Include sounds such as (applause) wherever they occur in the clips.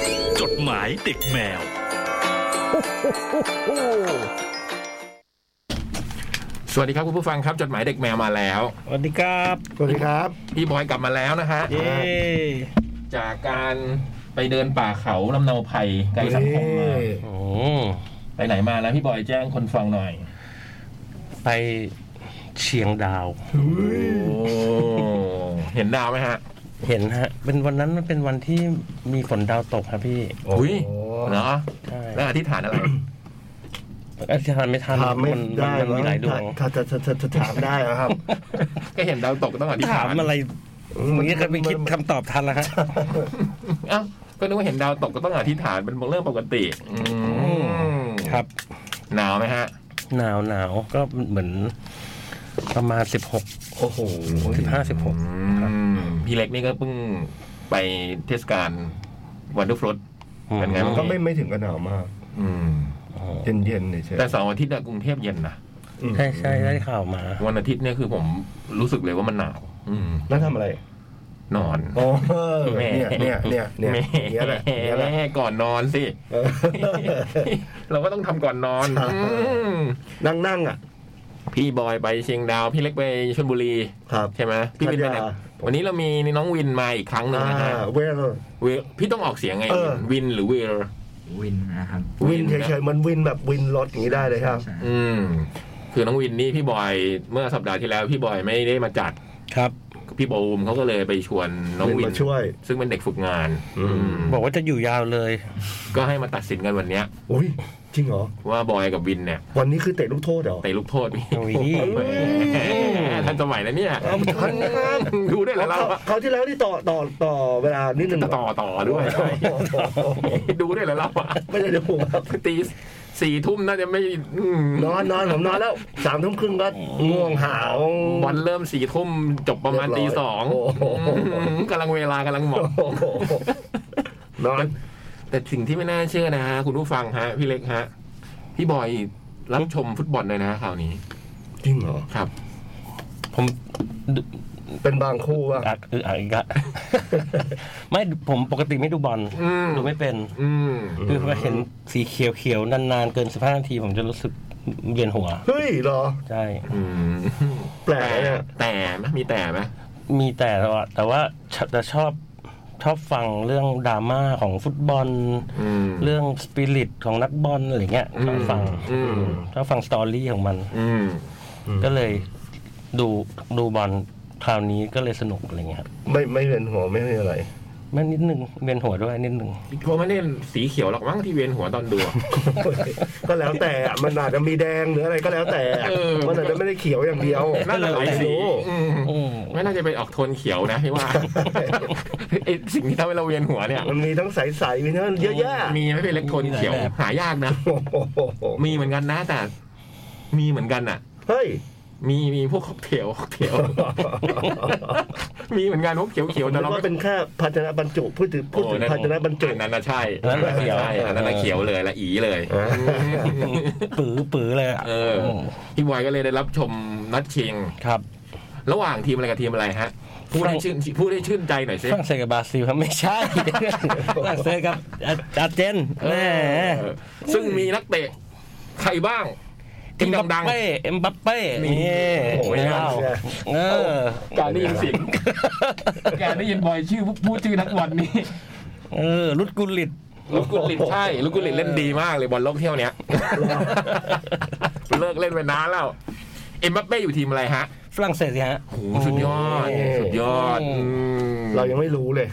ายเด็กแมว สวัสดีครับคุณผู้ฟังครับจดหมายเด็กแมวมาแล้ว สวัสดีครับ สวัสดีครับ พี่บอยกลับมาแล้วนะฮะ เย้ จากการไปเดินป่าเขาลำเนาไผ่ไกลสังคมมา โอ้ ไปไหนมาแล้วพี่บอยแจ้งคนฟังหน่อย ไปเชียงดาว โอ้เห็นดาวไหมฮะ เห็นฮะ เป็นวันนั้นมันเป็นวันที่มีฝนดาวตกครับพี่ อุ้ยเหรอ ใช่ แล้วอธิษฐานอะไร อาจารย์ไม่ทัน ถามไม่ น ได้ มันมีหลายดวง ถ้าจะจะจะถามได้แล้ว (laughs) ครับ ก็เห็นดาวตกก็ต้องอธิษ ถา ฐาม น อะไรเมื่อกี้ก็ไปคิดคำตอบทันแล้วฮะ เอ้าก็นึกว่าเห็นดาวตกก็ต้องอธิษฐานเป็นเรื่องปกติอืม ครับ หนาวไหมฮะ หนาวหนาวก็เหมือนประมาณสิบหก โอ้โห สิบห้าสิบหก อืมพี่เล็กนี่ก็เพิ่งไปเทศกาลวันดูฟรด เป็นไงบ้างค ก็ รับ ไม่ไม่ถึงกับหนาวมาก เย็นเย็นเฉย แต่เสาร์อาทิตย์อะกรุงเทพเย็นนะ ๆอืม ใช่ใช่ได้ข่าวมา วันอาทิตย์เนี่ยคือผมรู้สึกเลยว่ามันหนาวอืม แล้วทำอะไร นอน อ๋อเนี่ยเนี่ยเนี่ยเนี่ยเนี่ยแหละเนี่ยแหละ แม่ก่อนนอนสิ เออ เราก็ต้องทำก่อนนอน ครับ อืม นั่งนั่งอ่ะ พี่บอยไปเชียงดาว พี่เล็กไปชลบุรี ครับ ใช่ไหมพี่วินไปไหน พัทยา วันนี้เรามีน้องวินมาอีกครั้งหนึ่ง อ่า นะฮะ เวล เวพี่ต้องออกเสียงไง เออ วินหรือเวล วินนะครับ วินเฉ นะ ยๆมันวินแบบวินรถอย่างนี้ได้เลยครับ ใช่ อืม คือน้องวินนี่พี่บอยเมื่อสัปดาห์ที่แล้ว พี่บอยไม่ได้มาจัด ครับ พี่โบมเขาก็เลยไปชวนน้องวิน มาช่วย ซึ่งเป็นเด็กฝึกงาน อืม อืม บอกว่าจะอยู่ยาวเลย ก็ให้มาตัดสินกันวันเนี้ย อุ้ยจริงเหรอ ว่าบอยกับวินเนี่ย วันนี้คือเตะลูกโทษเหรอ เตะลูกโทษพี่ โอ้ย แหมทันสมัยนะเนี่ย เอาทันนะครับ ดูได้วยเหรอเราอะ เขาวที่แล้วนี่ต่อต่อต่อเวลานิดนึง ต่อต่อด้วย ดูได้วยเหรอเราอะ ไม่ได้ดูครับ ตีสี่ทุ่มน่าจะไม่อืม นอนนอนผมนอนแล้วสามทุ่มครึ่งก็ง่วงหาว บอลเริ่มสี่ทุ่มจบประมาณ เรี ตี ยบ ส ร้ อ อง ยโอ้โห อืมกำลังเวลากำลังเหมาะ โอ้โหนอน แต่สิ่งที่ไม่น่าเชื่อนะฮะ คุณผู้ฟังฮะ พี่เล็กฮะ พี่บอยรับชมฟุตบอลเลยนะฮะคราวนี้ จริงเหรอ ครับ ผม เป็นบางคู่อะ อักอึกอัก (laughs) อีกอะ ไม่ผมปกติไม่ดูบอล อืม ดูไม่เป็น อืม คือพอเห็นสีเขียวๆนานๆ เกิน 15 นาที ผมจะรู้สึกเวียนหัว เฮ้ยเหรอ ใช่ อืม แปลกนะเนี่ย แต่ไหมมีแต่ไหม มีแต่ว่าแต่ว่าชอบแต่ชอบชอบฟังเรื่องดราม่าของฟุตบอล อืม เรื่องสปิริตของนักบอลอะไรเงี้ย อืม ชอบฟัง อืม ชอบฟังสตอรี่ของมัน อืม ก็เลยดูดูบอลคราวนี้ก็เลยสนุกอะไรเงี้ยครับ ไม่ไม่เป็นหัวไม่เป็นอะไร (laughs) แม่นิดนึงเวียนหัวด้วยนิดนึง เพราะไม่ได้สีเขียวหรอกมั้งที่เวียนหัวตอนดูอะ ก็แล้วแต่อะมันอาจจะมีแดงหรืออะไรก็แล้วแต่อะ เออ มันอาจจะไม่ได้เขียวอย่างเดียว น่าจะหลายสี ไม่รู้ อืม อืม ไม่น่าจะไปออกโทนเขียวนะพี่ว่า (laughs) ไอสิ่งที่ทำให้เราเวียนหัวเนี่ย มันมีทั้งใสๆมีทั้งเยอะแยะ มีไหม่เป็นเล็กโทนเขียว มีหลายแบบ หายากนะ โอ้โห มีเหมือนกันนะแต่ มีเหมือนกันอ่ะ เฮ้ย มีมีพวกค็อกเทลค็อกเทล (laughs) มีเหมือนกันพวกเขียวๆ มั แต่ น เรา ว่าเป็นแค่ภาชนะบรรจุพูดถึงพูดถึงภาชนะบรรจุ อันนั้นนะใช่ อันนั้นน่ะเขียว ใช่อันนั้นน่ะเขียวเลยละอีเลย ปื้อปื้อเลยอะ เออพี่บอยก็เลยได้รับชมนัดชิง ครับ ระหว่างทีมอะไรกับทีมอะไรฮะพูดให้ชื่นพูดให้ชื่นใจหน่อยสิ ฝรั่งเศสกับบราซิลครับไม่ใช่ ฝรั่งเศสกับอาอาร์เจน เอ แม่ อซึ่งมีนักเตะใครบ้างที่ดัง เอ็มบัปเป้เอ็มบัปเป้ นี่ นี่ โอ้ย เล่าเออ ๆการได้ยินเสียงการได้ยินบอยชื่อพูดชื่อนักบอลนี่ เออรุดกุลิต ลูกกุลิตใช่ลูกกุลิตเล่นดีมากเลยบอลโลกเที่ยว (laughs) เนี้ยเลิกเล่นไปนานแล้ว เอ็มบัปเป้อยู่ทีมอะไรฮะ ฝรั่งเศสสิฮะ โอ้โหสุดยอด สุดยอด อื เรายังไม่รู้เลย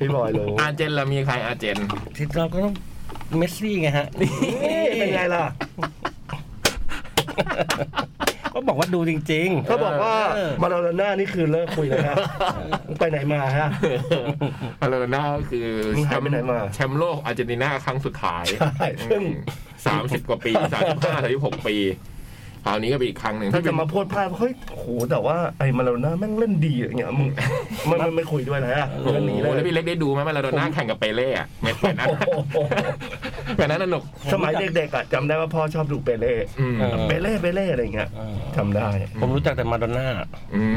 พี่บอยรู้ อาร์เจนละมีใครอาร์เจน ทีเราก็ต้องเมสซี่ไงฮะ นี่เป็นไงล่ะ ก็บอกว่าดูจริง เขาบอกว่า เออ มาโดอน่านี่คือเลิกคุยแล้วครับ ไปไหนมาฮะ อาร์เจนน่าคือ มึงหายไปไหนมา แชมป์โลกอาร์เจนตินาครั้งสุดท้าย ใช่ซึ่ง สามสิบกว่าปีสามสิบห้าสามสิบหกปีคราวนี้ก็เป็นอีกครั้งหนึ่ง ถ้า ที่เป็ จะ น มาโพดพลาดเฮ้ยโหแต่ว่าไอ้มาโดอน่าแม่งเล่นดีอย่างเงี้ยมึงมันมันไม่คุยด้วยนะฮะ โอ้ มันหนี โห เล แล้ว ย พี่เล็กได้ดูไหมมาลาโดน่าแข่งกับเปเล่อะแมตช์นั้น โอ้โห แมตช์นั้นน่ะหนุก สมัยเด็กๆอ่ะจำได้ว่าพ่อชอบดูเปเล่ อืม เออ เปเล่เปเล่อะไรอย่างเงี้ยจำได้ ๆ ผมรู้จักแต่มาโดอนน่า อืม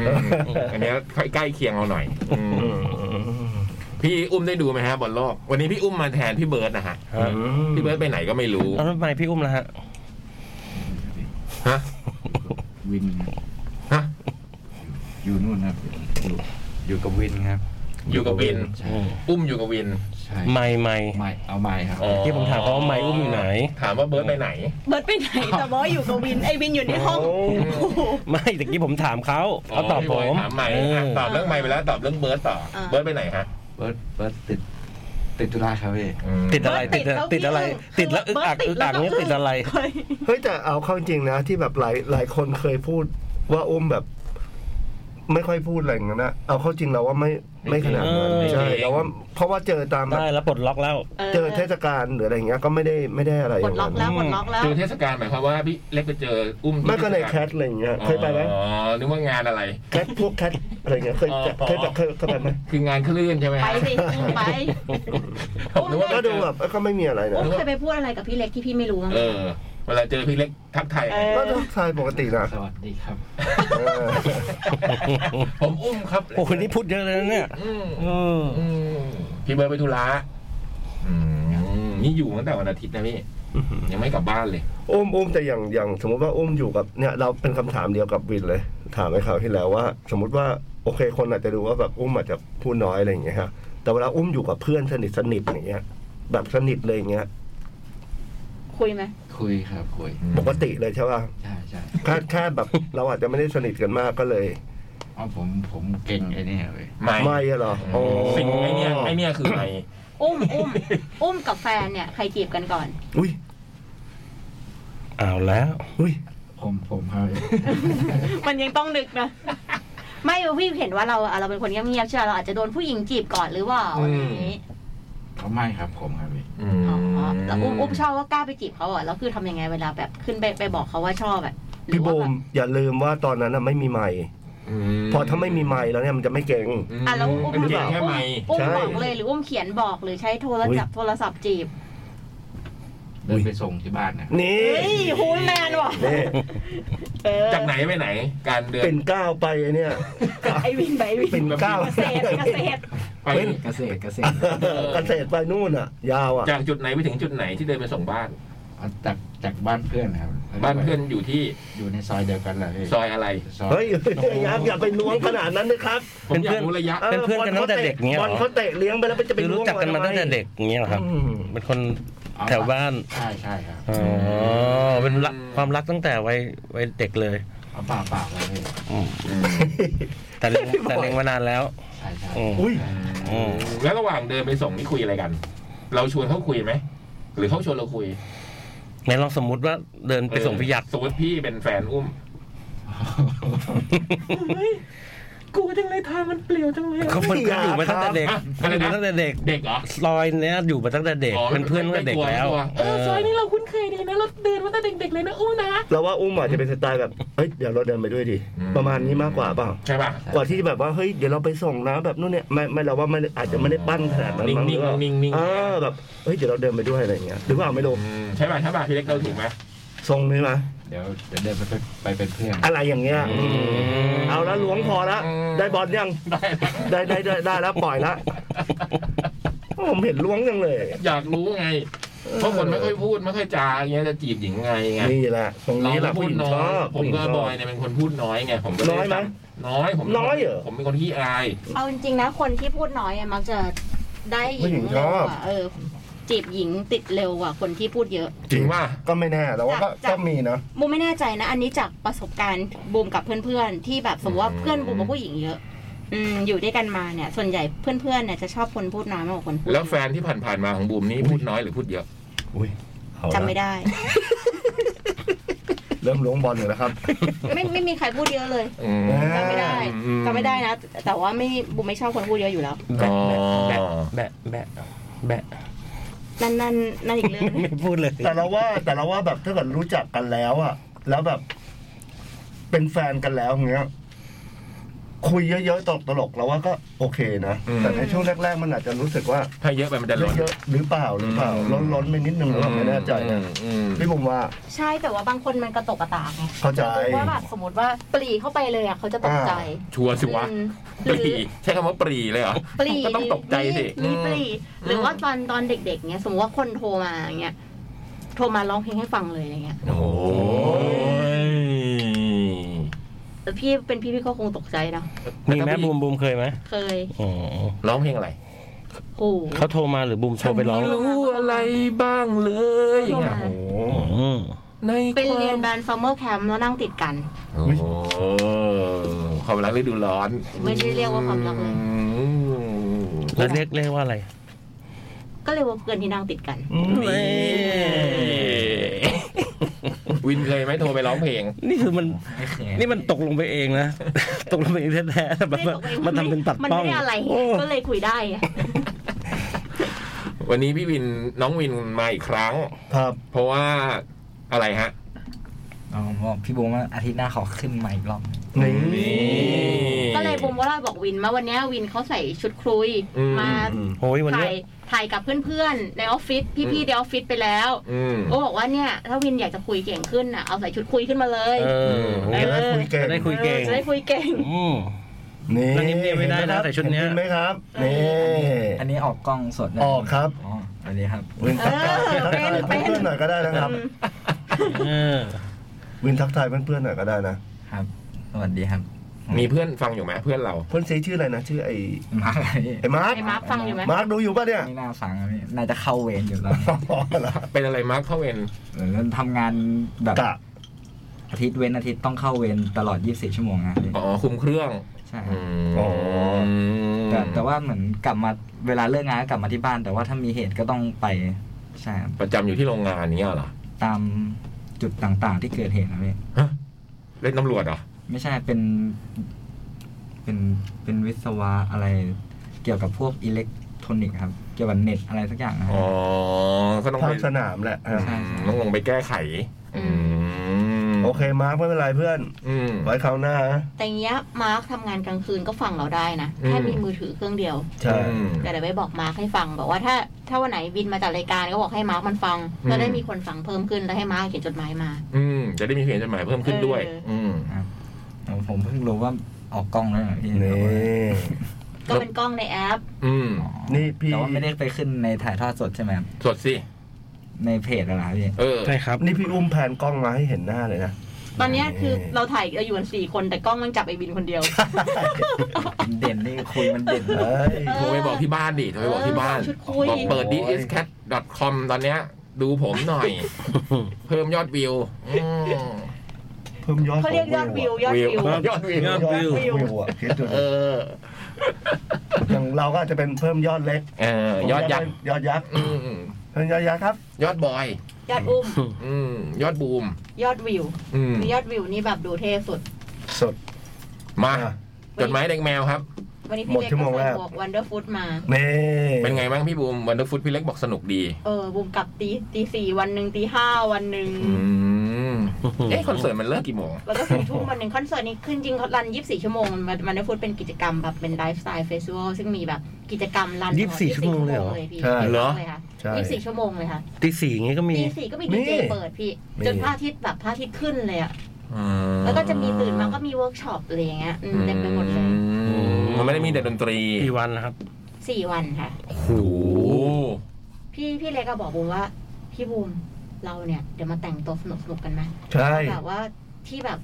อันเนี้ยใกล้เคียงเราหน่อยอืม อืม พี่อุ้มได้ดูไหมฮะบอลโลก วันนี้พี่อุ้มมาแทนพี่เบิร์ดนะฮะ ฮะ พี่เบิร์ดไปไหนก็ไม่รู้ แล้วทำไมพี่อุ้มล่ะฮะ ฮะ วิน ฮะ อยู่นู่นครับอยู่อยู่กับวินครับ อยู่กับวิน ใช่ อุ้มอยู่กับวิน ใช่ ไม่ไม่ ไม่เอาไม่ครับ อ๋อ ที่ผมถามเขาว่าไมค์อุ้มอยู่ไหน ถามว่าเบิร์ดไปไหน เบิร์ดไป (laughs) ไหนแต่บอสอยู่กับวินไอ้วินอยู่ในห้อง โอ้ โอ้โห ไม่ตะกี้ผมถามเขาเขาตอบ พี่ ผ บย ม ถามใหม่ เออ อ่ะตอบเรื่องใหม่ไปแล้วตอบเรื่องเบิร์ดต่อ อ่า เบิร์ดไปไหนฮะ เบิร์ดเบิร์ดติดติดธุระครับพี่ อืม ติดอะไรติดอะไรติดอะไร ติดแล้วอึกอักอึกอักเนี่ยติดอะไร เฮ้ย เฮ้ยแต่เอาเข้าจริงนะ ที่แบบหลายหลายคนเคยพูดว่าอุ้มแบบ ไม่ค่อยพูดอะไรอย่างนั้นนะเอาเข้าจริงเราว่าไม่ไม่ขนาดนั้น เออ ใช่เราว่า เพราะว่าเจอตามแบบ ได้แล้วปลดล็อกแล้ว เจอเทศกาลหรืออะไรอย่างเงี้ยก็ไม่ได้ไม่ได้อะไรอ ปลด ย่าง ล็อก นั้น แล้วปลดล็อกแล้ว เจอเทศกาลหมายความว่าพี่เล็กไปเจออุ้มที่ ไม่ก็ใน เทศาล แคทอะไรอย่างเงี้ยเคยไปไหม อ๋อนึกว่างานอะไร แคทพวกแคทอะไรอย่างเงี้ยเคย อ๋อ เคยเคยเคยไปไหม คืองานคลื่นใช่ไหม ไป ฮะ สิอุ้มไป ผมนึกว่า ก็ ไปเจ ดู อ แบบเอ้ยก็ไม่มีอะไรนะ อุ้มเคยไปพูดอะไรกับพี่เล็กที่พี่ไม่รู้มั้ง เออ เวลาเจอพี่เล็กทักทาย เออ ก็ทักทายปกตินะ สวัสดีครับ เออ ผมอุ้มครับ โอ้คนนี้พูดเยอะเลยนะเนี่ย อืม เออ อืมพี่เบิร์ดไปธุระอืมนี่อยู่ตั้งแต่วันอาทิตย์นะพี่ยังไม่กลับบ้านเลย อุ้มอุ้มแต่อย่างอย่างสมมติว่าอุ้มอยู่กับเนี่ย เราเป็นคำถามเดียวกับวินเลย ถามไอ้เขาวที่แล้วว่า สมมติว่าโอเคคนอาจจะดูว่าแบบอุ้มอาจจะพูดน้อยอะไรอย่างเงี้ยฮะแต่เวลาอุ้มอยู่กับเพื่อนสนิทสนิทอย่างเงี้ย แบบสนิทเลยอย่างเงี้ย คุยไหม คุยครับคุย ปกติเลยใช่ป่ะ ใช่ใช่ แค่แค่แบบ เราอาจจะไม่ได้สนิทกันมากก็เลย อ๋อผมผมเก่งไอ้นี่เลย ไม่ ไม่อะเหรออ๋อ สิ่งไอเนี้ยไอเนี้ยคือไม่ อุ้มอุ้มอุ้มกับแฟนเนี่ยใครจีบกันก่อน อุ้ย เอาแล้ว อุ้ย ผมผมครับ มันยังต้องนึกนะ ไม่พี่เห็นว่าเราอ่ะเราเป็นคนเงียบๆใช่ไหมเราอาจจะโดนผู้หญิงจีบก่อนหรือว่า อืม อะไรอย่างนี้ (laughs) เขาไม่ครับผมครับพี่ อืม อ๋อแล้วอุ้มอุ้มชอบว่ากล้าไปจีบเขาอ่ะแล้วคือทำยังไงเวลาแบบขึ้นไปไปบอกเขาว่าชอบแบบหรื พี่ อ โบ ว่าม แบบ อย่าลืมว่าตอนนั้นน่ะไม่มีไมค์ ม พอถ้าไม่มีไมค์แล้วเนี่ยมันจะไม่เก่ง อ่ะแล้วอุ้ม เป็น ทำ เพียง ไง แค่ไม่ อุ้ม ใช่ บอกเลยหรืออุ้มเขียนบอกหรือใช้โทรศัพท์โทรศัพท์จีบ เดินไปส่งที่บ้านนะ นี่ เฮ้ยฮูนแมนว่ะ นี่ เออ จากไหนไปไหน การเดิ เป็น นก้าวไปไอ้เนี่ย ไอวินไปไอ้วิน เป็นก้าว เกษตรเกษตร ไป เป็น เกษตรเกษตร เออเกษตรไปนู่นอ่ะ ยาวอ่ะ จากจุดไหนไปถึงจุดไหนที่เดินไปส่งบ้าน เอาจากจากบ้านเพื่อนครับ บ้านเพื่อนอยู่ที่ อยู่ในซอยเดียวกันแหละพี่ ซอยอะไร ซอย เฮ้ยอยากอย่าไปล้วงขนาดนั้นนะครับ ผมอยากรู้ระยะ เป็นเพื่อนกันตั้งแต่เด็กเนี่ยเห บ รอ อลเขาเตะเลี้ยงไปแล้วไปจะไป คือ ล้ว รู้ ง จักกันมาตั้งแต่เด็กอย่างเงี้ยเหรอครับ อืม เป็นคนแถวบ้าน ใช่ใช่ครับ อ๋อเป็นรัก อืม ความรักตั้งแต่วัยวัยเด็กเลย เอาป่าป่าไว้พี่ อืมแต่เล็งแต่เล็งมานานแล้ว ใช่ใช่ อืม อุ้ย อืม แล้วระหว่างเดินไปส่งนี่คุยอะไรกัน เราชวนเขาคุยไหม หรือเขาชวนเราคุย ไหนลองสมมุติว่าเดินไปส่งพี่ยักษ์ สมมติพี่เป็นแฟนอุ้ม กูจังเลยทางมันเปลี่ยวจังเลย เขาเป็นเขาอยู่มาตั้งแต่เด็ก อ่ะ เขาอยู่มาตั้งแต่เด็ก เด็กเหรอ ซอยเนี้ยอยู่มาตั้งแต่เด็ก เป็นเพื่อนตั้งแต่เด็กแล้ว เออซอยนี้ เออ เราคุ้นเคยดีนะเราเดินมาตั้งแต่เด็กๆเลยนะอุ้มนะ เราว่าอุ้มอาจจะเป็นสไตล์แบบเฮ้ยเดี๋ยวเราเดินไปด้วยดิ อืม ประมาณนี้มากกว่าเปล่า ใช่ป่ะ กว่าที่แบบว่าเฮ้ยเดี๋ยวเราไปส่งนะแบบนู่นเนี่ยไม่ไม่เราว่าไม่อาจจะไม่ได้ปั้นขนาดนั้น นิ่ง มั้งห นิ่งรือว่า นิ่งนิ่ง เออแบบเฮ้ยเดี๋ยวเราเดินไปด้วยอะไรอย่างเงี้ยหรือว่าไม่รู้ ใช่ป่ะใช่ป่ะพี่เล็กเราถูก (laughs) ไหม ทรงนี้มา เดี๋ยวเดี๋ยวเดินไปเป็นไปเป็นเพื่อน อะไรอย่างเงี้ย อืม เอาละล้วงพอละ อืม ได้บอลยัง ได้นะ ได้ได้ได้ได้แล้วปล่อยละผมเห็นล้วงจังเลย อยากรู้ไง เพราะคนไม่ค่อยพูดไม่ค่อยจาอย่างเงี้ยจะจีบหญิงไงไง นี่แหละตรง เรา นี้แห ก็ ละ พู ผู้ ด หญิง น้อ ช ย อบ ผมก็ ผู้หญิงชอ บอยเนี่ยเป็นคนพูดน้อยไงผมก็เล น้อยไหม น้อยผม น้อยเหรอ ผมเป็นคนที่อาย เอาจริงๆนะคนที่พูดน้อยอะมักจะได้ห ผู้ ญิ หญิ ง งช เร็อบวกว่าเออ จีบหญิงติดเร็วกว่าคนที่พูดเยอะ จริงว่า ก็ไม่แน่แต่ว่าก็ จาก ก็มีนะ บูมไม่แน่ใจนะ อันนี้จากประสบการณ์บูมกับเพื่อนๆ ที่แบบสมมติว่า อืม เพื่อนบูมกับผู้หญิงเยอะ อืมอยู่ด้วยกันมาเนี่ย ส่วนใหญ่เพื่อนๆเนี่ยจะชอบคนพูดน้อยมากกว่าคนพูด แล้วแฟนที่ผ่านๆมาของบูมนี่พูดน้อยหรือพูดเยอะ อุ้ยเอาละ จำไม่ได้ เริ่มล้วงบอลอยู่แล้วครับ ไม่ไม่มีใครพูดเยอะเลย อืม จำไม่ได้ อืม จำไม่ได้นะแต่ว่าไม่บูมไม่ชอบคนพูดเยอะอยู่แล้ว แบะ อ๋อ แบะแบะแบะแบะ นั่นนั่นนั่นอีกเรื่องหนึ่ง (laughs) ไม่พูดเลย แต่เราว่าแต่เราว่าแบบถ้าเกิดรู้จักกันแล้วอะแล้วแบบ เป็นแฟนกันแล้วอย่างเงี้ย คุยเยอะๆตลกตลกๆแล้วว่าก็โอเคนะ อืม แต่ในช่วงแรกๆมันอาจจะรู้สึกว่า ถ้าเยอะไปมันจะล้น เยอะๆหรือเปล่าหรือเปล่า อืม ร้อนๆไปนิดนึงหรือเปล่าไม่แน่ใจนะ อืมอื พี่ ม ผมว่า ใช่แต่ว่าบางคนมันกระตกกระตากไง เข้าใจ ว่าแบบสมมติว่าปรีเข้าไปเลยอ่ะเขาจะตกใจ ชัวร์สิวะ อืมห ป รือ รีใช้คำว่าปรีเลยเหรอ ปรี ก็ต้องตกใจสิ มีปลีหรือว่าตอนตอนเด็กๆเนี้ยสมมติว่าคนโทรมาอย่างเงี้ยโทรมาร้องเพลงให้ฟังเลยอะไรเงี้ย โอ้โห แต่พี่เป็นพี่พี่ก็คงตกใจเนอะ มีแม่บูมบูมเคยไหม เคย อ๋อ ร้องเพลงอะไร โอ้โห เขาโทรมาหรือบูมโทรไปร้อง ฉันม่รู้อะไรบ้างเลย โทรมา โอ้โห อืม ใน ไป ควา เรียน ม แบรนด์ซัมเมอร์แคมป์แล้วนั่งติดกัน โอ้โหความรักฤดูร้อน ไม่ได้เรียกว่าความรักเลย อืม แล้วเรียกเรียกว่าอะไร ก็เลยว่าเพื่อนที่นั่งติดกัน นี่วินเคยไหมโทรไปร้องเพลง นี่คือมัน ไม่เคย นี่มันตกลงไปเองนะ ตกลงไปเองแท้ๆแต่มัน ไม่ได้ตกลง มันทำเป็นปัด มัน ป้อง ไม่ได้อะไร โอ้ ก็เลยคุยได้อะ วันนี้พี่วินน้องวินมาอีกครั้ง ครับ เพราะว่าอะไรฮะ เอาบอกพี่บูมว่าอาทิตย์หน้าขอขึ้นใหม่อีกรอบ นี่ ก็เลยบุมว่าเราบอกวินมาวันเนี้ยวินเขาใส่ชุดครุย อืม มา อืม โหยวันนี้ ถ่ายถ่ายกับเพื่อนๆในออฟฟิศพี่ๆในออฟฟิศไปแล้ว อืม ก็บอกว่าเนี่ยถ้าวินอยากจะคุยเก่งขึ้นน่ะเอาใส่ชุดคุยขึ้นมาเลย เออ เอ จะ อ ได้คุยเก่ง จะได้คุยเก่ง จะได้คุยเก่ง อืม นี่ นั่งนิ่มๆไม่ได้นะแต่ชุดเนี้ย เห็ไหมครับนี่ อันนี้ออกกล้องสดนะ ออกครับ อ๋ออันนี้ครับ วินทักทาย เออ ทักทาย เป็นเป็น เพื่อนๆหน่อยก็ได้นะครับ อืม เออ วินทักทายเพื่อนๆหน่อยก็ได้นะครับ สวัสดีครับ มีเพื่อนฟังอยู่ไหมเพื่อนเรา เพื่อนซีชื่ออะไรนะชื่อไอ้ มาอะไรนี่ ไอ้มาร์ค ไอ้มาร์คฟังอยู่ไหม มาร์คดูอยู่ป่ะเนี่ย (laughs) ไม่น่าฟังอะพี่น่าจะเข้าเวรอยู่แล้ว อ๋อเหรอ เป็นอะไรมาร์คเข้าเวน เหมือนทำงานแบบ กะ อาทิตย์เว้นอาทิตย์ต้องเข้าเวรตลอด 24 ชั่วโมงนะพี่ อ๋อคุมเครื่อง ใช่ อืม อ๋อ แต่แต่ว่าเหมือนกลับมาเวลาเลิกงานก็กลับมาที่บ้าน แต่ว่าถ้ามีเหตุก็ต้องไปใช่ครับ ประจำอยู่ที่โรงงานนี้ยเหรอ ตามจุดต่างๆ ที่เกิดเหตุนะพี่ ฮะเล่นตำรวจเหรอ ไม่ใช่เป็น เป็นเป็นวิศวะอะไร เกี่ยวกับพวกอิเล็กทรอนิกส์ครับ เกี่ยวกับเน็ตอะไรสักอย่างนะ อ๋อก็ต้อง ภา ไป คสนามแหละอ่ะ ใช่ ต้องลงไปแก้ไข อืม โอเคมาร์คไม่เป็นไรเพื่อน อืม ไว้คราวหน้านะ แต่อย่างเงี้ยมาร์คทำงานกลางคืนก็ฟังเราได้นะ อืม แค่มีมือถือเครื่องเดียว ใช่ อืม แต่เดี๋ยวไปบอกมาร์คให้ฟังบอกว่าถ้าถ้าวันไหนวินมาจัดรายการก็บอกให้มาร์คมันฟัง อืม จะได้มีคนฟังเพิ่มขึ้นแล้วให้มาร์คเขียนจดหมายมา อืมจะได้มีเขียนจดหมายเพิ่มขึ้นด้วย เออ อืม ผมเพิ่งรู้ว่าออกกล้องด้วยนะพี่ นี่ ก็เป็นกล้องในแอป อืม อ๋อ นี่พี่ แต่ว่าไม่ได้ไปขึ้นในถ่ายทอดสดใช่ไหมครับ สดสิ ในเพจอะไรพี่ เออ ใช่ครับ นี่พี่อุ้มแผนกล้องมาให้เห็นหน้าเลยนะ ตอนเนี้ยคือ เออ เราถ่ายเราอยู่กันสี่คนแต่กล้องมันจับไอวินคนเดียว เด่นนี่คุยมันเด่น เฮ้ย โทรไปบอกที่บ้านดิโทรไปบอกที่บ้าน เออชุดคุย บอกเปิด d s c a t com ตอนเนี้ย ดูผมหน่อย เพิ่มยอดวิวอืม เพิ่มยอด เขาเรียกยอดวิวยอดวิว ยอดวิวย อดวิววิวอะคิดดู เอ ดิ อ อย่างเราก็อาจจะเป็นเพิ่มยอดเล็ก เออยอดยักษ์ ยอดยักษ์ อืม เพิ่มยอดยักษ์ครับ ยอดบอย ยอด (laughs) อุ้ม อืมยอดบูม ยอดวิว อืม ยอดวิวนี่แบบดูเท่สุด สด มาจดหมายแดงแมวครับ วันนี้ หม พี่ ด เล็ก ชั่วโมงก็ใส่ แล้ว หมวกวันเดอร์ฟูดมา เน่ เป็นไงบ้างพี่บูมวันเดอร์ฟุตพี่เล็กบอกสนุกดี เออบุมกลับตีตีสี่วันหนึ่งตีห้าวันหนึ่ง อืมเอ๊ะคอนเสิร์ตมันเลิกกี่โมง แล้วก็สี่ทุ่มวันหนึ่งคอนเสิร์ตนี้ขึ้นจริงเขารันยี่สิบสี่ชั่วโมงมันมันได้พูดเป็นกิจกรรมแบบเป็นไลฟ์สไตล์เฟสติวัลซึ่งมีแบบกิจกรรมรันตลอด 24ชั่วโมงเลยเหรอ พี่ ใช่ เหรอ เลยค่ะ ใช่ ยี่สิบสี่ชั่วโมงเลยค่ะ ตีสี่อย่างงี้ก็มี ตีสี่ก็มีดีเจ นี่ เปิดพี่ นี่ จนพระอาทิตย์แบบพระอาทิตย์ขึ้นเลยอะ อืม แล้วก็จะมีตื่นมาก็มีเวิร์กช็อปอะไรอย่างเงี้ยอืมเต็มไปหมดเลย อืมมันไม่ได้มีแต่ดนตรี กี่วันนะครับ สี่วันค่ะ โอ้โห พี่พี่เล็กก็บอกบูมว่า พี่บูมเราเนี่ย เดี๋ยวมาแต่งตัวสนุกสนุกๆกันไหม ใช่ แบบว่าที่แบบ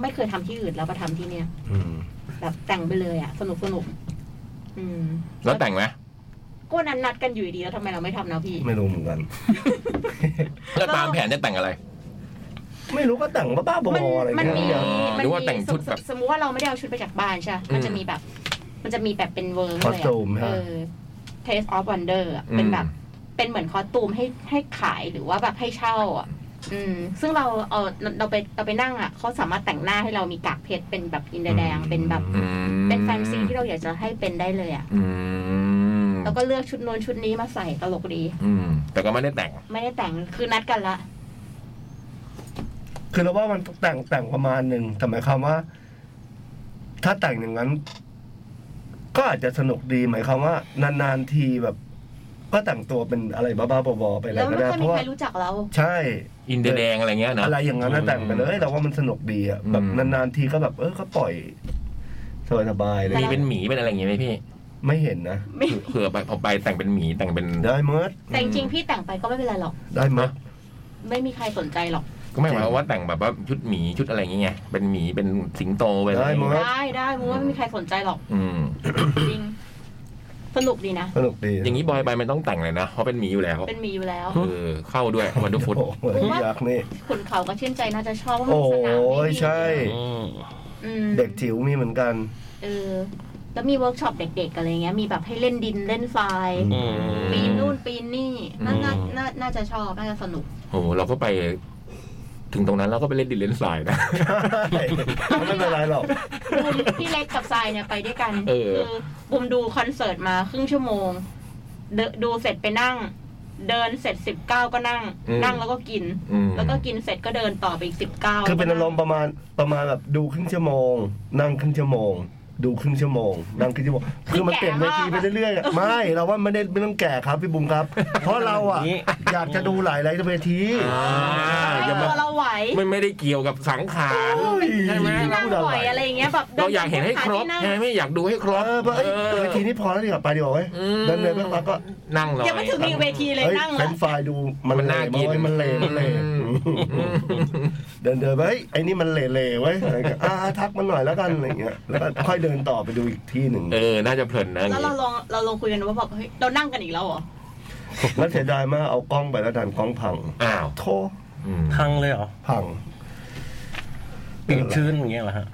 ไม่เคยทำที่อื่นแล้วมาทำที่เนี่ย อืม แบบแต่งไปเลยอ่ะ สนุกสนุกอืม แล้วแต่งไหม ก็วันนัดนัดกันอยู่ดีแล้วทำไมเราไม่ทำนะพี่ ไม่รู้เหมือนกัน แล้วตามแผนจะแต่งอะไร ไม่รู้ก็แต่งบ้าๆบอ มั ๆอะไร มัน เงี้ย มี อ๋อ มั นึกว่าแต่งชุดแบบ สมสมมติว่าเราไม่ได้เอาชุดไปจากบ้านใช่ปะมันจะมีแบบ มันจะมีแบบเป็นเวิร์ก คอ เล ส ย ตูม อะเอ ฮะ อ Taste of Wonder อะเป็นแบบ เป็นเหมือนคอสตูมให้ให้ขายหรือว่าแบบให้เช่าอ่ะ อืม ซึ่งเราเอาเราไปเราไปนั่งอ่ะเขาสามารถแต่งหน้าให้เรามีกากเพชรเป็นแบบอินเดียแดงเป็นแบบ อืม เป็นแฟนซีที่เราอยากจะให้เป็นได้เลยอ่ะ อืม แล้วก็เลือกชุดนวนชุดนี้มาใส่ตลกดี อืมแต่ก็ไม่ได้แต่ง ไม่ได้แต่งคือนัดกันละ คือเราว่ามันแต่งแต่งประมาณหนึ่งแต่หมายความว่า ถ้าแต่งอย่างนั้น ก็อาจจะสนุกดีหมายความว่า นานๆทีแบบ ก็แต่งตัวเป็นอะไรบ้าๆบอๆไปอะไร แล้ว ก็ ไม่ ได้ ค่อย เพ มี ราะ ใค ว่าร รู้จักเรา ใช่ อินเดียแดงอะไรเงี้ยนะ อะไรอย่างนั้นนะแต่งไปเลยเราว่ามันสนุกดีอะแบบ อืม นานๆทีก็แบบเออก็ปล่อยสบายๆเลย มีเป็นหมีเป็นอะไรอย่างเงี้ยไหมพี่ ไม่เห็นนะ ไม่ เผื่อไปเอาไปแต่งเป็นหมีแต่งเป็น ได้เมิด แต่จริงๆพี่แต่งไปก็ไม่เป็นไรหรอก ได้เมิด ไม่มีใครสนใจหรอก ก็ไม่หมายความว่าแต่งแบบว่าชุดหมีชุดอะไรอย่างเงี้ยเป็นหมีเป็นสิงโตเป็นอะรอย่าง ค เงี้ย รับ ได้ได้มึงว่าไม่มีใครสนใจหรอก อืม จริง สนุกดีนะ สนุกดี อย่างนี้บอยไปมันต้องแต่งเลยนะเพราะเป็นหมีอยู่แล้ว เป็นมีอยู่แล้ว เออเข้าด้วยวันดุฟุต โอ้โหอยากนี่ ขุนเขาก็ชื่นใจน่าจะชอบว่ามั โอ้ นสนามไม่ ย ดี ใช่ อืม อืม เด็กจิ๋วมีเหมือนกัน เออ แล้วมีเวิร์กช็อปเด็กๆอะไรเงี้ย มีแบบให้เล่นดินเล่นทราย อื อืม ปีนนู่นปีนนี่นาน่าน่าน่าจะชอบน่าจะสนุก โอ้โหเราก็ไป ถึงตรงนั้นเราก็ไปเล่นดินเล่นทรายนะ ไม่เป็นไรหรอก บูมพี่เล็กกับทรายเนี่ยไปด้วยกัน เออ คือบูมดูคอนเสิร์ตมาครึ่งชั่วโมงเดนดูเสร็จไปนั่ง เดินเสร็จสิบเก้าก็นั่ง นั่งแล้วก็กิน อืม แล้วก็กินเสร็จก็เดินต่อไปอีกสิบเก้า คือเป็นอารมณ์ประมาณประมาณแบบดูครึ่งชั่วโมง นั่งครึ่งชั่วโมง ดูครึ่งชั่วโมง นั่งครึ่งชั่วโมง คือมันเปลี่ยนเวทีไปเรื่อยๆอะไม่เราว่าไม่ได้ไม่ต้องแก่ครับพี่บุ๋มครับ เพราะเราอ่ะ อยากจะดูหลายหลายๆเวที อ่า ให้ อย่ามา ตัวเราไหว มันไม่ได้เกี่ยวกับสังขาร ใช่ไหม นั่งไหวอะไรอย่างเงี้ยแบบ เราอยากเห็นให้ครบ ดิน ใช่ไหมไม่อยากดูให้ครบ เออเอ้ยเวทีนี้พอแล้วดีกว่าไปดีกว่าเว้ย อืม เดินเลยไปฟังก็ นั่งเล ยังไม่ถึงมีเวทีเลย เฮ้ย นั่ง เฟร ละ นช์ไฟล์ดูมัน มัน เล น่ากิน ยมันเลมันเล อืม เดินเดินไปเฮ้ยไอ้นี่มันเละๆไว้ยอะไรกันอ่าทักมันหน่อยแล้วกันอะไรอย่างเงี้ยแล้วก็ค่อยเดินต่อไปดูอีกที่หนึ่ง เออ น่าจะเพลินนะอย่า แล้ งงี้วเราลองเราลองคุยกันว่าแบบเฮ้ยเรานั่งกันอีกแล้วเหรอ แล้วเสียดายมากเอากล้องไปแล้วดันกล้องพัง อ้าว โท อืม พังเลยเหรอ พัง ปีนขึ้นอย่างเงี้ยเหรอฮะ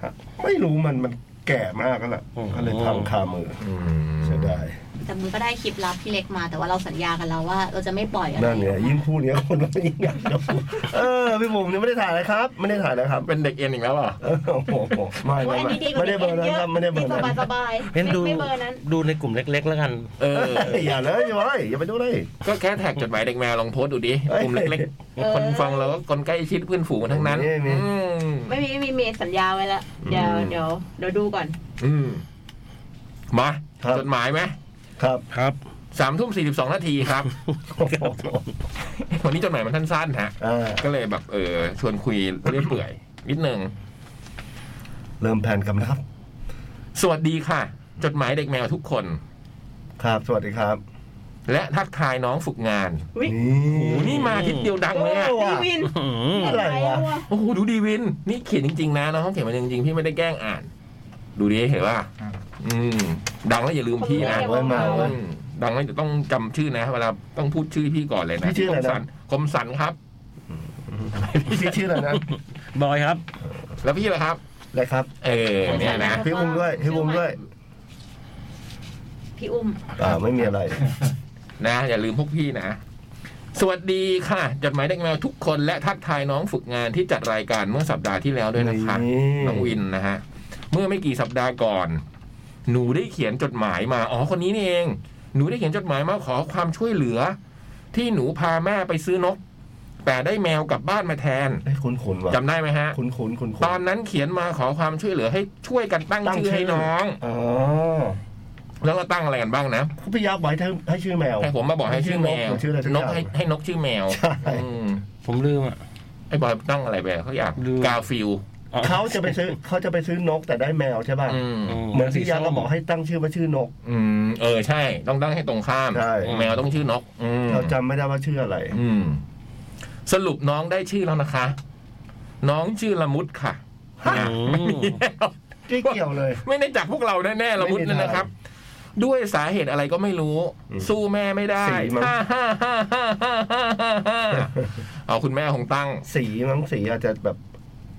ไม่รู้มันมันแก่มากแล้วล่ะ อืม ก็เลยพังคามือ อืม เสียดาย แต่มึงก็ได้คลิปลับพี่เล็กมาแต่ว่าเราสัญญากันแล้วว่า เราจะไม่ปล่อยอะไร นั่นเนี่ยยิ่งพูดเนี้ยคนก็ยิ่งอยากดูเออพี่บุ๋มเนี่ยไม่ได้ถ่ายนะครับ ไม่ได้ถ่ายนะครับ เป็นเด็กเอ็นอีกแล้วอ่ะ เออโอ้โหไม่ โอ้ ไม่ ยอัน ไม่ นี้ดีกว่า ไม่ได้เบอร์นั้นครับไม่ได้เบอร์นั้น สบายๆ เห็นดู ไม่เบอร์นั้น ดูในกลุ่มเล็ก ๆ แล้วกัน เออ เฮ้ยอย่าเลยอย่าไปอย่าไปดูเลย ก็แค่แท็กจดหมายเด็กแมวลองโพสต์ดูดิ เอ้ย กลุ่มเล็ก เออ ๆ คนฟังเราก็คนใกล้ชิดเพื่อนฝูงทั้งนั้น นี่นี่ อืม ไม่มีไม่มีเมย์สัญญาไว้แล้วเดี๋ยว อืม เดี๋ยวเดี๋ยวดูก่อน อืมมา ครับ จดหมายไหม ครับ ครับ สามทุ่มสี่สิบสองนาทีครับ โอ้โห วันนี้จดหมายมันสั้นๆฮะ อ่า ก็เลยแบบเออชวนคุยเรื่อยเปื่อย นิดนึง เริ่มแผนกันนะครับ สวัสดีค่ะ จดหมายเด็กแมวทุกคน ครับ สวัสดีครับ และทักทายน้องฝึกงาน อุ๊ย โอ้โห นี่ นี่มาทิศเดียวดังเลยอะ โอ้ พี่ ว่ะ วิน อืม อะไรวะ โอ้โหดูดีวิน นี่เขียนจริงๆนะน้องเขาเขียนมาจริงๆพี่ไม่ได้แกล้งอ่าน ดูดีเห็นว่า ครับ อืม ดังแล้วอย่าลืมพี่นะ ไว้มาไว้ อืมดังนั้นจะต้องจำชื่อนะ เวลาต้องพูดชื่อพี่ก่อนเลยนะ พี่ชื่ออะไรคนะมสันคมสันครับ พี่ชื่ออะไรนะ บอยครับ แล้วพี่ล่ะครับ อะไรครับ เออเนี่ยนะ พี่บุ๋มด้วยพี่บุ๋มด้วย พี่อุ้ม อ่าไม่มีอะไร นะ อย่าลืมพวกพี่นะ สวัสดีค่ะ จดหมายเด็กแมวทุกคนและทักทายน้องฝึกงานที่จัดรายการเมื่อสัปดาห์ที่แล้วด้วยนะคะ นี่ น้องวินนะฮะ เมื่อไม่กี่สัปดาห์ก่อน หนูได้เขียนจดหมายมาอ๋อคนนี้นี่เอง หนูได้เขียนจดหมายมาขอความช่วยเหลือ ที่หนูพาแม่ไปซื้อนก แต่ได้แมวกลับบ้านมาแทน เอ้ยคุ้นๆว่ะ จำได้ไหมฮะ คุ้นๆคุ้นๆ ตอนนั้นเขียนมาขอความช่วยเหลือให้ช่วยกันตั้ง ตั้ง ชื่อให้น้อง อ๋อ แล้วเราตั้งอะไรกันบ้างนะ พี่ยับไว้ให้ให้ชื่อแมว ให้ผมมาบอกให้ชื่อแมว ให้ชื่อนก นกให้ให้นกชื่อแมว ใช่ อืม ผมลืมอ่ะ ไอ้บอยตั้งอะไรไปเขาอยาก ลืม กาฟิล อ๋อ เขาจะไปซื้อเขาจะไปซื้อนกแต่ได้แมวใช่ป่ะ อืม เหมือนพี่ยักษ์ก็บอกให้ตั้งชื่อว่าชื่อนก อืมเออใช่ ต้องตั้งให้ตรงข้าม ใช่ แมวต้องชื่อนกอืม เราจำไม่ได้ว่าชื่ออะไร อืมสรุปน้องได้ชื่อแล้วนะคะ น้องชื่อละมุดค่ะ อื นะ ม ไม่เกี่ยวเลย ไม่ได้จากพวกเราแน่ๆละมุดนั่นนะครับ ด้วยสาเหตุอะไรก็ไม่รู้ อืม สู้แม่ไม่ได้ สีมั้ง ฮ่าฮ่าฮ่าฮ่าฮ่าฮ่าฮ่าเอาคุณแม่คงตั้ง สีมั้งสีอาจจะแบบ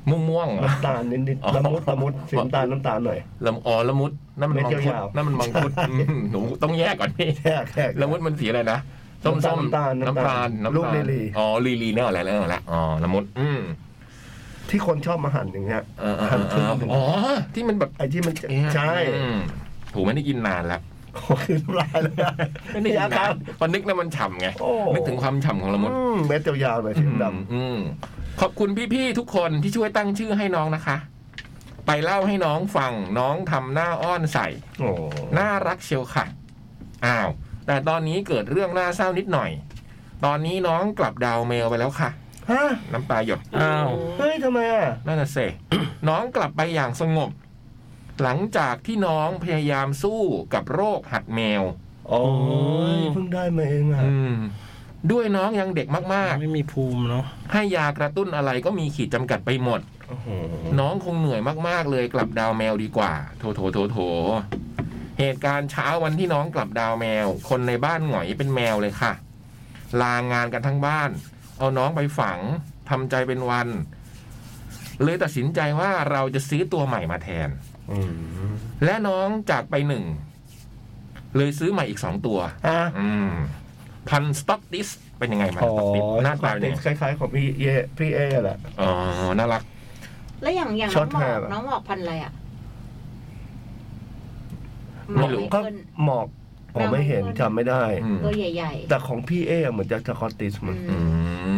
ม่วงม่วงๆเหรอ น้ำตาลนิด อ๋อ ๆละมุดละมุดสีน้ำตาลน้ำตาลหน่อย ละอ๋อละมุดนั่นมันมัง เม็ด คุด ยาวๆ นั่นมันมังคุดอืมหนูต้องแยกก่อนพี่ แค่แค่ ละมุดมันสีอะไรนะส้มส้ม น้ำตาลน้ำ น้ำตา ตา ล ล น้ำตา ลูกลีลี อ๋อลีลีเนี่ยอะไรเนี่ยละอ๋อละมุดอืม ที่คนชอบมาหั่นอย่างเงี้ย เออเออ หั่น เอ ครึ่ง อ หนึ่ง อ๋อที่มันแบบ ไอ้ที่มันจะ เอ๊ะ ใช่ อืมถูไม่ได้กินนานแล้ว โอ้คือน้ำลายเลยอะ ไม่ได้ พี่ กิ ยักษ์คนนาน รับ พอนึกแล้วมันฉ่ำไง โอ้ นึกถึงความฉ่ำของละมุด อืมเม็ดยาวๆหน่อยสีดำ อืมขอบคุณพี่ ๆ ทุกคนที่ช่วยตั้งชื่อให้น้องนะคะ ไปเล่าให้น้องฟังน้องทำหน้าอ้อนใส่ โอ้ น่ารักเชียวค่ะ อ้าว แต่ตอนนี้เกิดเรื่องน่าเศร้านิดหน่อย ตอนนี้น้องกลับดาวเมลไปแล้วค่ะ ฮะ น้ำตาหยด อ้าว เฮ้ยทำไมอ่ะ นั่นน่ะเซ (coughs) น้องกลับไปอย่างสงบ หลังจากที่น้องพยายามสู้กับโรคหัดแมว โอ้ยเพิ่งได้มาเองอ่ะ อืม ด้วยน้องยังเด็กมาก ไม่มีภูมิเนาะ ๆ ให้ยากระตุ้นอะไรก็มีขีดจำกัดไปหมด โอ้โห น้องคงเหนื่อยมากๆ เลยกลับดาวแมวดีกว่า โถโถโถโถ เหตุการณ์เช้าวันที่น้องกลับดาวแมว คนในบ้านหงอยเป็นแมวเลยค่ะ ลางงานกันทั้งบ้าน เอาน้องไปฝังทำใจเป็นวัน เลยตัดสินใจว่าเราจะซื้อตัวใหม่มาแทน อืม และน้องจากไปหนึ่ง เลยซื้อใหม่อีกสองตัว อ่ะ อืม พันสต็อกดิสเป็นยังไงมัน อ๋อ สต็อกดิสหน้าตาเป็ เด็ น ก ยัง ค ไง ล้ายๆของพี่เอพี่เอแหละ อ๋อน่ารัก แล้วอย่างอย่าง ช็ น้ อ อ ต งแฮหมอ ร์ ก ปะ น้องหมอกพันธุ์อะไรอ่ะ ไม่รู้ ห ก็ อกเปิ้ล หมอกผมไม่เห็นจำไม่ได้ อืม ตัวใหญ่ๆ แต่ของพี่เอเหมือนจะจะคอติสมัน อื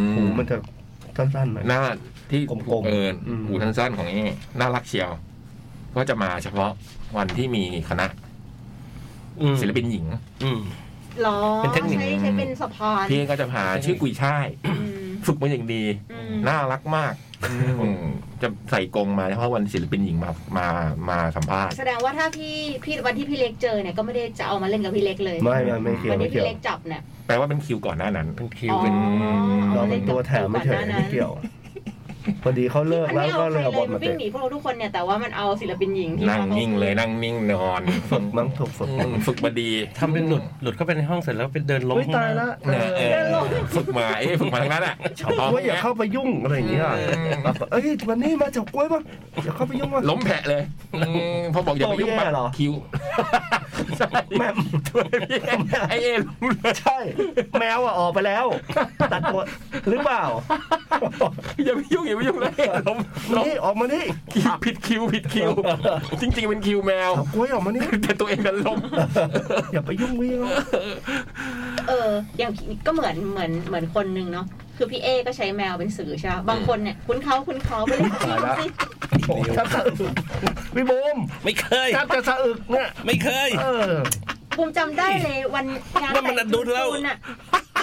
ม หูมันจะสั้นๆหน่อย หน้าที่ กลมๆ ผูเอิญ อืม หูสั้นๆของนี่น่ารักเชียว ก็จะมาเฉพาะวันที่มีคณะ อืม ศิลปินหญิง อืม หรอ เป็นเทคนิค ใช้ใช้เป็นสะพาน พี่ก็จะพาชื่อกุยช่าย อืม ฝึกมาอย่างดี อืม น่ารักมากอืมจะใส่กรงมาเฉพาะวันศิลปินหญิงมามามาสัมภาษณ์ แสดงว่าถ้าพี่พี่วันที่พี่เล็กเจอเนี่ยก็ไม่ได้จะเอามาเล่นกับพี่เล็กเลย ไม่ไม่ไม่เกี่ย วั วน ไม่ ที่ เกี่ พี่ ยว เล็กจับเนี่ย แปลว่าเป็นคิวก่อนหน้านั้น เป็นคิว อ๋อ เป็น เอา เรา มา เป็ เล่ น น ตัวแถมไม่เฉยกับก่อนหน้านั้ ไม่ น เกี่ยวพอดีเขาเลิก มัน แล้ว ไม่เอา ก็ ใค เล ร ยเอา เล บอย ล มั มานเตะวิ่งหนีพวกเราทุกคนเนี่ยแต่ว่ามันเอาศิลปินหญิงที่ นั่งนิ่งเลยนั่งนิ่งนอน ฝึกมั้งถูกฝึก อืมฝึกมาดี ทำเป็นหลุดหลุดเข้าไปในห้องเสร็จแล้วไปเดินล้ม เฮ้ยตายละ เนี่ยเออฝึกมาเอ๊ะฝึกมาทั้งนั้นอ่ะเฉพาะ ว่าอย่าเข้าไปยุ่งอะไรอย่างเงี้ย อืม แบบเอ้ยวันนี้มาจับกล้วยปะอย่าเข้าไปยุ่งว่ะ ล้มแผะเลยอืมพอบอกอย่าไปยุ่ง ตัวพี่ ปั๊บ แย่เหรอ คิว แม่ม ตัวพี่ไอเอล้มเลย ใช่ แมวอ่ะออกไปแล้ว ตัดตัวหรือเปล่า อย่าไปยุ่งอย่าไปยุ่งเลยล้มล้ม นี่ออกมานี่ คิวผิดคิวผิดคิว จริง ๆ เป็นคิวแม (laughs) ว จับกล้วยออกมานี่ แต่ตัวเองกันล้ม อย่าไปยุ่งวิ่ง เอออย่างก็เหมือนเหมือนเหมือนคนนึงเนาะคือพี่เอก็ใช้แมวเป็นสื่อใช่ไหมบางคนเนี่ยคุ้นเขาคุ้นเขาไปเล่นกับพี่ (laughs) เขาสิ จับสะอึกพี่บูม ไม่เคย จับจะสะอึกเนี่ย ไม่เคย เออ ภูมิจำได้เลยวันงาน ว่ามัน แต่ง อดุลแล้ว คุณน่ะ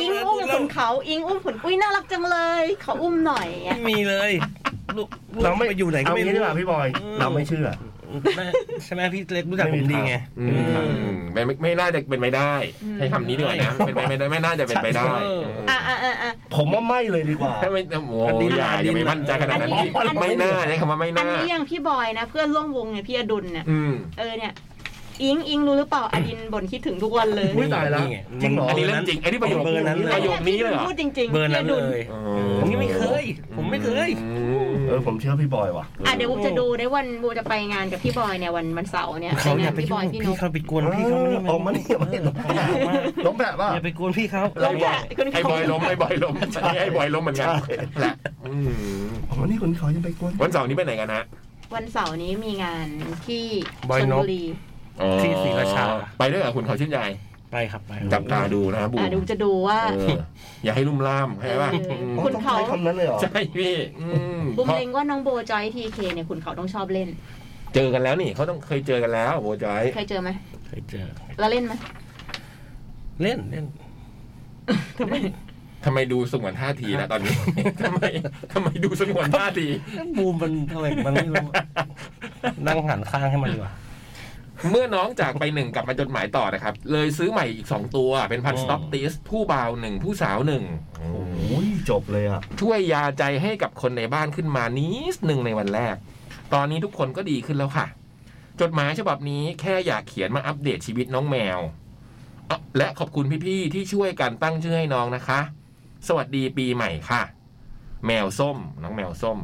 อิงอุ้มขนเขาอิงอุ้มขนอุ้ยน่ารักจังเลย ขออุ้มหน่อยอ่ะ ไม่มีเลยลูกลูก เราไม่ ปอยู่ไหนก็ไม่ เอางี้ รู้ ดีกว่าพี่บอย อืม เราไม่เชื่อ แม่ใช่ไหมพี่เล็กรู้จักผมดีไง อืม ไม่ไม่ไม่น่าจะเป็นไปได้ใช้คำนี้ด้วยนะเป็นไปไม่ได้ไม่น่าจะเป็นไปได้ ใช่ อ่ะอ่ะอ่ะอ่ะ ผมว่าไม่เลยดีกว่า ถ้าไม่โอ้โหอย่าอย่าไปมั่นใจขนาดนั้น อันนี้ ไม่น่าใช้คำว่าไม่ อัน น่า นี้ยังพี่บอยนะ เพื่อนร่วมวงเนี่ยพี่อดุลเนี่ย อืม เออเนี่ย อิงอิงรู้หรือเปล่าอดินบ่นคิดถึงทุกวันเลย อุ๊ยตายละ นี่ไง จริงเหรอ อันนี้เรื่องจริงอันนี้ประโยค เบอร์นั้นเลยประโยคนี้เลยเหรอ พูดจริงๆ เบอร์นั้น พี่ เล ดุล ย เออ ผมยังไม่เคย ผมไม่เคย เออผมเชื่อพี่บอยว่ะ อ่ะเดี๋ยวบูจะดูในวันบูจะไปงานกับพี่บอยเนี่ยวันวันเสาร์เนี่ย เขาอย่าไป พี่บ ยุ่ องยพี่น พี่ ก เขาไปกวนพี่เขา เออออกมานี่อย่าไปหลบ ล้มแบบว่า อย่าไปกวนพี่เขา เรา ไอ้บอยไอ้บอยล้มไอ้บอยล้มอันนี้ไอ้บอยล้มเหมือนกัน ใช่ แหละอืม อ๋อนี่คนเขายังไปกวน วันเสาร์นี้ไปไหนกันฮะ วันเสาร์นี้มีงานที่ บอย ชล นก บุรี ที่ศรีราชา ไปด้วยกับคุณเขาชื่นใจ ไปครับไป จับตาดูนะครับบู อ่ะเดูจะดูว่า เอออย่าให้ลุ่มล่ามใช่ป่ะ เออ อืม อ๋อ คุณ ต้อง เขา ใช้คำนั้นเลยเหรอ ใช่พี่อืม บูม เพราะ เล็งว่าน้องโบจอยทีเคเนี่ยคุณเขาต้องชอบเล่น เจอกันแล้วนี่เขาต้องเคยเจอกันแล้วโบจอย เคยเจอไหม เคยเจอ แล้วเล่นไหม เล่นเล่น ทำไม ทำไมดูสงวนท่าทีนะตอนนี้ (laughs) ทำไมทำไมดูสงวนท่าที บูมมันอะไรมันไม่รู้อะนั่งหันข้างให้มันดีกว่า เมื่อน้องจากไปหนึ่งกลับมาจดหมายต่อนะครับ เลยซื้อใหม่อีกสองตัวเป็นพัน อืม สต็อกติสผู้บ่าวหนึ่งผู้สาวหนึ่ง โอ้ยจบเลยอ่ะ ช่วยยาใจให้กับคนในบ้านขึ้นมานิดหนึ่งในวันแรก ตอนนี้ทุกคนก็ดีขึ้นแล้วค่ะ จดหมายฉบับนี้แค่อยากเขียนมาอัปเดตชีวิตน้องแมวอ๊ะและขอบคุณพี่ๆที่ช่วยกันตั้งชื่อให้น้องนะคะ สวัสดีปีใหม่ค่ะ แมวส้ม น้องแมวส้ม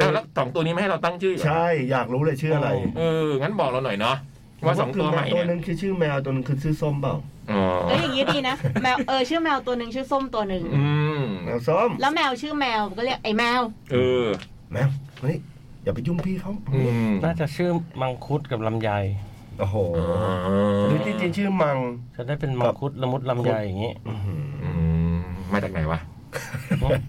อ้าวแล้วสองตัวนี้ไม่ให้เราตั้งชื่อเหรอ ใช่อยากรู้เลยชื่ออะไร เออ งั้นบอกเราหน่อยเนาะว่าสองตัวใหม่ ตัเนี่วย นึงคือชื่อแมวตัวนึงคือชื่อส้มเปล่า อ๋อ เอ้ยอย่างนี้ดีนะแมวเออชื่อแมวตัวหนึ่งชื่อส้มตัวหนึ่ง อืม แมวส้ม แล้วแมวชื่อแมวก็เรียกไอ้แมว เออ แมวมานี่อย่าไปยุ่งพี่เขา อืม น่าจะชื่อมังคุดกับลำไย โอ้โห อ๋อ หรือจริงๆชื่อมัง จะได้เป็นมังคุดละมุดลำไยอย่างนี้ อื้อหือ อืมมาจากไหนวะ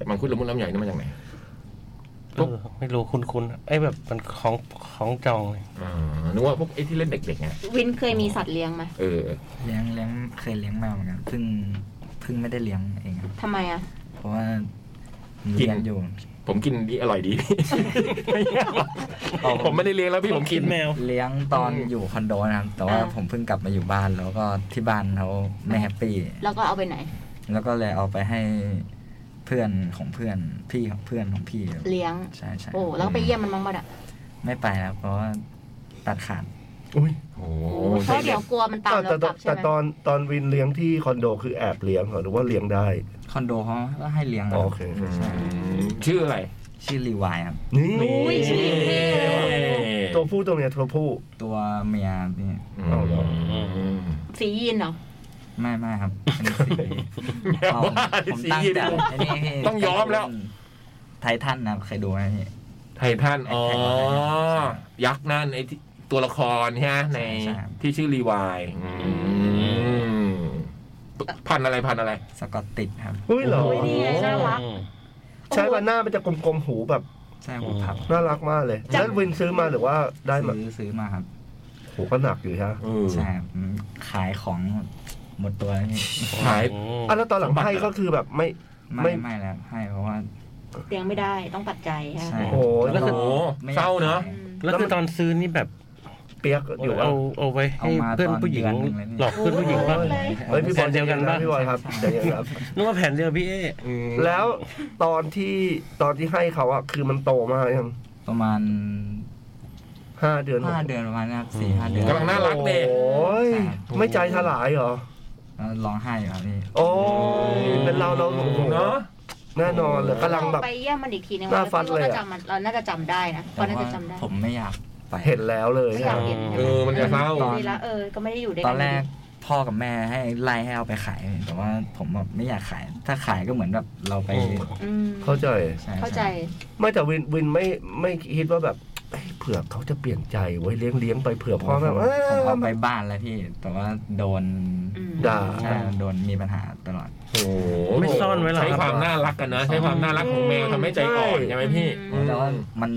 มังคุดละมุนลำใหญ่นี่มาจากไหน เ เออไม่รู้คุ้นๆไอ้ยแบบมันของของจองเลย อ่านึกว่าพวกไอ้ที่เล่นเด็กๆไง วินเคยมีสัตว์เลี้ยงไหม เออ เลี้ยงเลี้ยงเคยเลี้ยงมาเหมือนกันเพิ่งเพิ่งไม่ได้เลี้ยงเองครับ ทำไมอ่ะ เพราะว่าผม กิน เลี้ยงอยู่ ผมกินดีอร่อยดี อ๋อ ผมไม่ได้เลี้ยงแล้วพี่ผมกิน แมว เลี้ยงตอนอยู่คอนโดนะครับแต่ว่า อ่า ผมเพิ่งกลับมาอยู่บ้าน แล้วก็ที่บ้านเขาไม่แฮปปี้ แล้วก็เอาไปไหน แล้วก็เลยเอาไปให้เพื่อนของเพื่อนพี่ของเพื่อนของพี่ครับ เลี้ยง ใช่ใช่ โอ้แล้วก็ไปเยี่ยมมันบ้างป่ะเนี่ย ไม่ไปแล้วเพราะว่าตัดขาด อุ้ย โอ้ เพราะเดี๋ยวกลัวมันตามเรา แต่ ก แต่ ลับใช่ แต่ ไหม ตอนตอนวินเลี้ยงที่คอนโดคือแอบเลี้ยงเหรอหรือว่าเลี้ยงได้ คอนโดเขาก็ให้เลี้ยง อ๋อโอเค ใช่ ชื่ออะไร ชื่อรีวายครับ นี่ นี่ ตัวผู้ตัวเมียตัวผู้ ตัวเมียนี่ อืม สียีนเหรอ ไม่ไม่ครับอันนี้สี แบบ เอา ว่า ผม สี ตั้ง เนี่ย แต่อันนี้ให้ ต้องยอมแล้ว ไททันนะครับเคยดูไหมพี่ ไททันอ๋อ ไททันไททัน ยักษ์นั่นไอ้ที่ตัวละครใช่ไหมใน ใช่ครับ ที่ชื่อรีวายอืมพันธุ์อะไรพันธุ์อะไร สกอตติดครับ อุ้ยเหรอ โอ้ย นี่ไงน่ารัก ใช่ว่าหน้ามันจะกลมๆหูแบบ ใช่หูพับ น่ารักมากเลย จับ แล้ววินซื้อมาหรือว่าได้มา ซื้อซื้อมาครับ โหก็หนักอยู่ฮะ เออ ใช่ครับขายของหมดตัวแล้วพี่ ขาย อ่ะแล้วตอนหลังให้ก็คือแบบไม่ ไม่ ไม่ไม่แล้วให้เพราะว่า เลี้ยงไม่ได้ต้องปัจจัยฮะ ใช่ โอ้โห แล้วก็ โอ้โห ไม่อยก เศร้าเนอะ ขย แล้วคือตอนซื้อนี่แบบ เปียกอยู่ว่า เอาเอาไว้ให้ เอามา เพื่อนผู้หญิง ตอนเดือนหนึ่งเลยนี่ หลอกเพื่อนผู้หญิงว่า โอ้เลย เฮ้ยพี่บอแผนลเดียวกันปะ พี่บอลครับใจเย็นครับ นึกว่าแผนเดียวพี่เอ อืม แล้วตอนที่ตอนที่ให้เขาอ่ะคือมันโตมากยัง ประมาณ ห้าเดือน ห้าเดือนประมาณนะครับสี่ห้าเดือน กำลังน่ารักเด็ก โอ้ยไม่ใจถลายเหรอ แล้วร้องไห้อยู่ครับพี่ โอ้ยเป็นเราเราโอ้โห เนาะ แน่นอนเลยกำลัง เรา แบบ ไปเยี่ยมมันอีกทีนึง หน้าฟัดเลยอะ เราจำมันเราน่าจะจำได้นะ แต่ เราน่า ว่า จะจำได้ ผมไม่อยากไป เห็นแล้วเลย ไม่ ใช่ อยาก ไหม เห็น เออมันจะเศร้า ตอน ดีละเออ ก็ไม่ได้อยู่ด้วย ต กั อนแรกพ่อกับแม่ให้ไล่ให้เอาไปขาย แต่ว่าผมแบบไม่อยากขาย ถ้าขายก็เหมือนแบบเราไป อืม เข้าใจ ช่ เข้าใจ ไม่แต่วินวินไม่ไม่คิดว่าแบบเอ้ยเผื่อเขาจะเปลี่ยนใจไว้ยเลี้ยงเลี้ยงไปเผื่อพ่อแบบเอ้ย ผมเอาไปบ้านแล้วพี่ แต่ว่าโดน อืม ด่า ใช่โดนมีปัญหาตลอด โอ้โห ไม่ซ่อนไว้หรอ ใช้ ค ครับ วามน่ารักกันนะ ใช้ความน่ารักของแมวทำให้ใจอ่อนใช่ไหมพี่ อื แต่ว่ามัน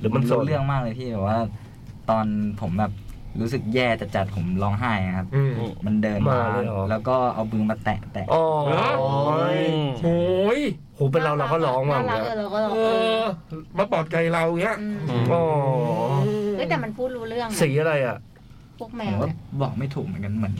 หรือมันสน เรื่องมากเลยพี่แบบว่า ตอนผมแบบรู้สึกแย่จัดๆผมร้องไห้ครับ อืม มันเดินมา มาเลยเหรอ แล้วก็เอามือมาแตะแตะ อ๋อ โอ้ย โหเป็นเราเราก็ร้องว่ะ น่ารักเออเราก็ร้อง เอ เอ อ อ มาปลอบใจเราเงี้ย อืม อ๋อ เฮ้ยแต่มันพูดรู้เรื่องนะ สีอะไรอ่ะ พวกแม ผม ว ก็ เนี่ย บอกไม่ถูกเหมือนกันเหมือน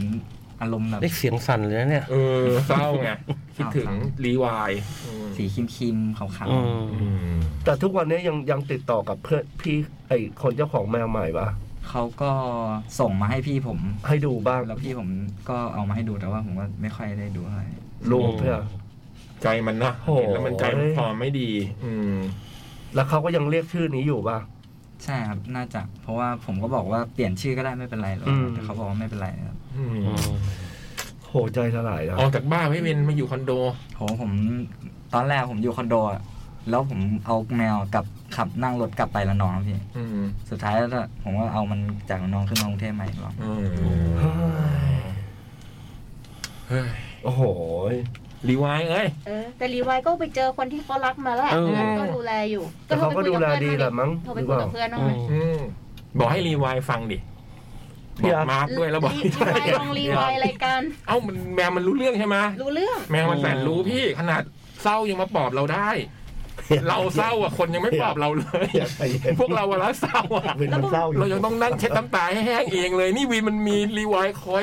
อารมณ์แบบ ได้เสียงสั่นเลยนะเนี่ย เออเศร้าไงคิดถึงรีวายอืม สีครีมๆขาว อืม อืม แต่ทุกวันนี้ยังยังติดต่อกับเพื่อนพี่ไอคนเจ้าของแมวใหม่ปะ ๆเขาก็ส่งมาให้พี่ผม ให้ดูบ้าง แล้วพี่ผมก็เอามาให้ดูแต่ว่าผมก็ไม่ค่อยได้ดูเท่าไหร่ รูปเพื่อ ใจมันนะ โอ้โห เห็นแล้วมันใจมันพอไม่ดี อืม แล้วเขาก็ยังเรียกชื่อนี้อยู่ปะ ใช่ครับน่าจะ เพราะว่าผมก็บอกว่าเปลี่ยนชื่อก็ได้ไม่เป็นไรหรอก อืม แต่เขาบอกว่าไม่เป็นไรครับ อืม อืม โหใจสลายนะ ออกจากบ้านไม่เป็นมาอยู่คอนโด โหผมตอนแรกผมอยู่คอนโดอะแล้วผมเอาแมวกลับขับนั่งรถกลับไประนองครับพี่ อืม สุดท้ายแล้วก็ผมก็เอามันจากระนองขึ้นมากรุงเทพใหม่อีกรอบ อืม เฮ้ย เฮ้ย โอ้โห รีวายเอ้ย เออ แต่รีไวายก็ไปเจอคนที่เขารักมาแล้วแหละ เออ งั้นก็ดูแลอยู่ แต่เขาก็ดูแลดีแหละมั้ง โทรไป หรือเปล่าคุยกับเพื่อนบ้าง อื ไหม ม อืมบอกให้รีไวายฟังดิ พี่ บอก อามาร์ตร์กด้วยแล้วบอก รีวายลองรีวายรายการ เอ้ามันแมวมันรู้เรื่องใช่ไหม รู้เรื่อง แมวมันแสนรู้พี่ ขนาดเศร้ายังมาปลอบเราได้ เราเศร้าอ่ะคนยังไม่ปลอบเราเลย อยากไปเห็น พวกเราเวลาเศร้าอ่ะ วินมันเศร้าอยู่ เรายังต้องนั่งเช็ดน้ำตาให้แห้งเองเลย นี่วีนมันมีรีไวายคอย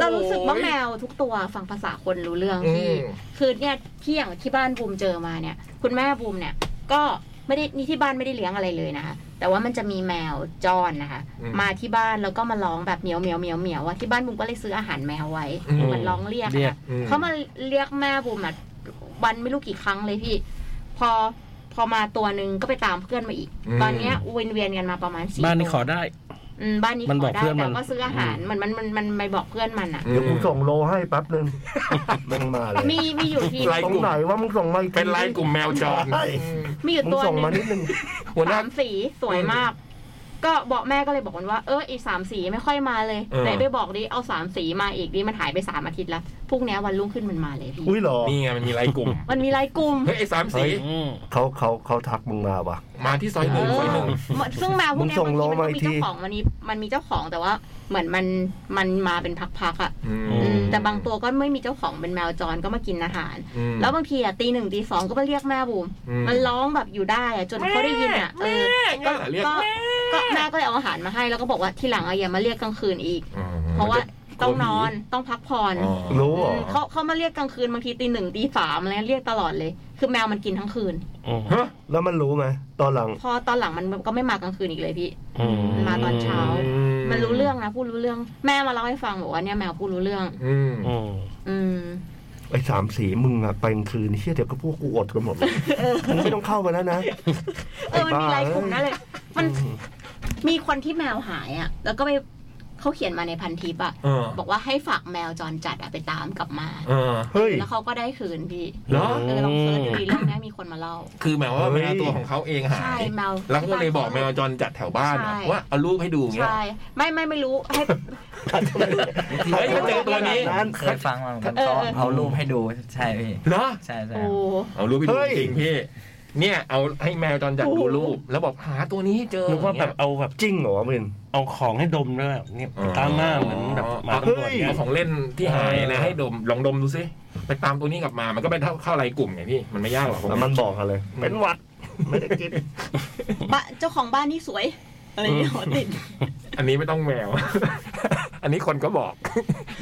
เรารู้สึกว่าแมวทุกตัวฟังภาษาคนรู้เรื่อง อื พี่ ม คือเนี่ยที่อย่างที่บ้านบูมเจอมาเนี่ย คุณแม่บูมเนี่ย ก็ไม่ได้นี่ที่บ้านไม่ได้เลี้ยงอะไรเลยนะคะแต่ว่ามันจะมีแมวจอนนะคะ มาที่บ้านแล้วก็มาร้องแบบเหมียวเหมียวเหมียวเหมียวว่าที่บ้านบูมก็เลยซื้ออาหารแมวไว้ อืม มั มันร้องเรียก เรียก อะเขามาเรียกแม่บูมอะวันไม่รู้กี่ครั้งเลยพี่ พอพอมาตัวหนึ่งก็ไปตามเพื่อนมาอีก ตอนเนี้ยวนเวียนกันมาประมาณสี่ บ้านนี้ ตัขวอได้ อืมบ้านนี้ มัน ข บ อ อก ได้ เพื่อนมั แต่ น ก็ซื้ออาหารมันมันมันมันไปบอกเพื่อนมันอ่ะ อืม เดี๋ยวกูส่งโลให้แป๊บนึงมันมาเลย มีมีอยู่ที ไล ป น์ ตรงไหนว่ามึงส่งมาอีที เป็นไลน์กลุ่มแมวจร ใช่ มีอยู่ มึง ตัวห ส่ง นึ่ มาง นิดนึง หัวหน้า สามสีสวยมาก ก็บอกแม่ก็เลยบอกมันว่า เออไอีสามสีไม่ค่อยมาเลย เออ ไหนไปบอกดิเอาสามสีมาอีกดิมันหายไปสามอาทิตย์แล้วพรุ่งนี้วันรุ่งขึ้นมันมาเลยพี่ อุ้ยเหรอ นี่ไงมันมีไลน์กลุ่ม มันมีไลายกลุ่ม เฮ้ยไอ้สามสี เฮ้ยอืม เขาเขาเขาทักมึงมาปะ มาที่ซอยหนึ่ง เอ ซอยหนึ่ง อซึ่งแมวพวกเนี้มึยงส่ง บางโลมาอีทีมันก็มี กที เจ้าของมันมีมันมีเจ้าของแต่ว่า เหมือนมันมันมาเป็นพักๆอ่ะ อืม อืมแต่บางตัวก็ไม่มีเจ้าของเป็นแมวจรก็มากินอาหาร อืม แล้วบางทีอ่ะตีหนึ่งตีสองก็มาเรียกแม่บูม อืม มันร้องแบบอยู่ได้อ่ะจนเขาได้ยินอ่ะเออ แม่ก็เรียก ก็ ก็แม่ก็เลยเอาอาหารมาให้แล้วก็บอกว่าทีหลังอะอย่ามาเรียกกลางคืนอีก อืม เพราะว่าต้องนอนต้องพักผ่อน อ๋อ รู้เหรอ มเขาเขามาเรียกกลางคืนบางทีตีหนึ่งตีสามอะไรเรียกตลอดเลย คือแมวมันกินทั้งคืน อืม ฮะ แล้วมันรู้ไหมตอนหลัง พอตอนหลังมันมันก็ไม่มากลางคืนอีกเลยพี่ อื มาตอนเช้า อื มันรู้เรื่องนะพูดรู้เรื่อง แม่มาเล่าให้ฟังบอกว่าเนี่ยแมวพูดรู้เรื่อง อืม อืม อืม ไอ้สามสีมึงอะไปกลางคืนเชี่ยเดี๋ยวก็พวกกูอดกันหมดเลยมึงไม่ต้องเข้ามาแล้วนะ เออมันมีไลน์กลุ่มนั่นเลย มัน อืม มีคนที่แมวหายอ่ะ แล้วก็ไปเขาเขียนมาในพันทิปอ่ะ เออ บอกว่าให้ฝากแมวจรจัดอะไปตามกลับมา เออ เฮ้ย แล้วเขาก็ได้คืนพี่ เหรอ เออลองเสิร์ชดูดิเรื่องเนี้ยมีคนมาเล่า คือหมายว่า เฮ้ แม ย วตัวของเขาเองหา ใช่ ย แมว แล้วก็เลยบอกแมวจรจัดแถวบ้านอะ ใช่ ว่าเอารูปให้ดูอย่างเงี้ย ใช่ ไม่ไม่ไม่รู้ให้ เฮ้ยมันเจอตัวนี้ เคยฟังมาเหมือนกัน เออ เขา เออ เอารูปให้ดูใช่พี่ เหรอ ใช่ใช่ โอ้ เอารูปไปดู เฮ้ย จริงๆพี่ เนี่ยเอาให้แมวจรจัดดูรูป แล้วบอกหาตัวนี้ให้เจอ นึกว่าแบบเอาแบบ จริงเหรอวะมึง เอาของให้ดมด้วยแบบเนี่ยตามหน้าเหมือนแบบหมาตำรวจ เฮ้ย เนี่ย เอาของเล่นที่หายนะให้ดมลองดมดูสิไปตามตัวนี้กลับมา มันก็ไปเข้าเข้าไลน์กลุ่มไงพี่ มันไม่ยากหรอกผม แล้วมันบอกอะไรเป็นหวัดไม่ได้กิน บ้านเจ้าของบ้านนี่สวย อะไรอย่างเงี้ยหัวติด อันนี้ไม่ต้องแมว อันนี้คนก็บอก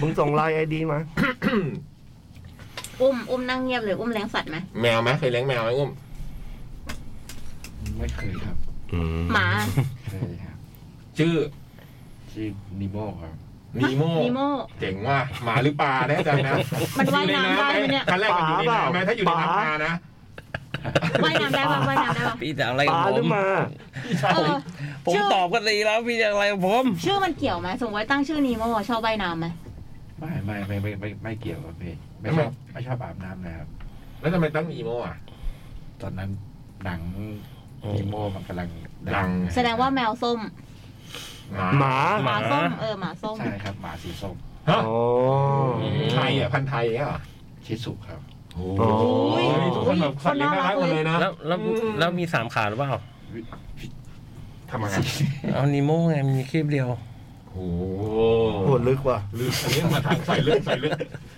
มึงส่งไลน์ไอดีมา อุ้ม อุ้มนั่งเงียบเลย อุ้มเลี้ยงสัตว์ไหม แมวไหมเคยเลี้ยงแมวไหมอุ้ม ไม่เคยครับ หมา เคยครับ ชื่อ ชื่อนิโมครับ นีโม นิโม่ เจ๋งว่ะหมาหรือปลาแน่ใจนะ มันว่ายน้ำได้ไหมเนี่ย ขั้นแรกมันอยู่ในน้ำไหมถ้าอยู่ในน้ำ ปลา ปลานะ ว่ายน้ำได้ปะว่ายน้ำได้ปะ พี่จะอะไร ป กับ ลา ผ หรือ ม มา เออ ผม ชื่อ ตอบก็ดีแล้วพี่จะอะไรกับผม ชื่อมันเกี่ยวไหมสมมติว่าตั้งชื่อนีโม่ชอบว่ายน้ำไหม ไม่ไม่ไม่ไม่ไม่ไม่เกี่ยวกับเพลงไม่ ทำ ช ไม อบไม่ชอบอาบน้ำนะครับ แล้วทำไมตั้งนีโมอ่ะ ตอนนั้นหนัง อืม นิโมมันกำลัง ดัง นะครับ แสดงว่าแมวส้ม หมา ห ห มา มาส้ม เออ หมาส้ม ใช่ครับหมาสีส้ม ฮะ อ๋อ ไทยอ่ะพันธุ์ไทยอ่ะ ชิสุครับ โอ้ โอ้ ย นี่ทุกคนแบบสัตว์เลี้ยงน่ารักหมดเลยนะ แล้วแล้ว อืม แล้วมีสามขาหรือเปล่า ทำไม เอานิโม่ไงมีคลิปเดียว โอ้ โหดลึกว่ะ ลึกอันนี้มาทางใส่ลึกใส่ลึก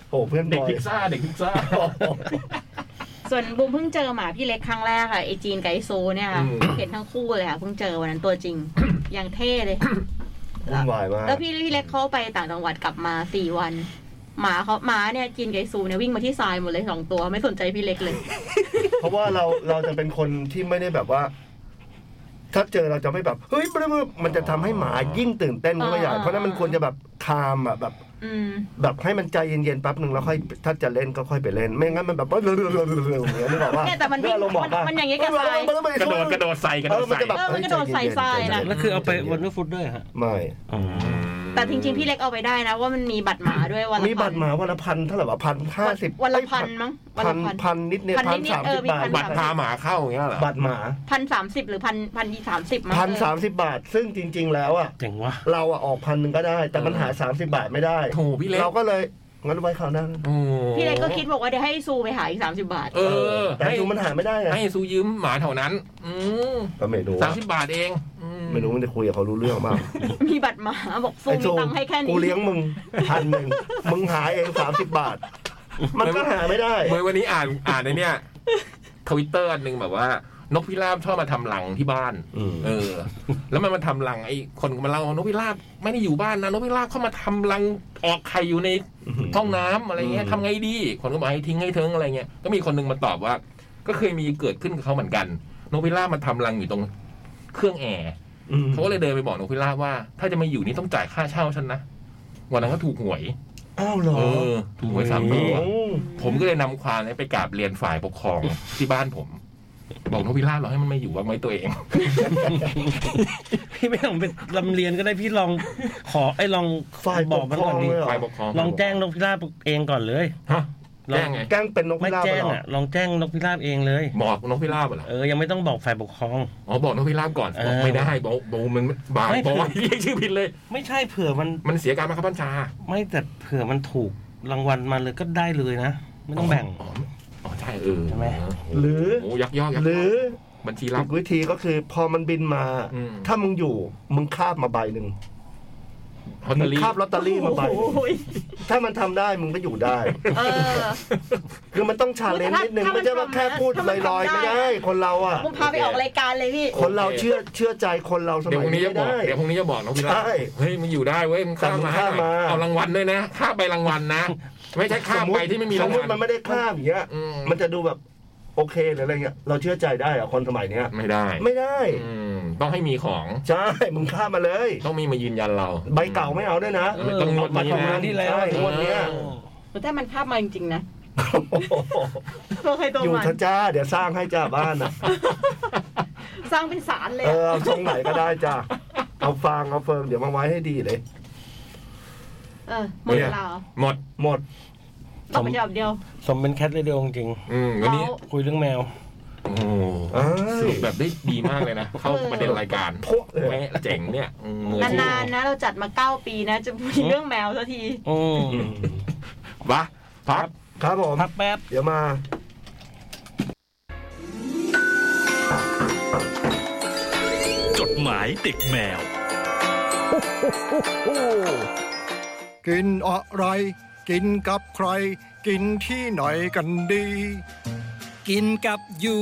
โอ้เพื่อนบ เด็ก อย พิกซ่าเด็กพิกซ่า (laughs) ส่วนบูมเพิ่งเจอหมาพี่เล็กครั้งแรกค่ะไอจีนกับไอโซเนี่ยค่ะ อืม เห็นทั้งคู่เลยค่ะเพิ่งเจอวันนั้นตัวจริง อย่างเท่เลย วุ่นวายมาก แล้วพี่พี่เล็กเขาไปต่างจังหวัดกลับมาสี่วัน หมาเขาหมาเนี่ยจีนไกบไอ้ซูเนี่ยวิ่งมาที่ทรายหมดเลยสองตัวไม่สนใจพี่เล็กเลย เพราะว่าเราเราจะเป็นคนที่ไม่ได้แบบว่า ถ้าเจอเราจะไม่แบบ เฮ้ยบึ้มบึ้มมันจะทำให้หมายิ่งตื่นเต้นเข้าไปใหญ่เพราะฉะนั้นมันควรจะแบบคามอ่ะแบบ อืม แบบให้มันใจเย็นๆแป๊บหนึ่งแล้วค่อยถ้าจะเล่นก็ค่อยไปเล่น ไม่งั้นมันแบบว่าเร็วๆๆๆอย่างเงี้ยนึกออกว่า เนี่ยแต่มันวิ่ง เยลงบอก มันมันอย่างเงี้ยกับทราย กระโดดกระโดดใส่กระโดดใส่ เออมันกระโดดใส่ทรายนะ แล้วคือเอาไปวันเดอร์ฟุตด้วยฮะ ไม่ แต่จริงๆพี่เล็กเอาไปได้นะว่ามันมีบัตรหมาด้วยวันละพัน มีบัตรหมาวันละพันเท่าไหร่วะพันห้าสิบ วันละพันมั้งวัน พั ละ น พัน พันนิดเนี่ย พั พั น น นิด สาม ๆเอ สิ อ บบบามีพั ท น บัตรพาหมาเข้าอย่างเงี้ยเหรอ บัตรหมา พันสามสิบหรือพันพันยี่สามสิบมั้ง พัน เออ สามสิบบาท ซึ่งจริง ๆ แล้วอ่ะ เจ๋งวะ เราอ่ะออกพันหนึ่งก็ได้ แต่มันหาสามสิบบาทไม่ได้ โถพี่เล็ก เราก็เลยงั้นไว้คราวหน้า โอ้ พี่เล็กก็คิดบอกว่าเดี๋ยวให้ซูไปหาอีกสามสิบบาท เออ แต่ ให้ ดูมันหาไม่ได้ไง ให้ซูยืมหมาแถวนั้นอืม ก็ไม่รู้ สามสิบบาทเองอื ไม่รู้มันจะคุยกับเขารู้เรื่องบ้าง มีบัตรหมาบอกซู ไอ้ มี โจ ตังค์ให้แค่นี้ กูเลี้ยงมึงพันหนึ่งมึงหาเองสามสิบบาท มันก็หาไม่ได้ เมื่อวันนี้อ่านอ่านในเนี่ยทวิตเตอร์อันหนึ่งแบบว่านกพิราบชอบมาทำรังที่บ้าน อืม เออ แล้วมันมาทำรังไอ้คนก็มาเล่าว่านกพิราบไม่ได้อยู่บ้านนะนกพิราบเข้ามาทำรังออกไข่อยู่ในท้องน้ำอะไรเงี้ย อืม ทำไงดี คนก็บอกให้ทิ้งให้เทิงอะไรเงี้ยก็มีคนหนึงมาตอบว่า ก็เคยมีเกิดขึ้นกับเขาเหมือนกัน นกพิราบมาทำรังอยู่ตรงเครื่องแอร์ อืม เขาก็เลยเดินไปบอกนกพิราบว่า ถ้าจะมาอยู่นี่ต้องจ่ายค่าเช่าฉันนะวันนั้นก็ถูกหวย อ้าวเหรอ เออ ถูกหวยสาม โอ้ ตัว โห ผมก็เลยนำความนี้ไปกราบเรียนฝ่ายปกครอง ที่บ้านผม บอกนกพิราบเหราให้มันมาอยู่บ้างไหมตัวเอง พี่ไม่ต้องเป็นลำเรียนก็ได้พี่ลอง (laughs) ขอไอ้ลอง ฝ่าย บ ป อก ก ค มัน รอ ก่องนดิ เลยเหรอ ฝ่ายปกครอง ลองแจ้งนกพิราบเองก่อนเลย ฮะ ลอ แจ้งไง แกล้งเป็นนกพิ ไม่ ราบ แจ้ง เหรอ อ่ะ ลองแจ้งนกพิราบเองเลย บอกนกพิราบเหรอ เออ ยังไม่ต้องบอกฝ่ายปกครอง อ๋อบอกนกพิราบก่อน เออ บอกไม่ได้บอกบอกมันบาป ไม่ บอกว่าเรียกชื่อผิดเลย ไม่ใช่เผื่อมัน มันเสียการบังคับบัญชา ไม่แต่เผื่อมันถูกรางวัลมาเลยก็ได้เลยนะ ไม่ต้องแบ่ง อ๋ออ๋อใช่เออ ใช่ไหม หรือ โอ้ยักยอกยักยก หรือ บัญชีรั อี บ กวิธีก็คือพอมันบินมา อืม ถ้ามึงอยู่มึงคาบมาใบหนึ่ง ฮอตเต มึ อง รี่ คาบลอตเตอรี่มาใบหนึ่งถ้ามันทำได้มึงก็อยู่ได้ เออ คือมันต้องชาเลนจ์นิดนึง ถ้ามัน ไม่ใช่ว่าแค่พูด ถ้ามันทำ ลอยๆ ได้ ไม่ได้ คนเราอ่ะ มึงพาไปออกรายการเลยพี่ คนเราเชื่อเชื่อใจคนเราส เดี๋ยวพมัรุ่ยงนี้ นี้ จะบไม่อก ได้ เดี๋ยวพรุ่งนี้จะบอกนกพิราบ ใช่ เฮ้ยมันอยู่ได้เว้ยมันข้าม แต่มึง มาให้หน่ ข้าอยมมา เอารางวัลด้วยนะข้ามไปรางวัลนะ ไม่ใช่ข้ามไปที่ไม่มี ส ราม ง ม วั ติ ล มันไม่ได้ข้ามอย่างเงี้ย อืม มันจะดูแบบโอเคหรืออะไรเงี้ยเราเชื่อใจได้เหรอะคนสมัยเนี้ย ไม่ได้ ไม่ได้ อืมต้องให้มีของ ใช่มึงข้ามมาเลย ต้องมีมายืนยันเรา ใบเก่าไม่เอาด้วยนะ เออต้องงด มา นี้ ทำ นะ งานที่แล้ว ใช่ งด เนี้ย แต่มันภาพมาจริงๆนะตัวใครตัว อยู่ มัน เถอะจ้าเดี๋ยวสร้างให้จ้าบ้านอ่ะ สร้างเป็นศาลเลย เอ อะ อเอาทรงไหนก็ได้จ้าเอาฟางเอาเฟิร์มเดี๋ยวมาไว้ให้ดีเลย เออหมดเวลาเหรอ หมด หมด ต้องไปจอบเดียว สมเป็นแคทเรดิโอจริง อืมวันนี้ เรา ๆคุยเรื่องแมว โอ้โห เอ้สยรุปแบบได้ดีมากเลยนะ เข้าประเด็นรายการ โพะเลย แหมเจ๋งเนี่ยอืมมืออาชีพ นานๆนะ เราจัดมาเก้าปีนะ จะมีเรื่องแมวสักที อืม วะพัก ครับผม พักแป๊บ เดี๋ยวมา จดหมายเด็กแมว กินอะไร กินกับใคร กินที่ไหนกันดี กินกับยู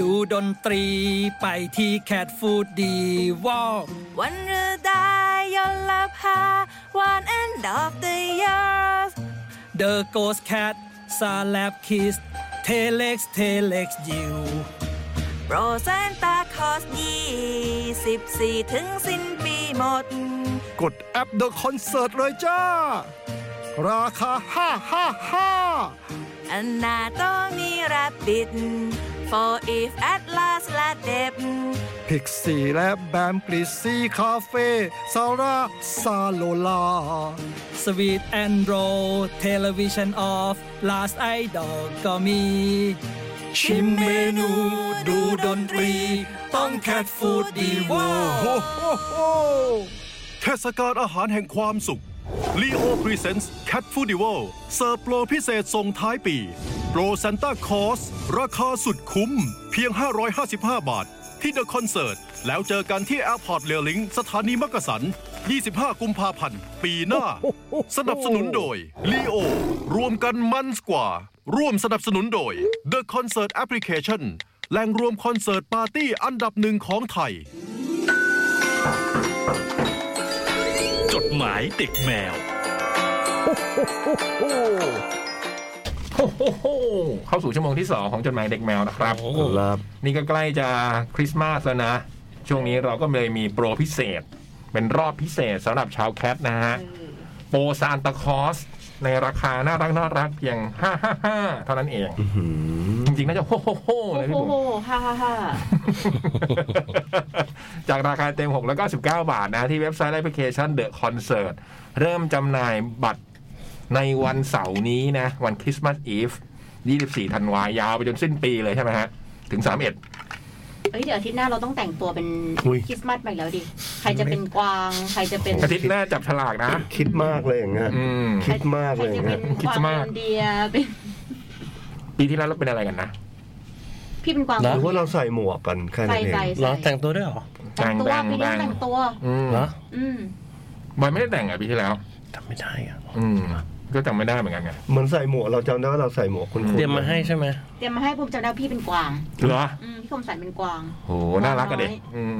ดูดนตรี ไปที่แคทฟูดดีวอล วันฤดายนลภา one end of the year เดอะโกสแคทซาลบคิสเทเล็กซ์เทเล็กซ์ยู โปรเซนตาคอสยี่สิบสี่ถึงสิ้นปีหมด กดแอป The Concert เลยจ้า ราคา 5 5 5 อันนาต้องมีรับบิด for if at last และเด็บ พิกซี่และแบมกริซี่คาเฟ่ซาร่าซาโลลา สวีทแอนด์โรเทเลวิชันออฟลาสไอดอลก็มี ชิมเมนูดูดนตรี ต้องแคทฟูดดีว่าโฮโฮโฮ เทศกาลอาหารแห่งความสุข Leo Presents Cat Foodival เสิร์ฟโปรพิเศษส่งท้ายปี โปรซันต้าคอสราคาสุดคุ้ม เพียง 555 บาท ที่ The Concert แล้วเจอกันที่ Airport r a i l i n k สถานีมักกะสัน 25 กุมภาพันธ์ ปีหน้า สนับสนุนโดย Leo รวมกันมันกว่า ร่วมสนับสนุนโดย The Concert Application แหล่งรวมคอนเสิร์ตปาร์ตี้อันดับหนึ่งของไทย จดหมายเด็กแมว โอ้โห (laughs) เข้าสู่ชั่วโมงที่ 2 ของจดหมายเด็กแมวนะครับ ครับ นี่ก็ใกล้จะคริสต์มาสแล้วนะ ช่วงนี้เราก็เลยมีโปรพิเศษ เป็นรอบพิเศษสำหรับชาวแคทนะฮะ โปรซานตาคอส ในราคาน่ารักน่ารักเพียง 555 เท่านั้นเอง จริงๆ น่าจะโฮโฮโฮเลยพี่ โอ้ ผม โหฮ่าฮ่าฮ่า (laughs) จากราคาเต็ม 6 แล้วก็ 19 บาทนะ ที่เว็บไซต์และแอปพลิเคชันเดอะคอนเสิร์ตเริ่มจำหน่ายบัตรในวันเสาร์นี้นะ วันคริสต์มาสอีฟ 24 ธันวายาวไปจนสิ้นปีเลยใช่ไหมฮะ ถึง 31 เอ้ยเดี๋ยวอาทิตย์หน้าเราต้องแต่งตัวเป็นคริสต์มาสใหม่แล้วดิ ใครจะเป็นกวาง ใครจะเป็น อาทิตย์หน้าจับฉลากนะ คิดมากเลยอย่างเงี้ย อืม คิดมาก ใค เล ร ยอ จะ ย่าง เป็ เงี้ยนกวาง คิดมาก อินเดียเป็น ปีที่แล้วเราเป็นอะไรกันนะ พี่เป็นกวาง แล้ หรือว่าเราใส่หมวกกันแค่ ใส่ นั้นเอง ใส่ เหรอ ใส่ แต่งตัวด้วยเหรอ แต่งตัว แต่ง พี่ แต่งเลี้ยงแต่งตัว อืม เหรอ อืม บอยไม่ได้แต่งอ่ะปีที่แล้ว จำไม่ได้อ่ะ อืม ก็จำไม่ได้เหมือนกันไง เหมือนใส่หมวกเราจำได้ว่าเราใส่หมวกคุณครู เตรียมมาให้ใช่ไหม เตรียมมาให้ผมจำได้ว่าพี่เป็นกวาง เหรอ อืมพี่คมสันเป็นกวาง โหน่ารักกันเด็กอืม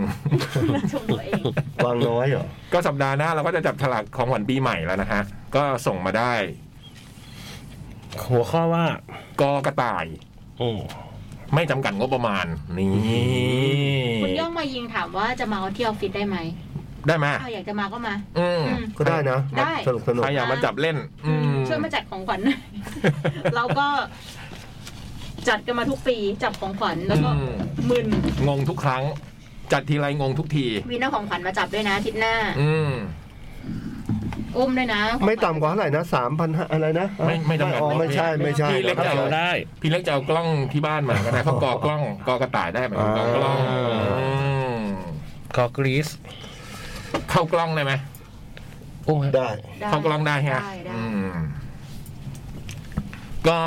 ชมตัวเอง วางน้อยเหรอ ก็สัปดาห์หน้าเราก็จะจับฉลากของขวัญปีใหม่แล้วนะฮะ ก็ส่งมาได้ หัวข้อว่าก อกระต่าย อืม ไม่จำกัดงบประมาณ นี่ คุณย่องมายิงถามว่าจะมาเที่ยวออฟฟิศได้ไหม ได้ไหม ถ้าอยากจะมาก็มา อืม อืม ก็ได้นะ ได้ สนุกสนุก ใครอยากมาจับเล่น อืม ช่วยมาจัดของขวัญหน่อยเราก็ จัดกันมาทุกปีจับของขวัญแล้วก็ อืม มึน งงทุกครั้ง จัดทีไรงงทุกที มีน้าของขวัญมาจับด้วยนะอาทิตย์หน้า อืม อุ้มด้วยนะ ไม่ต่ำกว่าเท่าไหร่นะสามพันอะไรนะ ไม่ไม่จำกัด อ๋อไม่ใช่ไม่ใช่ พี่เล็กจะเอาได้พี่เล็กจะเอากล้องที่บ้านมาก็ได้เขากอกล้องกอกระต่ายได้ไหมกอกล้องอืม กอกรีส เข้ากล้องได้ไหม อุ้มฮะ ได้ ได้ เข้ากล้องได้ฮะ ได้ได้ อืมก็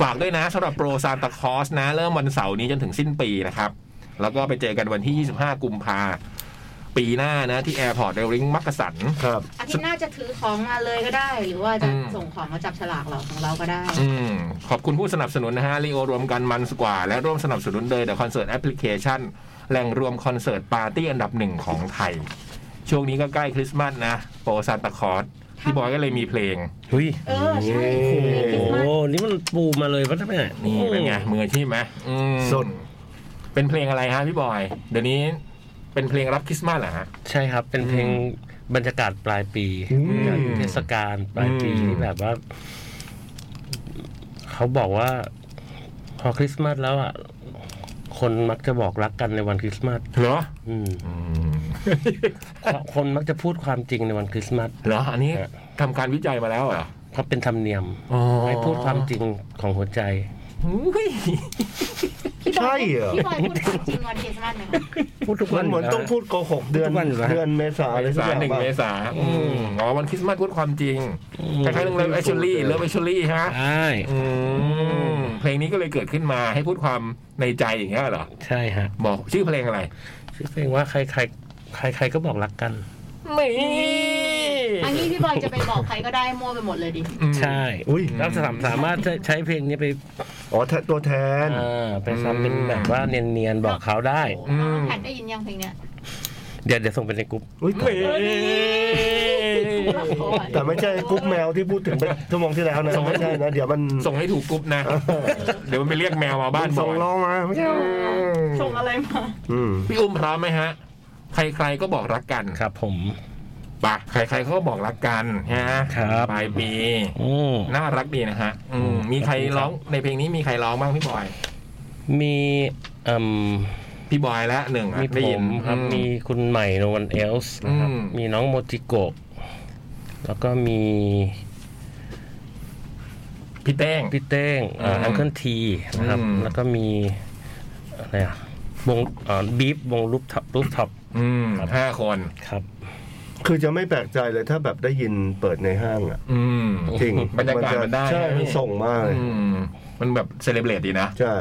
ฝากด้วยนะสำหรับโปรซานตาคอสนะ เริ่มวันเสาร์นี้จนถึงสิ้นปีนะครับ แล้วก็ไปเจอกันวันที่ 25 กุมภาปีหน้านะ ที่แอร์พอร์ตเรลลิงมักกะสัน ครับ อาทิตย์หน้าจะถือของมาเลยก็ได้ หรือว่าจะ อืม ส่งของมาจับฉลากเราของเราก็ได้ อืมขอบคุณผู้สนับสนุนนะฮะลีโอรวมกันมันสกว่า และร่วมสนับสนุนโดยเดอะคอนเสิร์ตแอปพลิเคชันแหล่งรวมคอนเสิร์ตปาร์ตี้อันดับหนึ่งของไทย ช่วงนี้ก็ใกล้คริสต์มาสนะ โปรซานตาคอสพี่บอยก็เลยมีเพลง เฮ้ย เออ ใช่ โอ้โหนี่มันปูมาเลยปะท่านแม่ นี่เป็นไงมืออาชีพไหมอืม สุด เป็นเพลงอะไรฮะพี่บอย เดี๋ยวนี้เป็นเพลงรับคริสต์มาสเหรอฮะ ใช่ครับ เป็นเพลง อืม บรรยากาศปลายปี อืม งานเทศกาลปลายปี อืม ที่แบบว่า เขาบอกว่า พอคริสต์มาสแล้วอ่ะ คนมักจะบอกรักกันในวันคริสต์มาส เหรอ อืม อืม คนมักจะพูดความจริงในวันคริสต์มาส เหรออันนี้ ฮะ ทำการวิจัยมาแล้วเหรอ เขาเป็นธรรมเนียม อ๋อ ให้พูดความจริงของหัวใจ อุ๊ย พี่บอ ใช่ ย เหรอ พี่บอยพูดความจริงวันคริสต์มาสไหมคะ พูดทุก มั วัน น เหมือนต้องพูดโกหกเดือน ทุกวันอยู่แล้ว เดือนเมษาอะไรสัก สา อย่า หนึ่ง ง เมษาอืมอ๋อวันคริสต์มาสพูดความจริงคล้ายๆเรื่องเลิฟแอชเลี่เลิฟแอชเลี่ฮะ ใช่ อืมเพลงนี้ก็เลยเกิดขึ้นมาให้พูดความในใจอย่างเงี้ยเหรอ ใช่ฮะ บอกชื่อเพลงอะไร ชื่อเพลงว่าใครใครใครใครๆก็บอกรักกัน ไม่ อันนี้พี่บอยจะไปบอกใครก็ได้มั่วไปหมดเลยดิ อืม ใช่ อุ้ย เราสามสามารถใช้ใช้เพลงนี้ไป อ๋อแทตัวแทน อ่าไปทำเป็นแบบว่าเนียนๆบอกเขาได้ อืม น้องแพทได้ยินยังเพลงเนี้ย เดี๋ยวเดี๋ยวส่งไปในกลุ่ม อุ้ย เฮ้ย แต่ไม่ใช่กุ๊กแมวที่พูดถึงไปชั่วโมงที่แล้วนะ (laughs) ไม่ใช่นะเดี๋ยวมัน ส่งให้ถูกกรุ๊ปนะ เดี๋ยวมันไปเรียกแมวมาบ้านบ ส่ องย ร้องมาไม่ใช่ ส่งอะไรมา อืม พี่อุ้มพร้อมไหมฮะ ใครๆก็บอกรักกัน ครับผม ปะใครๆเขาก็บอกรักกันฮะ ครับ ปลายปี อืม น่ารักดีนะฮะ อืมมีใครร้องในเพลงนี้มีใครร้องบ้างพี่บอย มีเอิ่ม พี่บอยละหนึ่งอะ มีผ ได้ยิน มครับมีคุณใหม่โนวันเอลส์นะครับ อืม มีน้องโมจิโกะแล้วก็มี พี่เต้ง พี่เต้ง อืม อังเคิลทีนะครับ อืม แล้วก็มีอะไรอ่ะวงบีฟวงรูปท็อปรูปท็อป อืมห้าคน ครับ คือจะไม่แปลกใจเลยถ้าแบบได้ยินเปิดในห้างอ่ะ อืม จริง บรรยากาศมันได้ ใช่มันส่งมากเลย อืมมันแบบเซเลบเรตดีนะ ใช่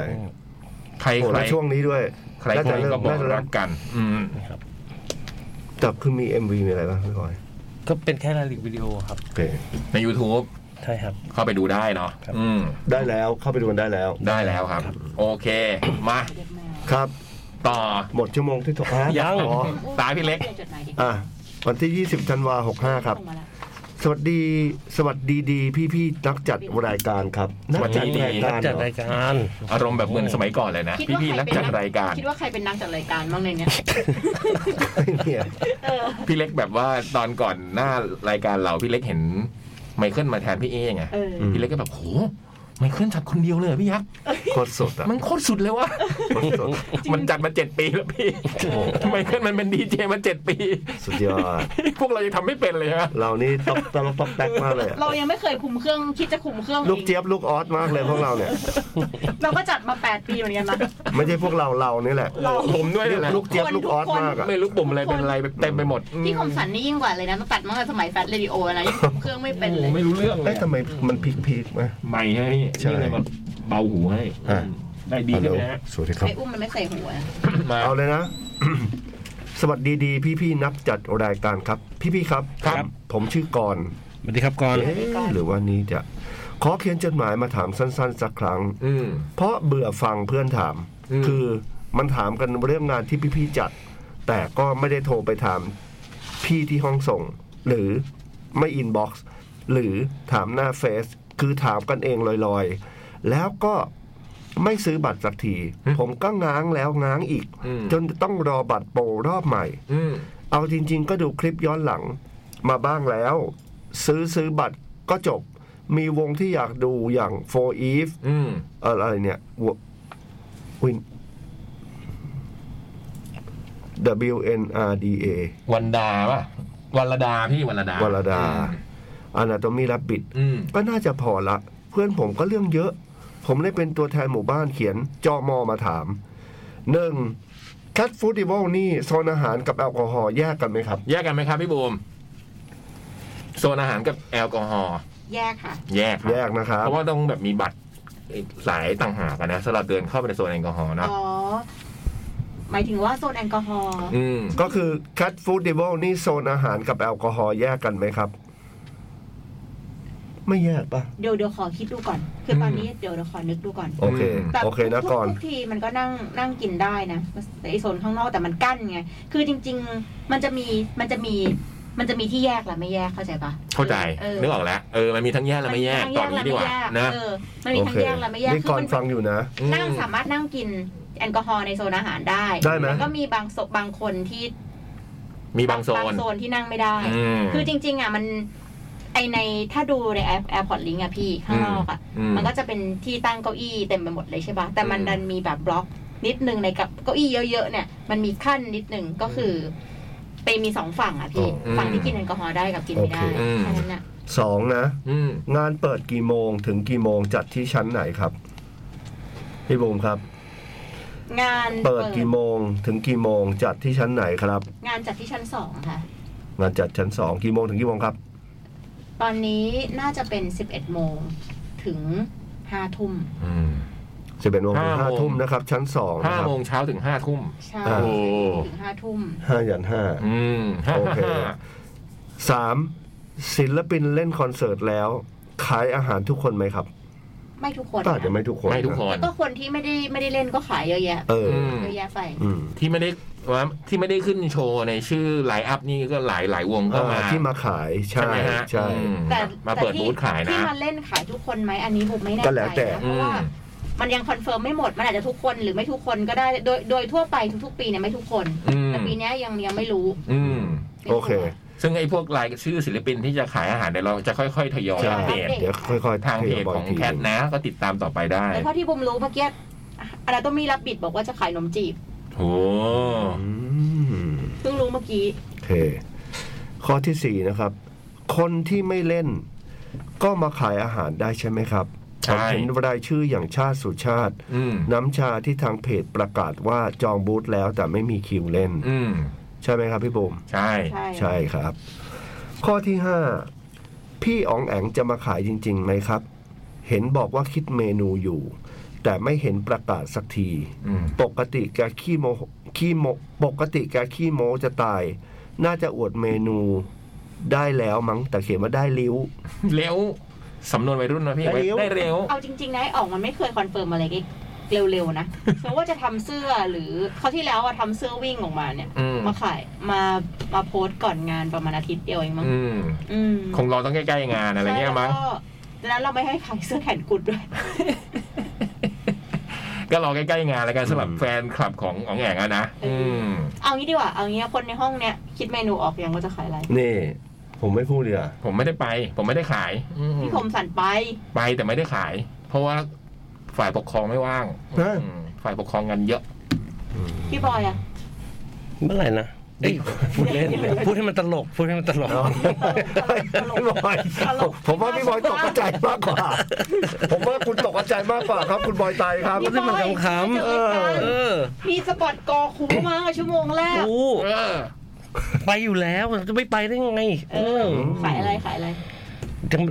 ใคร โอ้ ใคร แล้วช่วงนี้ด้วย ใคร น่าจะเริ่ ก็ ม บอก น่าจะ รั เริ่กมกัน อืม แต่คือมี MV มีอะไรบ้างพี่บอย ก็เป็นแค่รายละเอียดวิดีโอครับ โอเค ใน YouTube ใช่ครับ เข้าไปดูได้เนาะ ครับ อืม ได้แล้วเข้าไปดูกันได้แล้ว ได้แล้วครับ โอเค มา ครับ ต่อ หมดชั่วโมงที่ถูกฮะ ยัง อ๋อ ตายพี่เล็ก เรียนจดหมายดิ อ่ะวันที่ 20ธันวา65ครับ ส่งมาแล้ว สวัสดีสวัสดีดีพี่พี่ๆนักจัดรายการครับนักจัดราย นัก การ จัด เหร รา อย การ อารมณ์แบบเหมือนสมัยก่อนเลยนะ คิด พี่ ว่า พี่ๆนักจัดรายการ คิดว่าใครเป็นนักจัดรายการบ้างในเนี้ย ไอ้เนี่ย พี่เล็กแบบว่าตอนก่อนหน้ารายการเราพี่เล็กเห็นไมเคิลมาแทนพี่เอไง เออ พี่เล็กก็แบบโหไมเคิลจัดคนเดียวเลยเหรอพี่ยักษ์ โคตรสดอ่ะ มันโคตรสุดเลยวะ โคตรสด มันจัดมาเจ็ดปีแล้วพี่ไมเคิลมันเป็นดีเจมาเจ็ดปี สุดยอด พวกเรายังทำไม่เป็นเลยฮะ เรานี่ต๊อกต๊อกต๊อกแตกมากเลยอะ เรายังไม่เคยคุมเครื่องคิดจะคุมเครื่อง ลูกเจี๊ยบลูกออสมากเลยพวกเราเนี่ย เราก็จัดมาแปดปีเหมือนกันนะ ไม่ใช่พวกเราเรานี่แหละ เราผมด้วยนี่แหละ ลูกเจี๊ยบลูกออสมากอ่ะ ไม่รู้ปุ่มอะไรเป็นอะไรเต็มไปหมดอืม พี่คมสันนี่ยิ่งกว่าเลยนะต้องตัดมาตั้งแต่สมัยแฟชเรดิโอนะยังคุมเครื่องไม่เป็นเลย ไม่รู้เรื่องเล เอ้ ย ยทำไมมันพีกพีกๆไหม ใหม่ใช่ไหมพี่ ใช่ นี่เลยมาเบาหูให้ อ่ะ ได้ดีขึ้นนะฮะ สวัสดีครับ ไอ้อุ้มมันไม่ใส่หัว มา เอาเลยนะ (coughs) สวัสดีดีพี่พี่ๆนักจัดรายการครับ พี่พี่ๆครับ ครับ ผมชื่อกรณ์ สวัสดีครับกอน เอ๊ะหรือว่านี่จะ ขอเขียนจดหมายมาถามสั้นๆสักครั้ง อืม เพราะเบื่อฟังเพื่อนถาม อืม คือมันถามกันเรื่องงานที่พี่ๆจัด แต่ก็ไม่ได้โทรไปถามพี่ที่ห้องส่ง หรือไม่อินบ็อกซ์หรือถามหน้าเฟซคือถามกันเองลอยๆ แล้วก็ไม่ซื้อบัตรสักที ผมก็ง้างแล้วง้างอีก อืม จนต้องรอบัตรโปรรอบใหม่ อืม เอาจริง ๆ ก็ดูคลิปย้อนหลังมาบ้างแล้ว ซื้อซื้อบัตรก็จบ มีวงที่อยากดูอย่าง For Eve อืม เอ่ออะไรเนี่ย Win W N R D A วันดาป่ะ วันละดาพี่วันละดาว รดาอนาโตมีรับบิดก็น่าจะพอละ เพื่อนผมก็เรื่องเยอะ ผมได้เป็นตัวแทนหมู่บ้านเขียนจอมอมาถามหนึ่งคัตฟูดิวัลนี่โซนอาหารกับแอลกอฮอล์แยกกันไหมครับ แยกกันไหมครับพี่บูมโซนอาหารกับแอลกอฮอล์ แยกค่ะ แยกครับ แยกนะครับ เพราะว่าต้องแบบมีบัตรสายต่างหากอะนะสำหรับเดินเข้าไปในโซนแอลกอฮอล์นะ อ๋อ หมายถึงว่าโซนแอลกอฮอล์ อืม ก็คือคัตฟูดิวัลนี่โซนอาหารกับแอลกอฮอล์แยกกันไหมครับ ไม่แยกปะ เดี๋ยวเดี๋ยวขอคิดดูก่อน คือตอนนี้เดี๋ยวเดี๋ยวขอนึกดูก่อน โอเค แต่ โอเคนะ ทุ ก่อน ทุกทีมันก็นั่งนั่งกินได้นะแต่ไอโซนข้างนอกแต่มันกั้นไง คือจริง ๆ มันจะมีมันจะมีมันจะมีที่แยกและไม่แยกเข้าใจปะ เข้าใจ เออ นึกออกแล้วเออมันมีทั้งแยกและไม่แยก ทั้ ตอบอย่างนี้ดีกว่า และ นะ ไม่แยกเออมันมีทั้งแยกและไม่แยก นี่ คื ก่ อ อน มัน ฟังอยู่นะ นั่งสามารถนั่งกินแอลกอฮอล์ในโซนอาหารได้ ได้ไหม แล้วก็มีบางศพบางคนที่ มีบางโซ บาง น โซนที่นั่งไม่ได้ อืม คือจริง ๆ อ่ะมัน ไอในถ้าดูในแอปแอร์พอร์ตลิงอ่ะพี่ข้างนอกอ่ะ อืม มันก็จะเป็นที่ตั้งเก้าอี้เต็มไปหมดเลยใช่ปะแต่มัน อืม ดันมีแบบบล็อกนิดนึงในกับเก้าอี้เยอะๆเนี่ย มันมีขั้นนิดนึงก็คือไปมีสองฝั่งอ่ะพี่ อืม ฝั่งที่กินแอลกอฮอล์ได้กับกินไม่ได้ โอเคอืม แค่นั้นอ่ะ สองนะ อืม งานเปิดกี่โมงถึงกี่โมงจัดที่ชั้นไหนครับ พี่บูมครับ งาน เปิดกี่โมงถึงกี่โมงจัดที่ชั้นไหนครับ งานจัดที่ชั้นสองค่ะ งานจัดชั้นสองกี่โมงถึงกี่โมงครับ ตอนนี้น่าจะเป็น 11 โมงถึง 5 ทุ่ม สิบเอ็ดโมงถึง ห้า ห้า โมง ทุ่มนะครับ ชั้นสองนะ ห้า ครับ โมงเช้าถึงห้าทุ่ม ใช่ อ่า โอ้ ถึง 5 ทุ่ม ห้ายันห้า อืมห้า โอเค ห้าห้า สามศิลปินเล่นคอนเสิร์ตแล้ว ขายอาหารทุกคนไหมครับ ไม่ทุกคน ก็อาจจะไม่ทุกคน ไม่ทุกคน แล้วก็คนที่ไม่ได้ไม่ได้เล่นก็ขายเยอะแยะ เออ อืม เยอะแยะไป อืม ที่ไม่ได้ว่าที่ไม่ได้ขึ้นโชว์ในชื่อไลน์อัพนี่ก็หลายหลายวงก็มา อ่าที่มาขายใช่ใช่ไหมฮะ ใช่ อืม แต่ มา แต่ เปิด ที่ บูธขาย ที่ นะ มาเล่นขายทุกคนไหมอันนี้ผมไม่แน่ ก็ ใจ แล้วแต่ นะเพราะว่า อืม มันยังคอนเฟิร์มไม่หมด มันอาจจะทุกคนหรือไม่ทุกคนก็ได้ โดยโดยทั่วไปทุกๆ ปีเนี่ยไม่ทุกคน อืม แต่ปีเนี้ยยังยังไม่รู้ อืม โอเค ซึ่งไอ้พวกรายชื่อศิลปินที่จะขายอาหารเดี๋ยวเราจะค่อยๆทยอย ใช่ อัปเดต เดี๋ยวค่อยๆ ทางเพจ บก ของ ที แคทนะก็ติดตามต่อไปได้ แต่เท่าที่บุมรู้เมื่อกี้อะไรต้องมีรับบิดบอกว่าจะขายนมจีบ โอ้ อืม เพิ่งรู้เมื่อกี้ โอเค ข้อที่สี่นะครับ คนที่ไม่เล่น ก็มาขายอาหารได้ใช่ไหมครับผม ใช่ เห็นรายชื่ออย่างชาติสุชาติ อืม น้ำชาที่ทางเพจประกาศว่าจองบูธแล้วแต่ไม่มีคิวเล่น อืม ใช่ไหมครับพี่บุ๋ม ใช่ ใช่ ใช่ครับ ข้อที่ห้าพี่อ๋องแองจะมาขายจริงๆไหมครับ เห็นบอกว่าคิดเมนูอยู่ แต่ไม่เห็นประกาศสักที อืม ปกติแกขี้โมขี้โมปกติแกขี้โมจะตาย น่าจะอวดเมนูได้แล้วมั้งแต่เขียนว่าได้ลิ้ว เร็วสำนวนวัยรุ่นนะพี่ ได้เร็ว ได้เร็ว เอาจริงๆนะไอ้ออกมันไม่เคยคอนเฟิร์มอะไรเร็วๆนะ (laughs) เพราะว่าจะทำเสื้อหรือเขาวที่แล้วอะทำเสื้อวิ่งออกมาเนี่ย อืม มาขายมามาโพสต์ก่อนงานประมาณอาทิตย์เดียวเองมั้ง อืม อืม คงรอต้องใกล้ๆงานอะไรเงี้ยมั้ง ใช่แล้วก็แล้วเราไม่ให้ขายเสื้อแขนกุดด้วย ก็รอใกล้ๆงานแล้วกันสำหรับ อืม แฟนคลับของอ๋องแองอะนะ อื อื ม ม เอางี้ดีกว่าเอางี้คนในห้องเนี้ยคิดเมนูออกยังว่าจะขายอะไร นี่ ผมไม่พูดเลยอ่ะ ผมไม่ได้ไป ผมไม่ได้ขายอืม พี่คมสั่นไป ไปแต่ไม่ได้ขาย เพราะว่าฝ่ายปกครองไม่ว่างอืมฝ่ายปกครองงานเยอะ พี่บอยอะ เมื่อไหร่นะเอ้ยพูดเล่นพูดให้มันตลกพูดให้มันตลก พี่บอย (laughs) ผมว่าพี่บอยตกใจมากก (laughs) ว่า ผมว่าคุณตกใจมากกว่าครับ คุณบอยตายครับ นี่มันขำๆ เจอกัน เออ มีสปอตกอคูมาชั่วโมงแรก กู เออ ไปอยู่แล้วมันจะไม่ไปได้ไง เออ ขายอะไรขายอะไร ทั้ง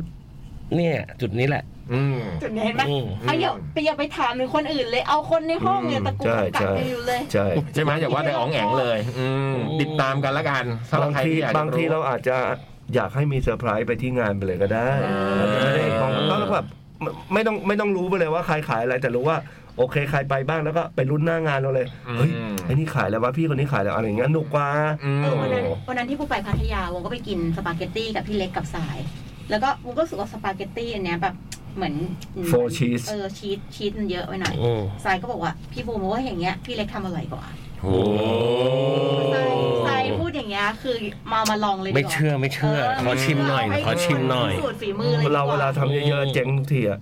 เนี่ย จุดนี้แหละ อืม จุดนี้เห็นไหม อืม เอาอย่าไปอย่าไปถามถึงคนอื่นเลยเอาคนในห้องเนี่ยตะกุก ใช่ ตะกัก ใช่ กันอยู่เลย ใช่ ใช่ไหมอย่าว่าแต่อ๋องแองเลย อืมติดตามกันละกันสำหรับบ าง ใคร ที ที่อยากจะ บางทีเราอาจจะอยากให้มีเซอร์ไพรส์ไปที่งานไปเลยก็ได้ อ ไม่ได้ของแล้วแบบไม่ไม่ต้องไม่ต้องรู้ไปเลยว่าใครขายอะไรแต่รู้ว่า โอเคใครไปบ้างแล้วก็ไปรุ่นหน้างานเราเลยเฮ้ยไอ้นี่ขายแล้ววะพี่คนนี้ขายแล้วอะไรอย่างเงี้ยหนุกกว่า อืม เออวันนั้นวันนั้นที่พวกไปพัทยาวงก็ไปกินสปาเกตตี้กับพี่เล็กกับสาย แล้วก็วงก็รู้สึกว่าสปาเกตตี้อันเนี้ยแบบเหมือน Four cheese เออชีสชีสมันเยอะไปหน่อย อืม สายก็บอกว่าพี่บูมบอกว่าอย่างเงี้ยพี่เล็กทำอร่อยกว่า โอ้ สายสายพูดอย่างเงี้ย นี้ย คือมามาลองเลยดีกว่า ไม่เชื่อไม่เชื่อขอชิมหน่อย เให้ ขอชิมหน่อย พิสูจน์ฝีมือเลยดีก เราเวลาทำเยอะๆเจ๊งทุกทีอะ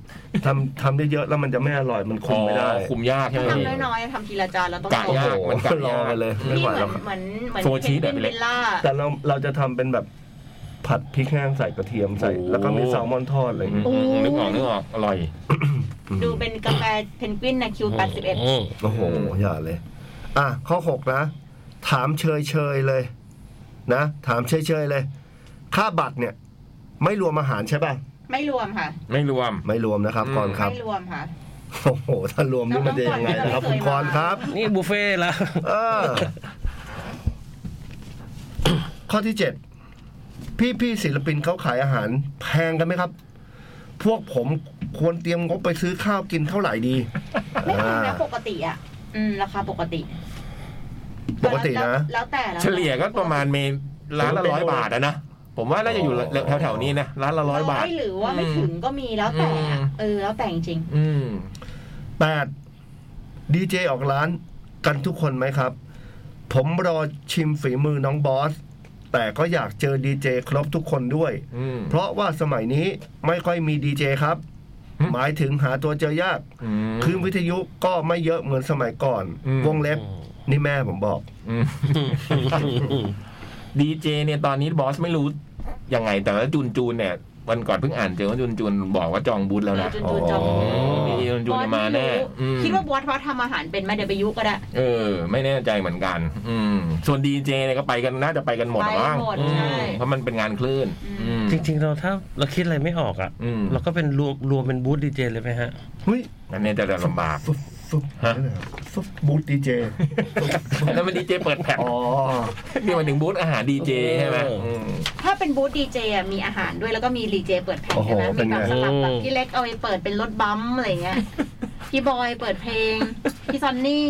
ทำทำเยอะๆแล้วมันจะไม่อร่อยมันคุมไม่ได้ คุมยากใช่ไหม ทำน้อยๆทำทีละจานแล้วต้อง กะยาก โอ้โห มันรอยกะาก ไปเลย ไม่ ที่ ไหว เหมื แล้ อ วน ครับ เหมือนเหมือน โซชีแบบ เป็น เล็ วิ ก ลล่า แต่เราเราจะทำเป็นแบบผัดพริกแห้งใส่กระเทียมใส่ แล้วก็มีแซลมอนทอดอะไรอย่างเงี้ย โอ้ นึกออกนึกออกอร่อย ดูเป็นกาแฟเพนกวินนะคิว81 โอ้โหอย่าเลย อ่ะ ข้อหกนะ ถามเชยเชยๆเลย นะ ถามเชยเชยๆเลย ค่าบัตรเนี่ย ไม่รวมอาหารใช่ป่ะ ไม่รวมค่ะ ไม่รวม ไม่รวมนะครับ อืม ก่อนครับ ไม่รวมค่ะ โอ้โห ถ้ารวมนี่มันจะยังไงนะครับ คุณกรณ์ครับ นี่บุฟเฟ่ต์ละ เออ ข้อที่เจ็ดพี่พี่ศิลปินเขาขายอาหารแพงกันไหมครับ พวกผมควรเตรียมงบไปซื้อข้าวกินเท่าไหร่ดี ไม่แพง อ่า นะปกติอ่ะ อืม ราคาปกติ ปกตินะ แล้วแล้วแต่แล้ว เฉลี่ยก็ประมาณเมนร้านละร้อยบาทอะนะ ผมว่าน่าจะอยู่แถวแถวๆนี้นะร้านละร้อยบาท หรือว่าไม่ถึงก็มีแล้วแต่อะ อืม เออ แล้วแต่จริง อืม แปดดีเจออกร้านกันทุกคนไหมครับ ผมรอชิมฝีมือน้องบอส แต่ก็อยากเจอดีเจครบทุกคนด้วย อืม เพราะว่าสมัยนี้ไม่ค่อยมีดีเจครับ หึ หมายถึงหาตัวเจอยาก อืม คลื่นวิทยุก็ไม่เยอะเหมือนสมัยก่อน อืม วงเล็บ นี่แม่ผมบอก อืม ดีเจเนี่ยตอนนี้บอสไม่รู้ยังไง แต่ว่าจูนจูนเนี่ยวันก่อนเพิ่งอ่านเจอว่าจูนจูนบอกว่าจองบูธ ๆ แล้ว เออ นะ จุนจูนจอม อ๋อ ดีเจจูนจู บ น อส มา ไม่ แน่ รู้ อืม คิดว่าบอสเขาทำอาหารเป็นไหมเดี๋ยวไปยุก็ได้ เออ ไม่แน่ใจเหมือนกัน อืม ส่วนดีเจเนี่ยก็ไปกันน่าจะไปกันหมดอะมั้ง ไปหมด อืม ใช่ เพราะมันเป็นงานคลื่น อืม จริงๆเราถ้าเราคิดอะไรไม่ออกอ่ะ อืม เราก็เป็นรวมรวมเป็นบูธดีเจเลยไหมฮะ เฮ้ย อันนี้จะลำบาก (laughs) ฟึบฟึบ ฮะ นี่แหละครับฟึบบูธดีเจ อันนั้นมันดีเจเปิดแผ่ (laughs) น อ๋อ นี่มันถึงบูธอาหารดีเจใช่ไหม เอออื ม ถ้าเป็นบูธดีเจอะมีอาหารด้วยแล้วก็มีดีเจเปิดแผ่น โอ้โห ใช่ไหม เป็ มี นไง แบบสลับแบบพี่เล็กเอาไปเปิดเป็นรถบัมป์อะไรเงี้ย พี่บอยเปิดเพลง พี่ซอนนี่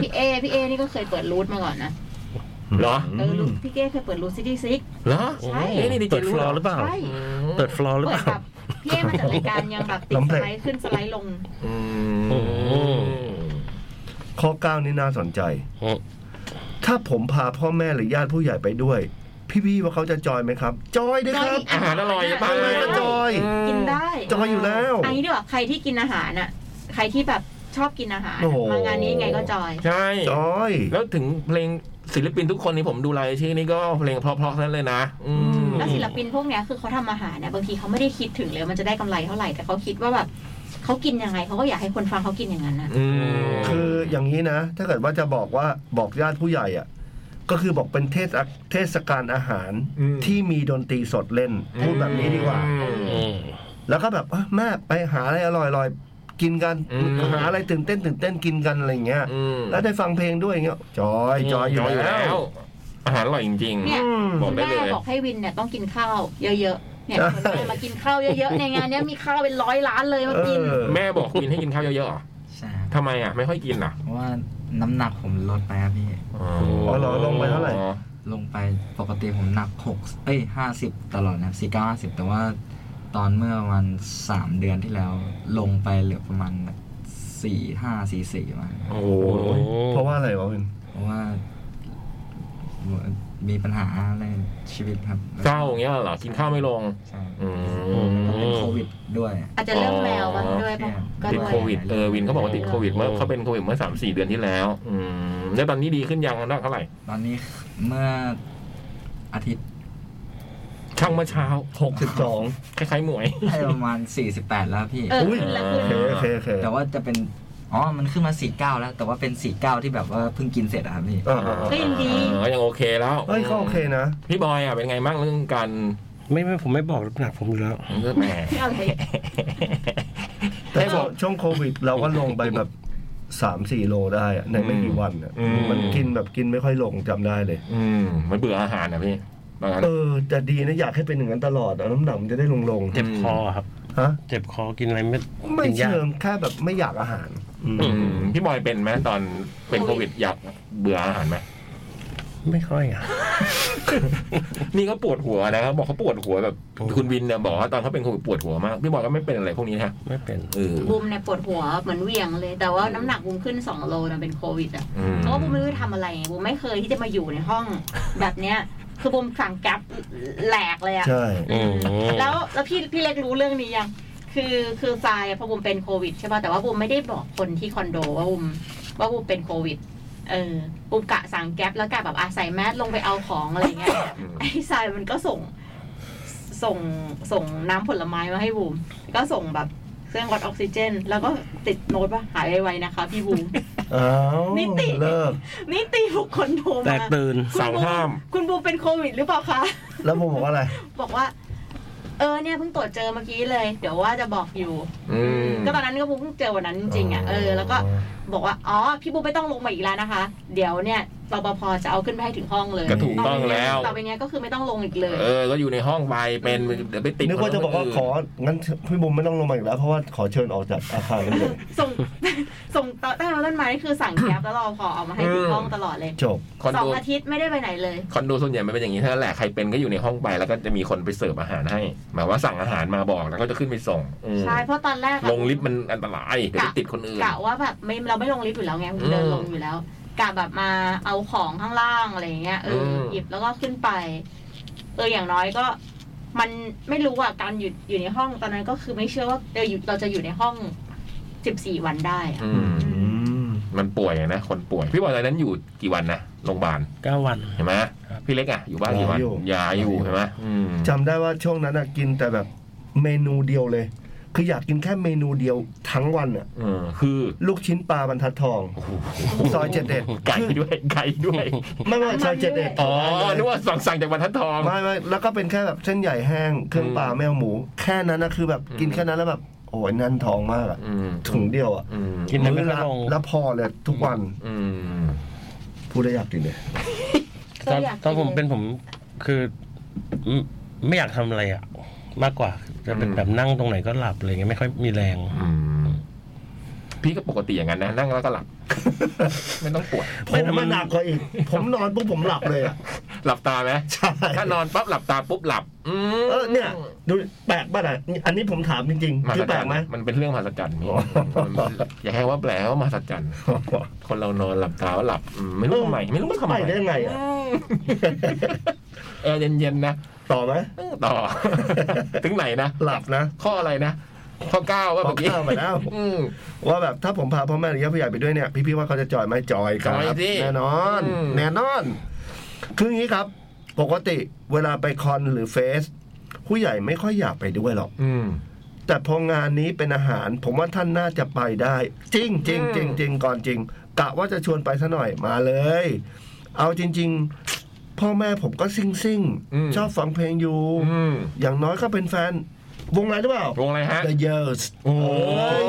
พี่เอ พี่เอนี่ก็เคยเปิดรูทมาก่อนนะ เหรอ เออรูทพี่เก้เคยเปิดรูทซิตี้ซิก เหรอ ใช่ เอ๊ะนี่ดีเจ เปิดฟ รู้ ล เห อ รอ ร์หรือเปล่า ใช่ อืม เปิดฟลอร์หรือ เปิ เป ด ล่า แบบพี่เอมาจากรายการยังแบบติดสไลด์ขึ้นสไลด์ลง อืม ข้อเก้านี่น่าสนใจ อืม ถ้าผมพาพ่อแม่หรือญาติผู้ใหญ่ไปด้วย พี่ๆว่าเขาจะจอยไหมครับ จอยด้วยครับ อาหารอร่อยจะตาย อะไรก็จอย กินได้ จอยอยู่แล้ว อันนี้ดีกว่าใครที่กินอาหารอ่ะ ใครที่แบบชอบกินอาหาร โอ้โห มางานนี้ยังไงก็จอย ใช่ จอย แล้วถึงเพลงศิลปินทุกคนนี่ผมดูรายชื่อนี่ก็เพลงเพราะๆทั้งนั้นเลยนะ อืม แล้วศิลปินพวกเนี้ยคือเขาทำอาหารเนี่ยบางทีเขาไม่ได้คิดถึงเลยว่ามันจะได้กำไรเท่าไหร่แต่เขาคิดว่าแบบเขากินยังไงเขาก็อยากให้คนฟังเขากินอย่างนั้นนะ อืม คืออย่างนี้นะ ถ้าเกิดว่าจะบอกว่าบอกญาติผู้ใหญ่อ่ะ ก็คือบอกเป็นเทศเทศกาลอาหารที่มีดนตรีสดเล่น พูดแบบนี้ดีกว่า อืม แล้วก็แบบเอ้ยแม่ไปหาอะไรอร่อยๆกินกัน อืม หาอะไรตื่นเต้นตื่นเต้นกินกันอะไรอย่างเงี้ย อืม แล้วได้ฟังเพลงด้วยอย่างเงี้ยจอยจอยอ จ ยู่ อยอยู่ แล้ แล้ว ว อาหารอร่อยจริง เนี่ย บอกคุณ ได้ แม่ เลย บอกให้วินเนี่ยต้องกินข้าวเยอะๆเนี่ยคนแม่มากินข้าวเยอะๆในงานเนี้ยมีข้าวเป็นร้อยล้านเลยมากิน เออ ๆ แม่บอกกินให้กินข้าวเยอะๆเหรอ ใช่ครับ ทำไมอ่ะ ไม่ค่อยกินเหรอ เพราะว่าน้ำหนักผมลดไปครับพี่ อ๋ อเหรอลงไปเท่าไหร่ ลงไปปกติผมหนักหกเอ้ยห้าสิบตลอดนะสี่เก้าห้าสิบแต่ว่าตอนเมื่อประมาณสามเดือนที่แล้ว ลงไปเหลือประมาณสี่ห้าสี่สี่มา โอ้โห เพราะว่าอะไรวะเป็น เพราะว่า มีปัญหาในชีวิตครับ เศร้าอย่างเงี้ยเหรอ กินข้าวไม่ลง ใช่ อื แล้วเป็น ม โควิดด้วย อาจจะเริ่มแมวมาด้วยปะก็ ติด ด้วย โควิด เออ วินเขาบอกว่าติดโควิดเมื่อเขาเป็นโควิดเมื่อสามสี่เดือนที่แล้ว อืม แล้วตอนนี้ดีขึ้นยังอันดับเท่าไหร่ ตอนนี้เมื่ออาทิตย์ ช่างเมื่อเช้า หกสิบสอง คล้ายๆหมวย ได้ประมาณสี่สิบแปดแล้วพี่ เออขึ้นแล้วขึ้น โอเคโอเคโอเค แต่ว่าจะเป็น อ๋อ มันขึ้นมา 49 แล้ว แต่ว่าเป็น 49 ที่แบบว่าเพิ่งกินเสร็จอะครับพี่ อ่าอ่าอ่า ก็ยังดี ก็ยังโอเคแล้ว เฮ้ยเขาโอเคนะ พี่บอยอ่ะเป็นไงบ้างเรื่องการ ไม่ไม่ผมไม่บอกน้ำหนักผมอยู่แล้ว แหม อะไร แต่ช่วงช่วงโควิดเราก็ลงไปแบบสามสี่โลได้อะในไม่กี่วันอะ อื มันกินแบบกินไม่ค่อยลงจำได้เลย อืมมันเบื่ออาหารนะพี่ตอนนั้น เออแต่ดีนะอยากให้เป็นอย่างนั้นตลอดอะน้ำหนักมันจะได้ลงลงๆ เจ็บคอครับ ฮะ เจ็บคอกินอะไรไม่ ไม่ กินยาก เชิงแค่แบบไม่อยากอาหาร อืม อืมพี่บอยเป็นไหมตอนเป็นโควิดอยากเบื่ออาหารไหม ไม่ค่อยอ่ะ นี่เขาปวดหัวนะครับบอกเขาปวดหัวแบบคุณวินเนี่ยบอกว่าตอนเขาเป็นโควิดปวดหัวมากพี่บอยก็ไม่เป็นอะไรพวกนี้นะฮะ ไม่เป็น เออ บูมเนี่ยปวดหัวเหมือนเหวียงเลย แต่ว่าน้ำหนักบูมขึ้น 2 โลนะเป็นโควิดอ่ะ อืม เพราะว่าบูมไม่รู้จะทำอะไรไงบูมไม่เคยที่จะมาอยู่ในห้อง แบบเนี้ยคือบูมสั่งแก๊ปแหลกเลยอ่ะ ใช่ แล้วแล้วพี่พี่เล็กรู้เรื่องนี้ยัง คือคือทรายอะพอบูมเป็นโควิดใช่ป่ะ แต่ว่าบูมไม่ได้บอกคนที่คอนโดว่าบูมว่าบูมเป็นโควิด เออบูมกะสั่งแก๊ปแล้วกะแบบอาใส่แมสลงไปเอาของอะไรเงี้ย ไอ้ทรายมันก็ส่ง ส่งส่งน้ำผลไม้มาให้บูม ก็ส่งแบบเครื่องวัดออกซิเจน แล้วก็ติดโน้ตว่าหายไวๆนะคะ พี่บู (laughs) ม อ้าว นิติ เลิก นี่ตีบุคคลโทร แต มาก ตื่น คุณบู สั่งห้าม คุณบูมเป็นโควิดหรือเปล่าคะ แล้วผมบอกว่าอะไร บอกว่า เออเนี่ยเพิ่งตรวจเจอเมื่อกี้เลย เดี๋ยวว่าจะบอกอยู่ อืม ก็ตอนนั้นก็บูเพิ่งเจอวันนั้นจริงๆอ่ะเออแล้วก็บอกว่าอ๋อพี่บูไม่ต้องลงมาอีกแล้วนะคะ เดี๋ยวเนี่ยรปภจะเอาขึ้นไปให้ถึงห้องเลย ก็ถูกต้องแล้ว ต่อไปเนี้ยก็คือไม่ต้องลงอีกเลย เออ ก็อยู่ในห้องไปเป็นเดี๋ยวไปติด นึกว่าจะบอกว่าขอ งั้นพี่บุมไม่ต้องลงมาอีกแล้ว เพราะว่าขอเชิญออกจากอาคารกันเลย ส่ง (laughs) ส่งต่อใต้ต้นไม้คือสั่งแก๊ปแล้วรอพอเอามาให้ถึงห้องตลอดเลย จบ คอน สอ โด งอาทิตย์ไม่ได้ไปไหนเลย คอนโดส่วนใหญ่มันเป็นอย่างนี้ถ้าแหละใครเป็นก็อยู่ในห้องไปแล้วก็จะมีคนไปเสิร์ฟอาหารให้หมายว่าสั่งอาหารมาบอกแล้วก็จะขึ้นไปส่งอืม ใช่เพราะตอนแรกอะ ลงลิฟต์มันอันตรายเดี๋ยวไปติดคนอื่น กะว่าแบบไม่เราไม่ลงลิฟต์อยู่แล้วไงผมเดิน อืม ลงอยู่แล้วกะแบบมาเอาของข้างล่างอะไรอย่างเงี้ยเอออ ม หยิบแล้วก็ขึ้นไป เอออย่างน้อยก็ มันไม่รู้อ่ะการอยู่อยู่ในห้องตอนนั้นก็คือไม่เชื่อว่าเอออยู่เราจะอยู่ในห้องสิบสี่วันได้อะ อืมมันป่วยนะ คนป่วย พี่บอยตอนนั้นอยู่กี่วันนะโรงพยาบาล เก้าวัน เห็นไหมพี่เล็กอ่ะอยู่บ้านกี่วัน อยู่ ยาอยู่เห็นไหมอืม จำได้ว่าช่วงนั้นน่ะกินแต่แบบเมนูเดียวเลย คืออยากกินแค่เมนูเดียวทั้งวันอ่ะ เออคือ ลูกชิ้นปลาบรรทัดทอง ซอยเจ็ดเด็ด ไก่ด้วยไก่ด้วย ไม่ไม่ซอยเจ็ดเด็ด อ๋อนึกว่าสั่งสั่งจากบรรทัดทอง ไม่ไม่แล้วก็เป็นแค่แบบเส้นใหญ่แห้ง เครื่องปลาแมวหมู แค่นั้นนะคือแบบกินแค่นั้นแล้วแบบ โอ้ยแนั่นท้องมากอะ อืม ถุงเดียวอ่ะ อืม กินได้ไม่ มื้อ ค่อ ละ ยลง แล้วพอเลยทุกวัน อืม พูดได้อยากกินเลย ก็ ตอน ยาก ตอนผมเป็นผมคือไม่ไม่อยากทำอะไรอ่ะ มากกว่าจะเป็นแบบนั่งตรงไหนก็หลับอะไรเงี้ยไม่ค่อยมีแรง อืมพี่ก็ปกติอย่างนั้นนะนั่งแล้วก็หลับ (laughs) ไม่ต้องปวด ผมมันหนักกว่าอีก ผมนอนปุ๊บผมหลับเลยอ่ะ หลับตาไหม ใช่ ถ้านอนปั๊บหลับตาปุ๊บหลับ อืม เออเนี่ย ดูแปลกป่ะน่ะอันนี้ผมถามจริง มหั ๆ ศ คือแป จรรลก ย์ ไหม มันเป็นเรื่องมหัศจรรย์นี่ (laughs) อ๋อ มันอย่าให้ว่าแปลว่ามหัศจรรย์คนเรานอนหลับตาว่าหลับอืมไม่รู้ทำไมไม่รู้ทำไม ปได้ไงอ่ะ แอร์เย็นๆนะ ต่อไหม เออต่อ (laughs) ถึงไหนนะ หลับนะ ข้ออะไรนะข้อเก้าว่า บอ เมื่อกกี้ ข้าวไปแล้ว อืม ว่าแบบถ้าผมพาพ่อแม่หรือยาติผู้ใหญ่ไปด้วยเนี่ยพี่ๆว่าเขาจะจอยไหมจอยครับ จอยสิ แน่นอน อืม แน่นอนคืออย่างนี้ครับ ปกติเวลาไปคอนหรือเฟสผู้ใหญ่ไม่ค่อยอยากไปด้วยหรอก อืม แต่พองานนี้เป็นอาหาร ผมว่าท่านน่าจะไปได้ จริงจริงจริงจริงก่อนจริงกะว่าจะชวนไปซะหน่อยมาเลย เอาจริง ๆ พ่อแม่ผมก็ซิ่งซิ่งๆ อืม ชอบฟังเพลงอยู่ อืม อย่างน้อยก็เป็นแฟน วงอะไรหรือเปล่า วงอะไรฮะ The Years โอ้โห เฮ้ย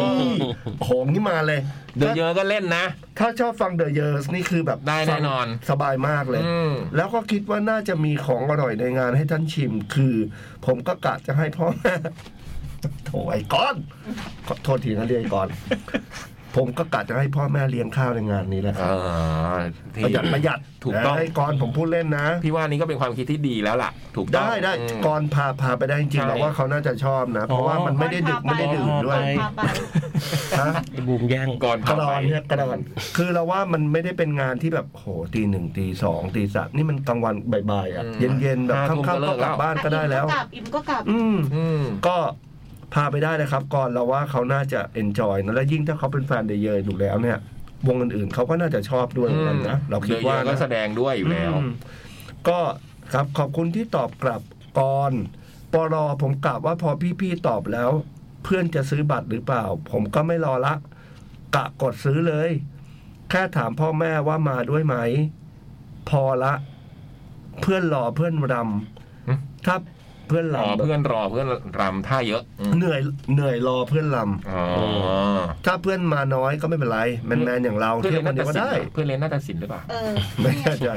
โหงนี่มาเลย เดี๋ยวเยอะก็เล่นนะ ถ้าชอบฟัง The Years นี่คือแบบ ได้แน่นอน ฟังสบายมากเลย อืม แล้วก็คิดว่าน่าจะมีของอร่อยในงานให้ท่านชิม คือ ผมก็กะจะให้พ่อ (laughs) แม่ โถไอ้ก้อนขอโทษทีนะเรียกไอ้ก้อน ผมก็กะจะให้พ่อแม่เลี้ยงข้าวในงานนี้แหละค เอ รับ อที่ ประหยัดประหยัด ถูกต้อง ไอ้ก้อนผมพูดเล่นนะ พี่ว่านี่ก็เป็นความคิดที่ดีแล้วล่ะ ถูกต้อง ได้ได้ อืม ก้อนพาพาไปได้จริ ใช่ งๆเราว่าเขาน่าจะชอบนะ เพราะว่ามันไม่ได้ดึกไม่ได้ดื่มด้วย พาไป ฮะ ไอ้บูมแย่ง ก่อน ก เข้า ระด ไป อนเนี่ยกระดอนคือเราว่ามันไม่ได้เป็นงานที่แบบโหตีหนึ่งตีสองตีสามนี่มันกลางวันบ่ายๆอ่ะเย็นๆแบบค่ำๆก็กลับบ้านก็ได้แล้ว กลับอิ่มก็กลับ อืม อืม ก็พาไปได้เลยครับ ก่อนเราว่าเขาน่าจะเอนจอยนะและยิ่งถ้าเขาเป็นแฟนเดย์เยอยู่แล้วเนี่ย วงอื่นๆเขาก็น่าจะชอบด้วยเหมือนกันนะเราคิดว่า เยอะๆก็ นะ แสดงด้วยอยู่แล้ว อืมก็ครับขอบคุณที่ตอบกลับก่อนปรอผมกลับว่าพอพี่ๆตอบแล้ว เพื่อนจะซื้อบัตรหรือเปล่า ผมก็ไม่รอละ กะกดซื้อเลย แค่ถามพ่อแม่ว่ามาด้วยไหม พอละ เพื่อนรอเพื่อนร หึ ำถ้า เพื่อน อ๋อ ลำแบบ เพื่อนรอเพื่อนรำท่าเยอะอืม เหนื่อยเหนื่อยรอเพื่อนล อ๋อ ำถ้าเพื่อนมาน้อยก็ไม่เป็นไรแมนๆอย่างเรา เพื่อน เที่ย เรี วย น วั นัตนนี้ก็ ศิล ได้ ป์เพื่อนเรียนนาฏศิลป์หรือเปล่า เออ ไม่แน่ใจ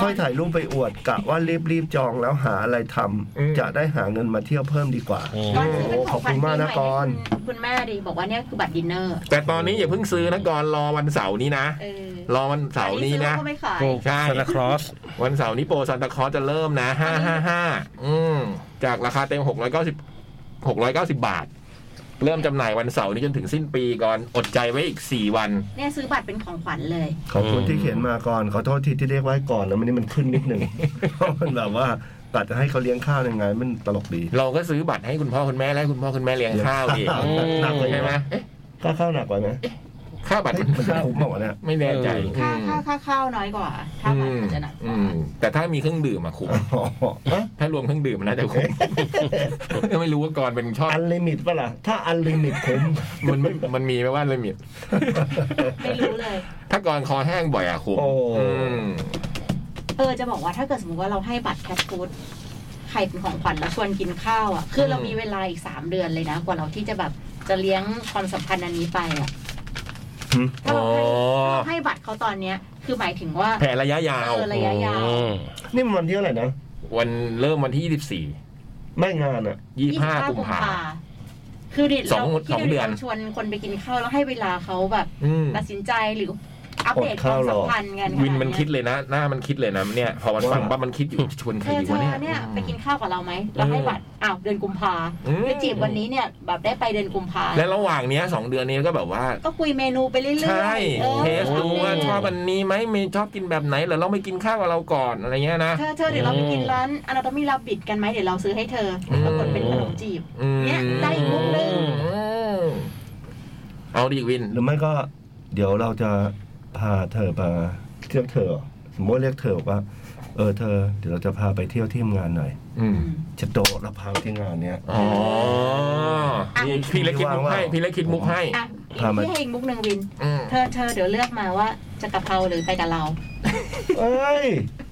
ค่อยถ่ายรูปไปอวดกะว่ารีบรีบๆจองแล้วหาอะไรทำจะได้หาเงินมาเที่ยวเพิ่มดีกว่า ก็ซื้อเป็นข ข อ อง บ ขคุวัณญปีใหม่ มาก ให้ นะกรณ์ คุณคุณแม่ดีบอกว่าเนี่ยคือบัตรดินเนอร์ แต่ตอนนี้อย่าเพิ่งซื้อนะก่อนรอวันเสาร์นี้นะ เออ รอวันเสาร์นี้นะ อัซื้อแล้วก็ไม่ขาย โอ้ ใช่ ซานตาคลอส วันเสาร์นี้โปรซันตาคลอสจะเริ่มนะห้าห้าห้าอืมจากราคาเต็มหกร้อยเก้าสิบหกร้อยเก้าสิบาท เริ่มจำหน่ายวันเสาร์นี้จนถึงสิ้นปีก่อนอดใจไว้อีกสี่วัน เนี่ยซื้อบัตรเป็นของขวัญเลย ขอบคุณ อืม ที่เขียนมาก่อนขอโทษที่ที่เรียกไว้ก่อนแล้วมันนี่มันขึ้นนิด (laughs) หนึ่ง เพราะมันแบบว่าตัดจะให้เขาเลี้ยงข้าวยังไง มันตลกดี เราก็ซื้อบัตรให้คุณพ่อคุณแม่และให้คุณพ่อคุณแม่เลี้ยงข้าวอีก อืม หนักเลย ใช่ไหม นะ เอ๊ะ ค่าข้าวหนักกว่านะ ค่าบัตร เฮ้ยมันค่าคุ้มเปล่าวะเนี่ย ไม่แน่ใจ ค่า อืม ค่าค่าข้าวน้อยกว่าค่าบัตรมันจะหนักก อื ว่าม แต่ถ้ามีเครื่องดื่มอะคุ้ม อ๋อฮะ ถ้ารวมเครื่องดื่มน่าจะคุ้ม ไม่รู้ว่าก่อนเป็นชอบ อันลิมิตปะล่ะถ้าอันลิมิตคุ้ม มันไม่มันมีไหมว่าเลยมิด ไม่รู้เลย ถ้าก่อนคอแห้งบ่อยอะคุ้ม โอ้ อืม เออจะบอกว่าถ้าเกิดสมมติว่าเราให้บัตรแคทฟูดใครเป็นของขวัญแล้วชวนกินข้าวอ่ะคือเรามีเวลาอีกสามเดือนเลยนะ กว่าเราที่จะแบบจะเลี้ยงความสัมพันธ์อันนี้ไปอ่ะถ้าเราให้ถ้าเราให้บัตรเขาตอนเนี้ย คือหมายถึงว่า แผนระยะยาว เออระยะยาว อืม นี่มันวันที่เท่าไหร่นะ วันเริ่มวันที่ ไม่งานอ่ะ 24 25 กุมภา คือดิ สอง เสราองเดือน ราชวนคนไปกินข้าวแล้วให้เวลาเขาแบบ อืม ตัดสินใจหรืออัปเดตความสัมพันธ์กันขาด วินมันคิดเลยนะ หน้ามันคิดเลยนะเนี่ย พอมันฟัง ว่า ปั๊บมันคิดอยู่ชวนใค เธ ร อ ดี เธ วะ อ เนี่ย เนี่ยไปกิน อืม ข้าวกับเราไหมเราให้บัตรอ้าวเดือนกุมภา อืม ไปจีบวันนี้เนี่ย แบบได้ไปเดือนกุมภา และระหว่างเนี้ยสองเดือนนี้ก็แบบว่า ก็คุยเมนูไปเรื่อยๆ ใช่ ออ เทสดูว่า อัปเดต ชอบอันนี้ไหมมีชอบกินแบบไหนหรือเราไปกินข้าวกับเราก่อนอะไรเงี้ยนะ เธอเธอเดี๋ยวเราไปกินร้านอนาโตมีลาบิดกันไหมเดี๋ยวเราซื้อให้เธอ อืม ปรากฏเป็นขนมจีบ อืม เนี่ยได้อีกมุกหนึ่ง อืมเอาดิวิน หรือไม่ก็เดี๋ยวเราจะพาเธอมาเรียกเธอเหรอสมมติว่าเรียกเธอบอกว่า เออเธอเดี๋ยวเราจะพาไปเที่ยวที่ทำงานหน่อย อืม จะโตะเราพาไปที่งานเนี้ย อ๋อนี่พี่เล็กคิดมุกให้ ว่างๆ พี่เล็กคิดมุกให้ อ่ะอีก พามา ที่ให้อีกมุกหนึ่งวิน อืม เธอเธอเดี๋ยวเลือกมาว่าจะกะเพราหรือไปกับเรา เอ้ย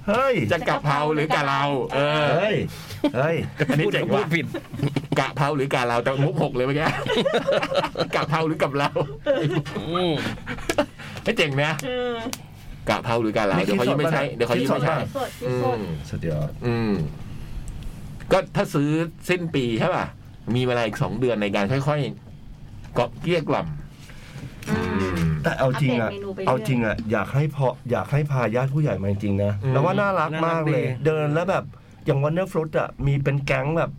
เฮ้ย จะกะเพราหรือกะเรา เออ เฮ้ย เฮ้ย อันนี้เจ๋ง พู ว่ะ ดผิด กะเพราหรือกะเราแต่มุกหกเลยเมื่อกี้ (laughs) กะเพราหรือกับเรา อืม ไม่เจ๋งนะกะเพราหรือกะเรา นี่ เดี๋ยวเขายิ้มไม่ใช่ คิเดี๋ดสดป่ะยวเขายิ้มไม่ใช่ คิดสดป่ะ สด อื สด ม สุดยอด อืม ก็ถ้าซื้อสิ้นปีใช่ป่ะ มีเวลาอีกสองเดือนในการค่อยๆเกาะเกลี้ยกล่อม แต่เอาจริงอะ ปดมนูไปรื่ย เอาจริงอะอยากให้พออยากให้พาญาติผู้ใหญ่มาจริงๆนะ อืม แล้วว่าน่ารักมากเลย เดินแล้วแบบอย่างวันเดอร์ฟลุตอะมีเป็นแก๊งแบบ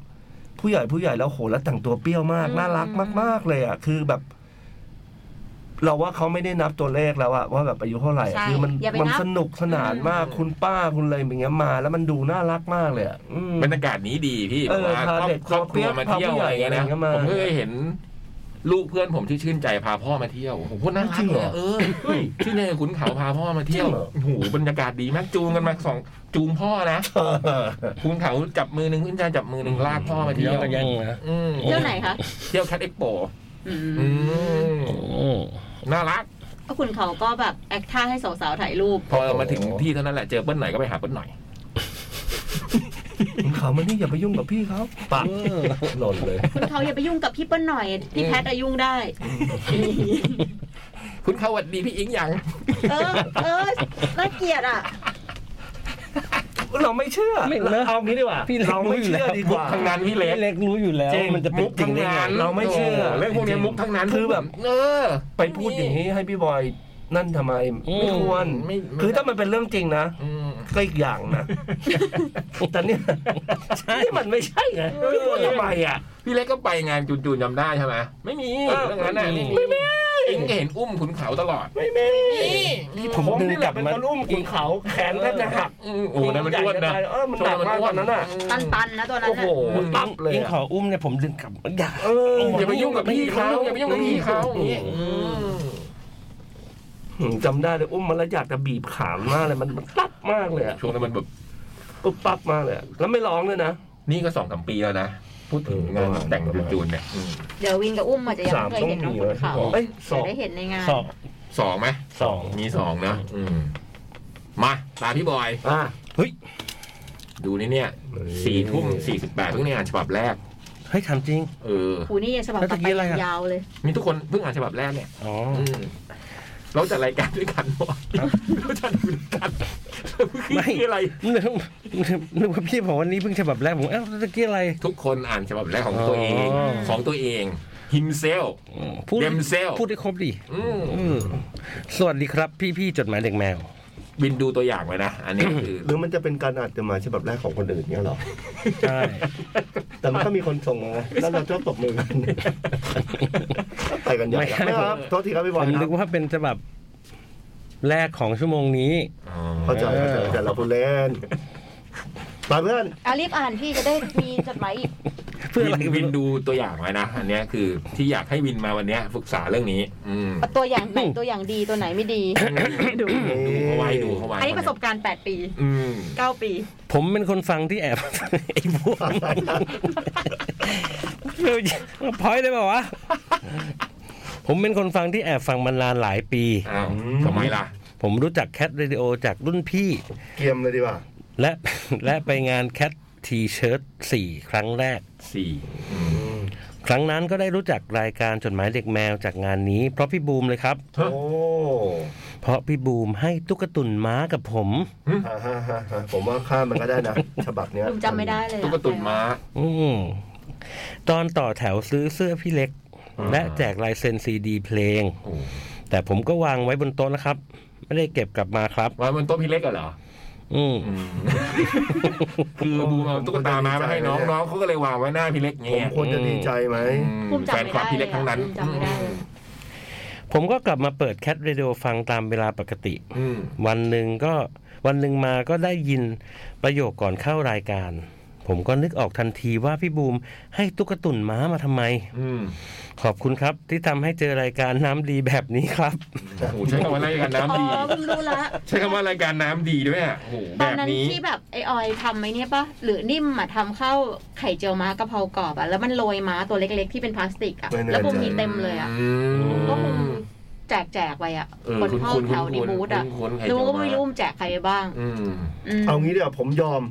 ผู้ใหญ่ผู้ใหญ่แล้วโหแล้วแต่งตัวเปรี้ยวมาก น่ารักมาก ๆ เลยอะคือแบบ เราว่าเขาไม่ได้นับตัวเลขแล้วอะว่าแบบอายุเท่าไหร่อะ ใช่ คือมัน อย่าไป มัน นับ สนุกสนานมากคุณป้าคุณอะไรอย่างเงี้ยมา แล้วมันดูน่ารักมากเลยอะอืม บรรยากาศนี้ดีพี่ เออ แบบว่า พา ครอบ เด็ก ครอบครัวมาเที่ยว พาผู้ อะ ใหญ่ ไรอย่างเงี้ยนะ อะผมไรเงี้ยมาก็เคยเห็น ลูกเพื่อนผมที่ชื่นใจพาพ่อมาเที่ยวผมพูดน่ารั จริ ก งเห เล ร ย อ เออชื่อเนยขุนเขาพาพ่อมาเที่ยว จริงเหรอ โอ้โหบรรยากาศดีมากจูงกันมาสองจูงพ่อนะขุนเขาจับมือหนึ่งขุนชายจับมือหนึ่งลากพ่อมา เดี๋ เที่ ย ยว ว ก็ยังนะ อืม เที่ยวไหนคะ เที่ยวแคทเอ็กโป อืม อืม อืม น่ารัก ก็คุณเขาก็แบบแอคท่าให้สาวๆถ่ายรูป พอมาถึงที่เท่านั้นแหละเจอเปิ้ลหน่อยก็ไปหาเปิ้ลหน่อย ขุนเขามันนี่อย่าไปยุ่งกับพี่เขาปะหล่นเลย คุณเขาอย่าไปยุ่งกับพี่เปิ้ลหน่อยพี่แพทอะยุ่งได้ คุณเข้าหวัดดีพี่อิงยัง เออ เออน่าเกลียดอ่ะ เราไม่เชื่อ ไม่เนอะ เอางี้ดีกว่า พี่เล็ก เราไม่เชื่อดีกว่า ทางนั้นพี่เล็ก พี่เล็กรู้อยู่แล้ว จริง มันจะเป็น ก จริง ทาง ได้ไง นั้น เราไม่เชื่อ เรื่องพวกเนี้ย จริงๆ มุกทางนั้น คือแบบ เออ ไปพูดอย่างนี้ให้พี่บอยนั่นทำไม อืม ไม่ควร ไม่ไม่ คือถ้ามันเป็นเรื่องจริงนะ อืม ก็อีกอย่างนะแต่เนี่ยนี่มันไม่ใช่ไงพี่พูดทำไมอ่ะ พี่เล็กก็ไปงานจูนๆจำได้ใช่ไหมไม่มี เออ เรื่องนั้นน่ะไม่มีอิงก็เห็นอุ้มขุนเขาตลอด ไม่มีผม ดึง นี่กแหลั ละ บ เป็น มา คนอุ้มขุนเขาแขนแทบจะหัก อืมโอ้โหนั่นมันอ้วนนะ เออมันหนักมากกว่านั้นน่ะ ตันๆนะตัวนั้น โอ้โห น่ะ ปั๊บเลย ยิ่งข อะ ออุ้มเนี่ยผมดึงกลับอย่า เออ อย่าไปยุ่งกับพี่เขาอย่าไปยุ่งกับพี่เขาอย่างนี้อืม จำได้เลยอุ้มมันแล้วอยากจะบีบขามมากเลยมันมันปั๊บมากเลยอะ ช่วงนั้นมันแบบ ปุ๊บปั๊บมากเลยอะแล้วไม่ร้องเลยนะ นี่ก็สองสามปีแล้วนะพูดถึงงานแต่งจูนๆเนี่ยอืม เดี๋ยววินกับอุ้มอาจจะยัง สาม ไม่เคยเห็นน้อง ต้องมี คุณเขา เลย เอ้ยสอย งเดี๋วได้เห็นในงาน สอง สองไหม สอง มีสองนะอืมมาตามพี่บอย อ่ะ ดูนี่เนี่ยสี่ทุ่มสี่สิบแปดเพิ่งได้อ่านฉบับแรก เฮ้ยถามจริง เออ หูนี่ฉบับ แล้ว ต่ ตะ อ กี้ ไป อะไรอะ ยาวเลย มีทุกคนเพิ่งอ่านฉบับแรกเนี่ย อ๋อ มเราจัดรายการด้วยกันบ่อย (laughs) เราจัดอยู่ด้วยกัน ไม่ คืออะไร นึกนึกว่าพี่บอกวันนี้เพิ่งฉบับแรกผมเอ้าตะกี้อะไร ทุกคนอ่านฉบับแรกของตัวเอง อ๋อ ของตัวเอง ฮิมเซล พูด Themselves พูดได้ครบดิอืมสวัสดีครับพี่พี่ๆจดหมายเด็กแมว วินดูตัวอย่างไว้นะ อันนี้ (coughs) คือ หรือมันจะเป็นการอ่านจดหมายฉบับแรกของคนอื่นเนี่ยเหรอ ใช่ แต่มันก็มีคนส่งมา (laughs) นะแล้วเราชอบตบมือกันไปกันใหญ่ ไม่ ครับไม่ ค ค รั รับ (laughs) บโทษทีครับพี่ผบอล ม ค นึ รับ กว่าเป็นฉบับแรกของชั่วโมงนี้ เข้าใจเข้าใจแต่เราพูดเล่นมาเพื่อน อ่ะรีบอ่านพี่จะได้มีจดหมายอีก เพื่ออะไร วินวินดูตัวอย่างไว้นะ อันเนี้ยคือที่อยากให้วินมาวันเนี้ยปรึกษาเรื่องนี้ อืม ตัวอย่างไหนตัวอย่างดีตัวไหนไม่ดี ดู ดูเขาไว้ดูเขาไว้ อันนี้ประสบการณ์ 8 ปี อืม 9 ปี ผมเป็นคนฟังที่แอบ (laughs) ไอ้พวกมาพอยได้ป่าวะ ผมเป็นคนฟังที่แอบฟังมานานหลายปี อ้าวทำไมล่ะ ผมรู้จักแคทเรดิโอจากรุ่นพี่ เกมเลยดีกว่า และ (laughs) และไปงานแคททีเชิร์ตสี่ครั้งแรก สี่ ครั้งนั้นก็ได้รู้จักรายการจดหมายเด็กแมวจากงานนี้ เพราะพี่บูมเลยครับ โอ้ เพราะพี่บูมให้ตุ๊กตุนม้ากับผม ฮ่าฮ่าฮ่าฮ่าผมว่าข้ามมันก็ได้นะ (laughs) ฉบับเนี้ย หนูจำไม่ได้เลยอะ ตุ๊กตุนม้า อืมตอนต่อแถวซื้อเสื้อพี่เล็ก อ่า และแจกลายเซ็นซีดีเพลง โอ้ แต่ผมก็วางไว้บนโต๊ะนะครับ ไม่ได้เก็บกลับมาครับ ว่ามันโต๊ะพี่เล็กอะเหรอ อืม อืมคือบูมเอาตุ๊กตามามาให้น้องน้องเขาก็เลยวางไว้หน้าพี่เล็ก ผม เงี้ย ควรจะดีใจไหม อื ภู ม มิใจ แฟนคลับพี่เล็กทั้งนั้น ภูมิใจไม่ได้เลย ผมก็กลับมาเปิดแคทเรดิโอฟังตามเวลาปกติ อืม วันหนึ่งก็วันหนึ่งมาก็ได้ยินประโยคก่อนเข้ารายการ ผมก็นึกออกทันทีว่าพี่บูมให้ตุ๊กตุนม้ามาทำไม อืม ขอบคุณครับ ที่ทำให้เจอรายการน้ำดีแบบนี้ครับ โอ้โหใช้คำว่ารายการ อ๋อ น้ำดี คุณรู้ละ ใช้คำว่ารายการน้ำดีด้วยอ่ะโอ้โห ต แบ อน บ นั้น นี้ ที่แบบไอออยทำไอเนี่ยปะหรือนิ่มอะทำข้าวไข่เจียวม้ากะเพรากรอบอะแล้วมันโรยม้าตัวเล็กๆที่เป็นพลาสติกอะ ไม่แน่ แล้วพวก ใจ มีเต็มเลยอะ อืม ก็คงแจกแจกๆไปอะ เออ คนเข้า คุ้นๆ แถวใน คุ้นๆ บูธอะ คุ้นๆไข่ หเจีนูยวม้า ก็ไม่รู้มนแจกใครไปบ้าง อืม อืม เอางี้เดี๋ยวาผมยอม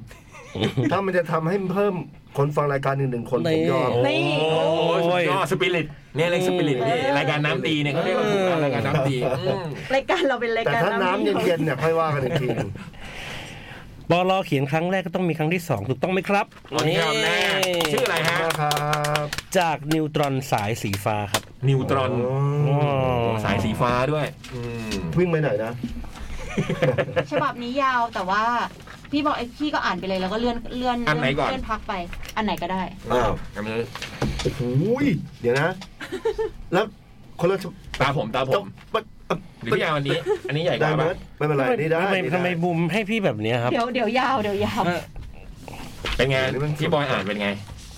ถ้ามันจะทำให้เพิ่มคนฟังรายการหนึ่งหนึ่งคนผมยอม นี่ โอ้ โอ้ย ยสปิริตเนี่ยเรียกสปิริตนี่รายการน้ำดีเนี่ยเขาเรียกว่าถูกแล้วรายการน้ำดีอืม รายการเราเป็นราย แต่ การ ถ้าน้ำ ดี เย็นๆเนี่ยค่อยว่ากันอีกทีหนึ่ง บอลอเขียนครั้งแรกก็ต้องมีครั้งที่สองถูกต้องไหมครับ วันนี้เราแน่ชื่ออะไรฮะ นะครับ จากนิวตรอนสายสีฟ้าครับ นิวตรอน โอ้ สายสีฟ้าด้วย อืม วิ่งไปไหนนะ ฉบับนี้ยาวแต่ว่าพี่บอกไอพี่ก็อ่านไปเลยแล้วก็เลื่อนเลื่อน อันไหนก่อน เลื่อนพักไป อันไหนก็ได้ อ้าว อันนี้ โอ้โหยเดี๋ยวนะ แล้วคนละชุด ตาผมตาผมหรือพี่ยาวอันนี้ อันนี้ใหญ่ก ได้ ว่า ไหม ปะ ไม่เป็นไรนี่ได้ ทำไม นี่ด้ ทำไมบูมให้พี่แบบเนี้ยครับ เดี๋ยวเดี๋ยวยาวเดี๋ยวยาว เป็นไง อันนี้มัน พี่บอยอ่านเป็นไง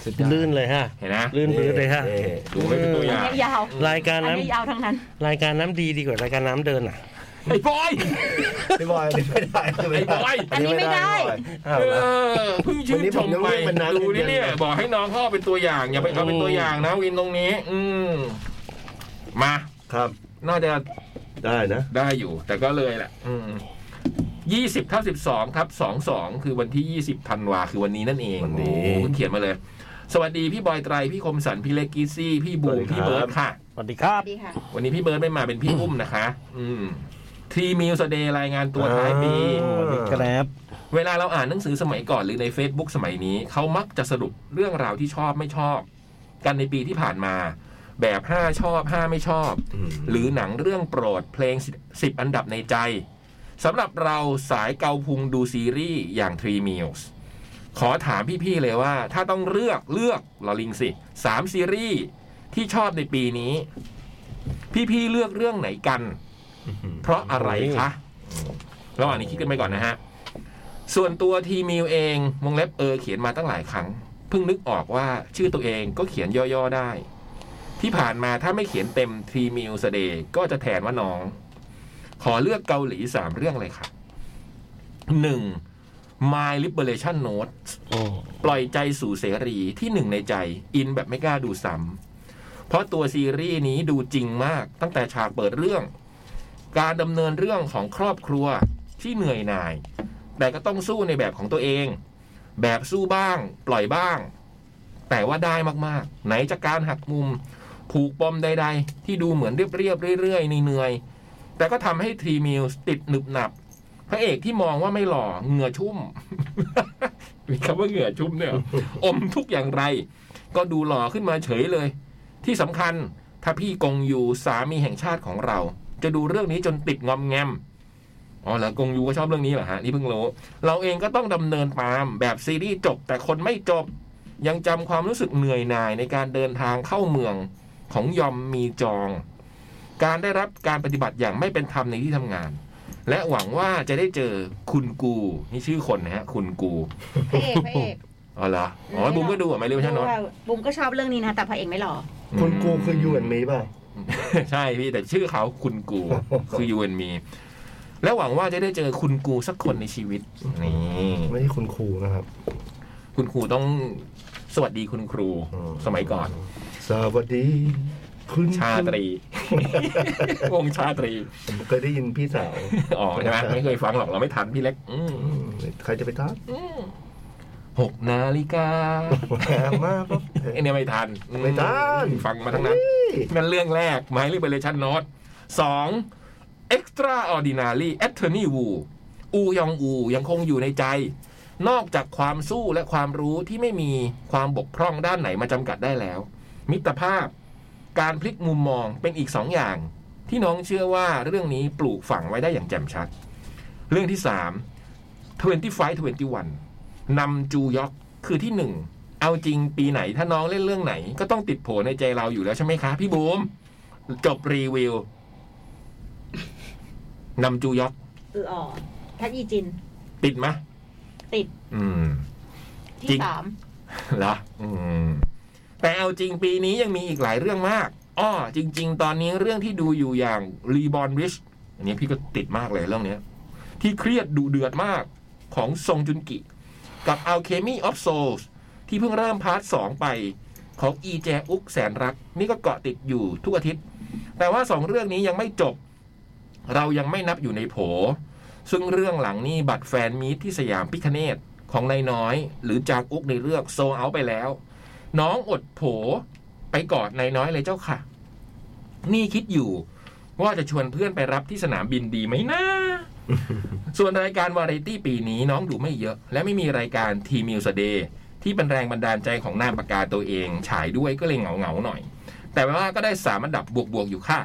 สุดยอด ลื่นเลยฮะ เห็นนะ ลื่นปื้ดเลยฮะ เอ๊ะ ดูไว้เป็นตัวอย่าง อันนี้ยาว รายการ อัน น้ นี้ยาวทั้งนั้น ำรายการน้ำดีดีกว่ารายการน้ำเดินอ่ะ ไอ้บอย พี่บอยอันนี้ไม่ได้ ไอ้บอย อันนี้ไม่ได้ อ้าว เอ เหรอ อเพิ่งชื่นชมไปดูนี่เนี่ยบอกให้น้องเขาเอาเป็นตัวอย่าง อย่าไปเอาเป็นตัวอย่างนะวินตรงนี้ อืมมา ครับ น่าจะ ได้นะ ได้อยู่ แต่ก็เลยแหละ อืมยี่สิบทับสิบสองทับสองสองคือวันที่ยี่สิบธันวาคือวันนี้นั่นเอง วันนี้ โอ้โหคุณเขียนมาเลย สวัสดีพี่บอยไตร พี่คมสัน พี่เล็กกี้ซี่ พี่บูม สวัสดีครับ พี่เบิร์ดค่ะ สวัสดีครับสวัสดีค่ะ วันนี้พี่เบิร์ดไม่มาเป็นพี่อุ้มนะคะ อืมทีมิวสเดย์รายงานตัวท้ายปี สวัสดีครับ เวลาเราอ่านหนังสือสมัยก่อนหรือใน Facebook สมัยนี้ เขามักจะสรุปเรื่องราวที่ชอบไม่ชอบ กันในปีที่ผ่านมา แบบ 5 ชอบ 5 ไม่ชอบ อืม หรือหนังเรื่องโปรดเพลง 10 อันดับในใจสำหรับเราสายเกาพุงดูซีรีส์อย่าง Three Meals ขอถามพี่ ๆ เลยว่า ถ้าต้องเลือกเลือกลอลิงสิสามซีรีส์ที่ชอบในปีนี้ พี่ ๆ เลือกเรื่องไหนกัน เพราะอะไรคะระหว่างนี้คิดกันไปก่อนนะฮะ ส่วนตัวทีมิวเองวงเล็บเออเขียนมาตั้งหลายครั้ง เพิ่งนึกออกว่าชื่อตัวเองก็เขียนย่อๆได้ ที่ผ่านมาถ้าไม่เขียนเต็มทีมิวสเดย์ก็จะแทนว่าน้อง ขอเลือกเกาหลีสามเรื่องเลยค่ะหนึ่ง My Liberation Note โอ้ ปล่อยใจสู่เสรีที่หนึ่งในใจ อินแบบไม่กล้าดูซ้ำเพราะตัวซีรีส์นี้ดูจริงมากตั้งแต่ฉากเปิดเรื่อง การดำเนินเรื่องของครอบครัวที่เหนื่อยหน่าย แต่ก็ต้องสู้ในแบบของตัวเอง แบบสู้บ้าง ปล่อยบ้าง แต่ว่าได้มากๆ ไหนจากการหักมุม ผูกปมใด ๆ ที่ดูเหมือนเรียบๆเรื่อยๆเหนื่อยๆแต่ก็ทำให้ทรีมิลติดหนึบหนับ พระเอกที่มองว่าไม่หล่อเหงื่อชุ่ม มีคำว่าเหงื่อชุ่มเนี่ยเหรอ อมทุกอย่างไร ก็ดูหล่อขึ้นมาเฉยเลย ที่สำคัญถ้าพี่กงยูสามีแห่งชาติของเรา จะดูเรื่องนี้จนติดงอมแงมอ๋อเหรอกงยูก็ชอบเรื่องนี้เหรอฮะนี่เพิ่งรู้เราเองก็ต้องดำเนินตามแบบซีรีส์จบแต่คนไม่จบ ยังจำความรู้สึกเหนื่อยหน่ายในการเดินทางเข้าเมืองของยอมมีจอง การได้รับการปฏิบัติอย่างไม่เป็นธรรมในที่ทำงาน และหวังว่าจะได้เจอคุณกูนี่ชื่อคนนะฮะ คุณกู พระเอกพระเอก อ๋อเหรออ๋อบุ้มก็ดูอ่ะไม่เรียกช่างนนท์ ดูว่าบุ้มก็ชอบเรื่องนี้นะแต่พระเอกไม่หล่อ คุณกูคือยูนมีป่ะ (laughs) ใช่พี่แต่ชื่อเขาคุณกู คือยูเอ็นมี แล้วหวังว่าจะได้เจอคุณกูสักคนในชีวิตนี่ ไม่ใช่คุณครูนะครับ คุณครูต้องสวัสดีคุณครูสมัยก่อน สวัสดี คุณ ชาตรี วงชาตรี ผมเคยได้ยินพี่สาว อ๋อใช่ไหมไม่เคยฟังหรอกเราไม่ทันพี่เล็กอืม ใครจะไปทัก หกนาฬิก (laughs) า มาปุ๊บ ไอเนี่ยไม่ทัน ไม่ทัน ฟังมาทั้งนั้น นั่นเรื่องแรก My Liberation Note สอง Extraordinary Attorney Wu อูยองอูยังคงอยู่ในใจ นอกจากความสู้และความรู้ที่ไม่มีความบกพร่องด้านไหนมาจำกัดได้แล้ว มิตรภาพ การพลิกมุมมองเป็นอีกสองอย่าง ที่น้องเชื่อว่าเรื่องนี้ปลูกฝังไว้ได้อย่างแจ่มชัด เรื่องที่สาม25 21 นำจูยอกคือที่หนึ่ง เอาจริงปีไหนถ้าน้องเล่นเรื่องไหน ก็ต้องติดโผในใจเราอยู่แล้วใช่ไหมคะ พี่บูม จบรีวิ (laughs) วนำจูยอก หล่อทัดยีจิน ติดไหม ติด อืม จริ ที่ ง สาม เหรออืม แต่เอาจริงปีนี้ยังมีอีกหลายเรื่องมาก อ้อ จริง ๆ ตอนนี้เรื่องที่ดูอยู่อย่างรีบอ r ริชอันนี้พี่ก็ติดมากเลยเรื่องเนี้ย ที่เครียดดูเดือดมากของซงจุนกิ กับ Alchemy of Souls ที่เพิ่งเริ่มพาร์ทสองไป ของอีแจอุกแสนรัก นี่ก็เกาะติดอยู่ทุกอาทิตย์ แต่ว่าสองเรื่องนี้ยังไม่จบ เรายังไม่นับอยู่ในโผ ซึ่งเรื่องหลังนี่บัตรแฟนมีตที่สยามพิคเนตของนายน้อย หรือจากอุกในเรื่องโซเอาไปแล้ว น้องอดโผไปกอดนายน้อยเลยเจ้าค่ะ นี่คิดอยู่ว่าจะชวนเพื่อนไปรับที่สนามบินดีไหมนะ ส่วนรายการวาไรตี้ปีนี้น้องดูไม่เยอะ และไม่มีรายการทีมิวสเดย์ที่เป็นแรงบันดาลใจของนามปากกาตัวเอง ฉายด้วยก็เลยเหงาเหงาๆหน่อย แต่ว่าก็ได้สามอันดับบวกบวกๆอยู่ค่ะ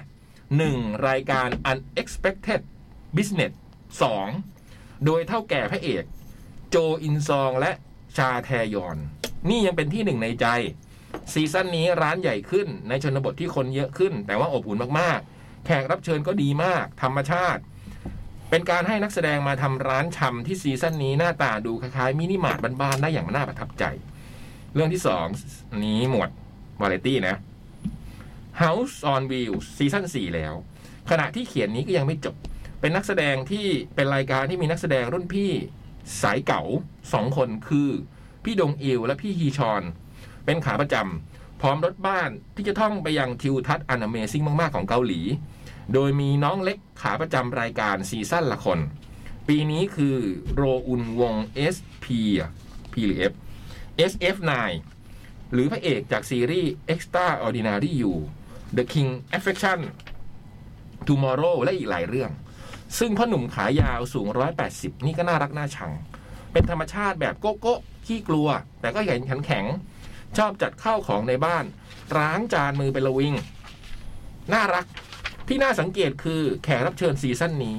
1. รายการ unexpected business 2. โดยเท่าแก่พระเอก โจอินซองและชาแทยอน นี่ยังเป็นที่หนึ่งในใจ ซีซั่นนี้ร้านใหญ่ขึ้นในชนบทที่คนเยอะขึ้น แต่ว่าอบอุ่นมากๆ แขกรับเชิญก็ดีมาก ธรรมชาติ เป็นการให้นักแสดงมาทำร้านชำที่ซีซั่นนี้หน้าตาดูคล้ายๆมินิมาร์ทบ้านๆได้อย่างน่าประทับใจ เรื่องที่สองนี้หมวดวาไรตี้นะ House on Wheels ซีซั่น4แล้ว ขณะที่เขียนนี้ก็ยังไม่จบ เป็นนักแสดงที่เป็นรายการที่มีนักแสดงรุ่นพี่สายเก่าสองคนคือ พี่ดงอิวและพี่ฮีชอน เป็นขาประจำพร้อมรถบ้านที่จะท่องไปยังทิวทัศน์อัน m a ซิ่งมาก ๆ ของเกาหลี โดยมีน้องเล็กขาประจำรายการซีซั่นละคน ปีนี้คือโรอุนวง SP อ่ะ P หรือ F SF9 หรือพระเอกจากซีรีส์ Extraordinary You The King Affection Tomorrow และอีกหลายเรื่อง ซึ่งพ่อหนุ่มขายาวสูง 180 นี่ก็น่ารักน่าชัง เป็นธรรมชาติแบบโกโก้ขี้กลัว แต่ก็แข็งแข็งๆชอบจัดข้าวของในบ้าน ร้างจานมือเป็นละวิง น่ารักที่น่าสังเกตคือแขกรับเชิญซีซั่นนี้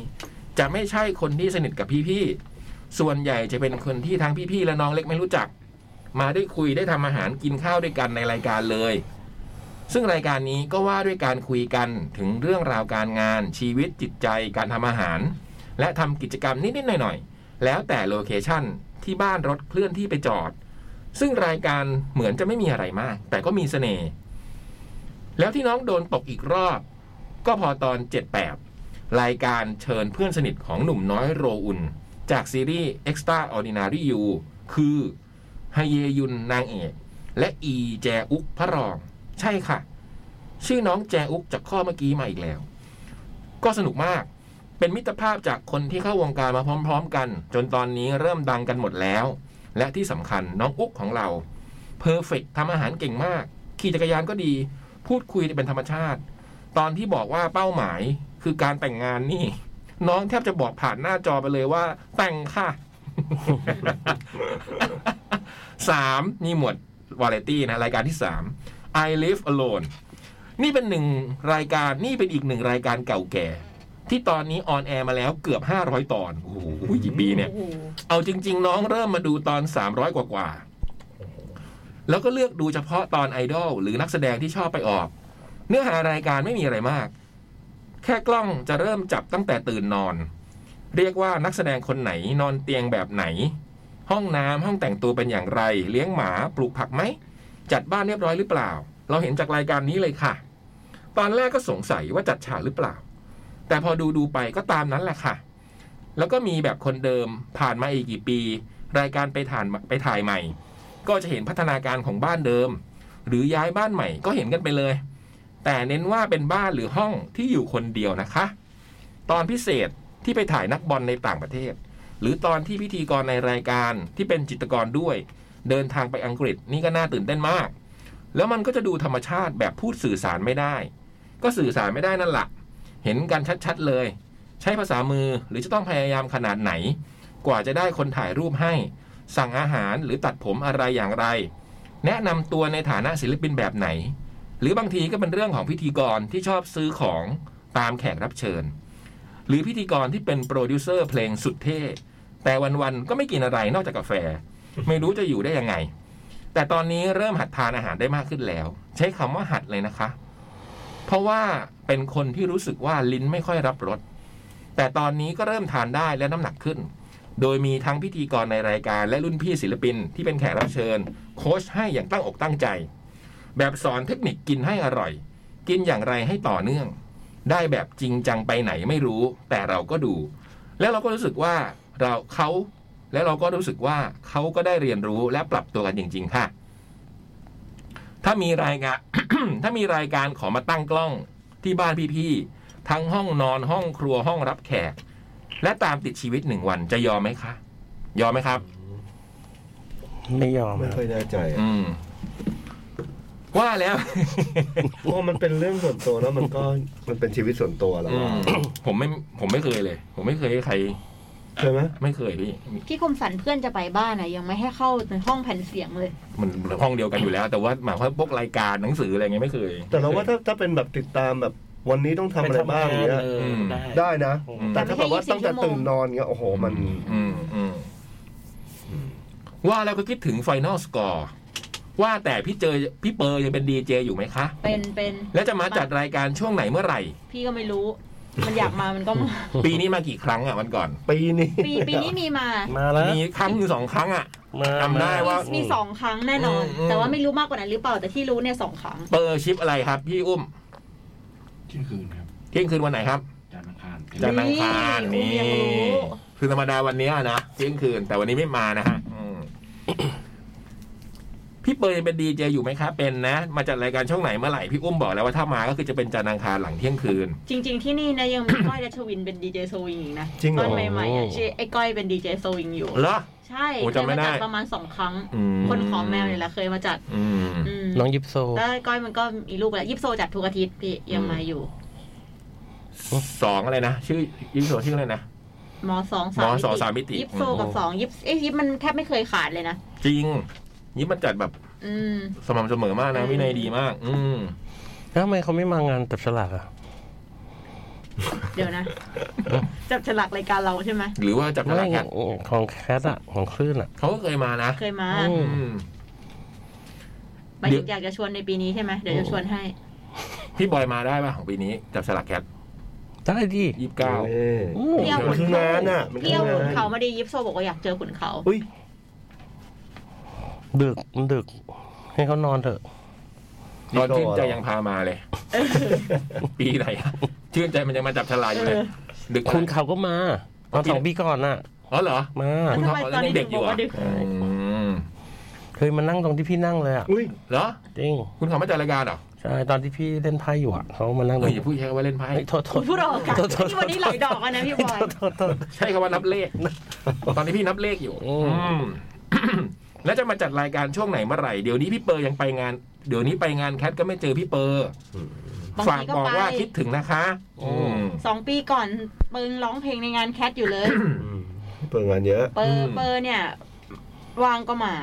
จะไม่ใช่คนที่สนิทกับพี่ๆ ส่วนใหญ่จะเป็นคนที่ทั้งพี่ๆ และน้องเล็กไม่รู้จัก มาได้คุยได้ทำอาหารกินข้าวด้วยกันในรายการเลย ซึ่งรายการนี้ก็ว่าด้วยการคุยกันถึงเรื่องราวการงานชีวิตจิตใจการทำอาหาร และทำกิจกรรมนิด ๆ หน่อย ๆ แล้วแต่โลเคชั่นที่บ้านรถเคลื่อนที่ไปจอด ซึ่งรายการเหมือนจะไม่มีอะไรมาก แต่ก็มีเสน่ห์แล้วที่น้องโดนตกอีกรอบ ก็พอตอน7แปบรายการเชิญเพื่อนสนิทของหนุ่มน้อยโรอุน จากซีรีส์ Extraordinary You คือฮเยยุนนางเอก และอีแจอุกพระรอง ใช่ค่ะ ชื่อน้องแจอุกจากข้อเมื่อกี้มาอีกแล้ว ก็สนุกมาก เป็นมิตรภาพจากคนที่เข้าวงการมาพร้อม ๆ กัน จนตอนนี้เริ่มดังกันหมดแล้ว และที่สำคัญน้องอุ๊กของเราเพอร์เฟกทำอาหารเก่งมาก ขี่จักรยานก็ดี พูดคุยเป็นธรรมชาติ ตอนที่บอกว่าเป้าหมายคือการแต่งงานนี่ น้องแทบจะบอกผ่านหน้าจอไปเลยว่า แต่งค่ะ (laughs) สามนี่หมวดวาไรตี้นะ รายการที่สาม I Live Alone นี่เป็นหนึ่งรายการนี่เป็นอีกหนึ่งรายการเก่าแก่ ที่ตอนนี้ออนแอร์มาแล้วเกือบ 500 ตอน โอ้โหกี่ปีเนี่ย เอาจริง ๆ น้องเริ่มมาดูตอน 300 กว่ากว่าๆแล้วก็เลือกดูเฉพาะตอนไอดอลหรือนักแสดงที่ชอบไปออก เนื้อหารายการไม่มีอะไรมาก แค่กล้องจะเริ่มจับตั้งแต่ตื่นนอน เรียกว่านักแสดงคนไหนนอนเตียงแบบไหน ห้องน้ำห้องแต่งตัวเป็นอย่างไร เลี้ยงหมาปลูกผักไหม จัดบ้านเรียบร้อยหรือเปล่า เราเห็นจากรายการนี้เลยค่ะ ตอนแรกก็สงสัยว่าจัดฉากหรือเปล่า แต่พอดูดูๆไปก็ตามนั้นแหละค่ะ แล้วก็มีแบบคนเดิมผ่านมาอีกกี่ปี รายการไปถ่านไปถ่ายใหม่ ก็จะเห็นพัฒนาการของบ้านเดิม หรือย้ายบ้านใหม่ก็เห็นกันไปเลย แต่เน้นว่าเป็นบ้านหรือห้องที่อยู่คนเดียวนะคะ ตอนพิเศษที่ไปถ่ายนักบอลในต่างประเทศ หรือตอนที่พิธีกรในรายการที่เป็นจิตรกรด้วย เดินทางไปอังกฤษนี่ก็น่าตื่นเต้นมาก แล้วมันก็จะดูธรรมชาติแบบพูดสื่อสารไม่ได้ ก็สื่อสารไม่ได้นั่นแหละเห็นกันชัดๆเลย ใช้ภาษามือหรือจะต้องพยายามขนาดไหน กว่าจะได้คนถ่ายรูปให้ สั่งอาหารหรือตัดผมอะไรอย่างไร แนะนำตัวในฐานะศิลปินแบบไหน หรือบางทีก็เป็นเรื่องของพิธีกรที่ชอบซื้อของตามแขกรับเชิญ หรือพิธีกรที่เป็นโปรดิวเซอร์เพลงสุดเท่ แต่วันๆก็ไม่กินอะไรนอกจากกาแฟ ไม่รู้จะอยู่ได้ยังไง แต่ตอนนี้เริ่มหัดทานอาหารได้มากขึ้นแล้ว ใช้คำว่าหัดเลยนะคะ เพราะว่าเป็นคนที่รู้สึกว่าลิ้นไม่ค่อยรับรส แต่ตอนนี้ก็เริ่มทานได้และน้ำหนักขึ้น โดยมีทั้งพิธีกรในรายการและรุ่นพี่ศิลปินที่เป็นแขกรับเชิญ โค้ชให้อย่างตั้งอกตั้งใจ แบบสอนเทคนิคกินให้อร่อย กินอย่างไรให้ต่อเนื่อง ได้แบบจริงจังไปไหนไม่รู้ แต่เราก็ดู แล้วเราก็รู้สึกว่าเราเขาแล้วเราก็รู้สึกว่าเขาก็ได้เรียนรู้และปรับตัวกันจริง ๆ ค่ะ ถ้ามีรายการ (coughs) ถ้ามีรายการขอมาตั้งกล้องที่บ้านพี่ๆ ทั้งห้องนอนห้องครัวห้องรับแขก และตามติดชีวิตหนึ่งวันจะยอมไหมคะ ยอมไหมครับ ไม่ยอม ไม่เคอยแน่ใจอะ อืม ว่าแล้ว (coughs) เพราะมันเป็นเรื่องส่วนตัวแล้วมันก็มันเป็นชีวิตส่วนตัวแล้ว อื อะ มผมไม่ผมไม่เคยเลย ผมไม่เคยให้ใคร ใช่ไหม ไม่เคยพี่ พี่คมสันเพื่อนจะไปบ้านอะยังไม่ให้เข้าในห้องแผ่นเสียงเลย มันห้องเดียวกันอยู่แล้ว แต่ว่าหมายความว่าพวกรายการหนังสืออะไรเงี้ยไม่เคย แต่เราว่าถ้าถ้าเป็นแบบติดตามแบบวันนี้ต้องทำอะไรบ้างเนี้ย เออได้ ได้นะ อืม แต่ถ้าแบบว่าตั้งแต่ตื่นนอนเงี้ยโอ้โหมัน อืมอืมว่าแล้วก็คิดถึงไฟน l ลสกอร์ว่าแต่พี่เจอพี่เปอร์ยังเป็นดีเจอยู่ไหมคะ เป็นเป็น แล้วจะมาจัดรายการช่วงไหนเมื่อไหร่ พี่ก็ไม่รู้ มันอยากมามันก็ (laughs) มา ปีนี้มากี่ครั้งอ่ะวันก่อน ปีนี้ ปีปีนี้มีมา มาแล้ว มีครั้งหรือสองครั้งอ่ะ มา จำได้ว่า มีสองครั้งแน่นอน อืม แต่ว่าไม่รู้มากกว่านั้นหรือเปล่าแต่ที่รู้เนี่ยสองครั้ง เปอร์ชิปอะไรครับ พี่อุ้ม เที่ยงคืนครับ เที่ยงคืนวันไหนครับ จันทร์อังคาร จันทร์อังคาร นี่ นี่ อุ้มยังรู้ คือธรรมดาวันเนี้ยนะเที่ยงคืน แต่วันนี้ไม่มานะฮะอืม (coughs) พี่เปอร์ยังเป็นดีเจอยู่ไหมครับเป็นนะ มาจัดรายการช่องไหนเมื่อไหร่พี่อุ้มบอกแล้วว่าถ้ามาก็คือจะเป็นจันทร์อังคารหลังเที่ยงคืน จริง ๆที่นี่นะยังมี ก้อยรัชวินเป็นดีเจโซวิงอีกนะ จริงเหร ต อ อนใหม่ๆอะชื่อไอ้ก้อยเป็นดีเจโซวิงอยู่ เหรอ ใช่ โอ้ เคย จำไม่ มา ได้ จัดประมาณสองครั้ง อืม คนขอแมวเนี่ยแหละเคยมาจัด อืม อืม น้องยิปโซ แล้วก้อยมันก็มีลูกแล้วยิปโซจัดทุกอาทิตย์พี่ยังมาอยู่ สองอะไรนะ ชื่อยิปโซชื่ออะไรนะ มสองสาม มสองสามมิติ ยิปโซกับ โอ้ สองยิปเอ้ยยิปมันแทบไม่เคยขาดเลยนะ จริงนี่มันจัดแบบ อืม สม่ำเสมอมากนะวินัยดีมาก อืม แล้วทำไมเขาไม่มางานจับฉลากอ่ะ เดี๋ยวนะ จับฉลากรายการเราใช่ไหม หรือว่าจับฉ ไม่ ลากแคท ของแคทอ่ะ ของคลื่นอ่ะ เขาก็เคยมานะ เคยมา อืม หมาย เดี๋ยถึว งอยากจะชวนในปีนี้ใช่ไหมเดี๋ยวจะชวนให้ พี่บอยมาได้ป่ะของปีนี้จับฉลากแคท ได้ดิ ยี่สิบเก้า เอ้ย พี่เอา โอ้ ขุน มันคืองา เขา นอะมันคื พี่ องาน เอาขุนเขามาดียิปโซบอกว่าอยากเจอขุนเขา อุ้ย ดึกมันดึก ให้เขานอนเถอะ ตอนชื่นใจยังพามาเลย ปีไหนอะชื่นใจมันยังมาจับฉลากอยู่เลยดึก คุณ เท่าไหร่ เขาก็มาตอนสองปีก่อนน่ะ อ๋อเหรอ มา คุณ ทำ เขาตไมต อ อนนนี้ นี้เด็กอยู่เหร ถึงบอกว่าดึ อ่ะ ก อืม เคยมานั่งตรงที่พี่นั่งเลยอ่ะ อุ้ย เหรอ จริง คุณเขามาจัดรายการเหรอ ใช่ตอนที่พี่เล่นไพ่อยู่อ่ะเขามานั่งตร เฮ้ ง ยอย่าพูดใช้คำว่าเล่นไพ่ เฮ้ยโทษโทษ พูดออกกัน โทษโทษ ที่วันนี้หลายดอกอะนะพี่บอย โทษโทษโทษ ใช้คำว่านับเลข ตอนนี้พี่นับเลขอยู่ อืม อืม (coughs) แล้วจะมาจัดรายการช่วงไหนเมื่อไหร่เดี๋ยวนี้พี่เปอร์ยังไปงาน เดี๋ยวนี้ไปงานแคทก็ไม่เจอพี่เปอร์ บางที ฝากบอก ก็ไป ว่าคิดถึงนะคะอืม สองปีก่อนเปิงร้องเพลงในงานแคทอยู่เลย เปิดงานเยอะ เปอร์เปอร์เนี่ย วางก็มา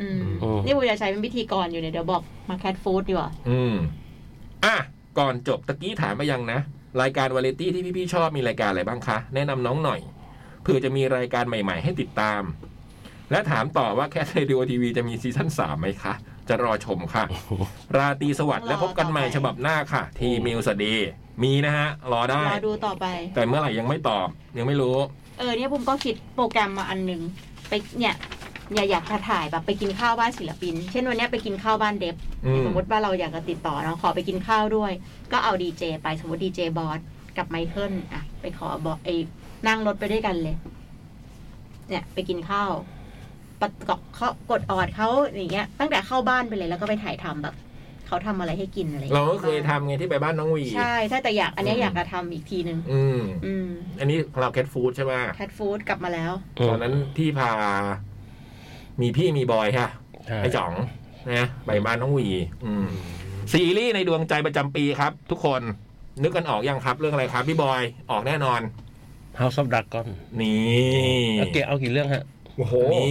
อืม โอ้ นี่บุญยาชัยเป็นพิธีกรอยู่เนี่ยเดี๋ยวบอกมาแคทฟู้ดดีกว่า อืมอ่ะก่อนจบตะกี้ถามไปยังนะ รายการวาเลนตี้ที่พี่ๆชอบมีรายการอะไรบ้างคะ แนะนำน้องหน่อยเผื่อจะมีรายการใหม่ ๆ ให้ติดตาม และถามต่อว่าแคทเรดิโอทีวีจะมีซีซั่นสามไหมคะ จะรอชมค่ะ ราตรีสวัสดิ์และพบกันใหม่ฉบับหน้าค่ะ ทีมิวสดี มีนะฮะ รอได้ รอดูต่อไป แต่เมื่อไหร่ยังไม่ตอบ ยังไม่รู้ เออเนี่ยผมก็คิดโปรแกรมมาอันหนึ่งไปเนี่ยอย่าอยากจะถ่ายแบบไปกินข้าวบ้านศิลปิน เช่นวันเนี้ยไปกินข้าวบ้านเดฟ อืม สมมติว่าเราอยากจะติดต่อเนาะขอไปกินข้าวด้วย ก็เอาดีเจไปสมมติดีเจบอสกับไมเคิลอะไปขอบอสไอ้นั่งรถไปด้วยกันเลย เนี่ยไปกินข้าวปะกอบเขากดออดเขาอย่างเงี้ย ตั้งแต่เข้าบ้านไปเลยแล้วก็ไปถ่ายทำแบบเขาทำอะไรให้กินอะไรอย่ง เรา งี้ย ก็เคยทำไงที่ไปบ้านน้องหวี ใช่ถ้าแต่อยากอันเนี้ย อืม อยากจะทำอีกทีนึง อืม อืม อันนี้เราแคทฟู้ดใช่ไหม แคทฟู้ดกลับมาแล้ว ตอนนั้นที่พา มีพี่มีบอยค่ะ ใช่ ไอ้จ๋องนะไปบ้านน้องหวี อืม ซีรีส์ในดวงใจประจำปีครับ ทุกคน นึกกันออกยังครับ เรื่องอะไรครับ พี่บอยออกแน่นอน House of Dragon นี่ โอเคเอากี่เรื่องฮะ โอ้โห นี่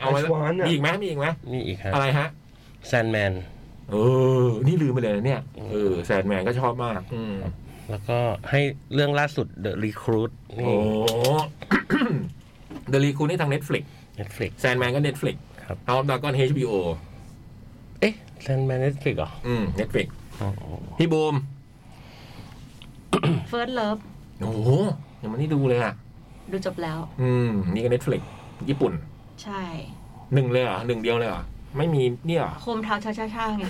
เอาไว้ Ice One อะ มีอีกไหมมีอีกไหม นี่อีกฮะ อะไรฮะ Sandman เออ นี่ลืมไปเลยนะเนี่ยเออแซนแมนก็ชอบมาก อืม แล้วก็ให้เรื่องล่าสุด The Recruit นี่ โอ้ (coughs) เดลีคูนี่ทาง Netflix Netflix แซนแมนก็ Netflix ครับ เอาดากอน HBO เอ๊ะ Sandman Netflix เหรอ อืม Netflix พี่บูม เฟิร์สเลิฟ โอ้โหยังไม่ได้ดูเลยอ่ะ ดูจบแล้ว อืม นี่ก็ Netflix ญี่ปุ่น ใช่ หนึ่งเลยเหรอหนึ่งเดียวเลยเหรอ ไม่มีเนี่ยเหรอ โคมเท้าช้าๆๆไง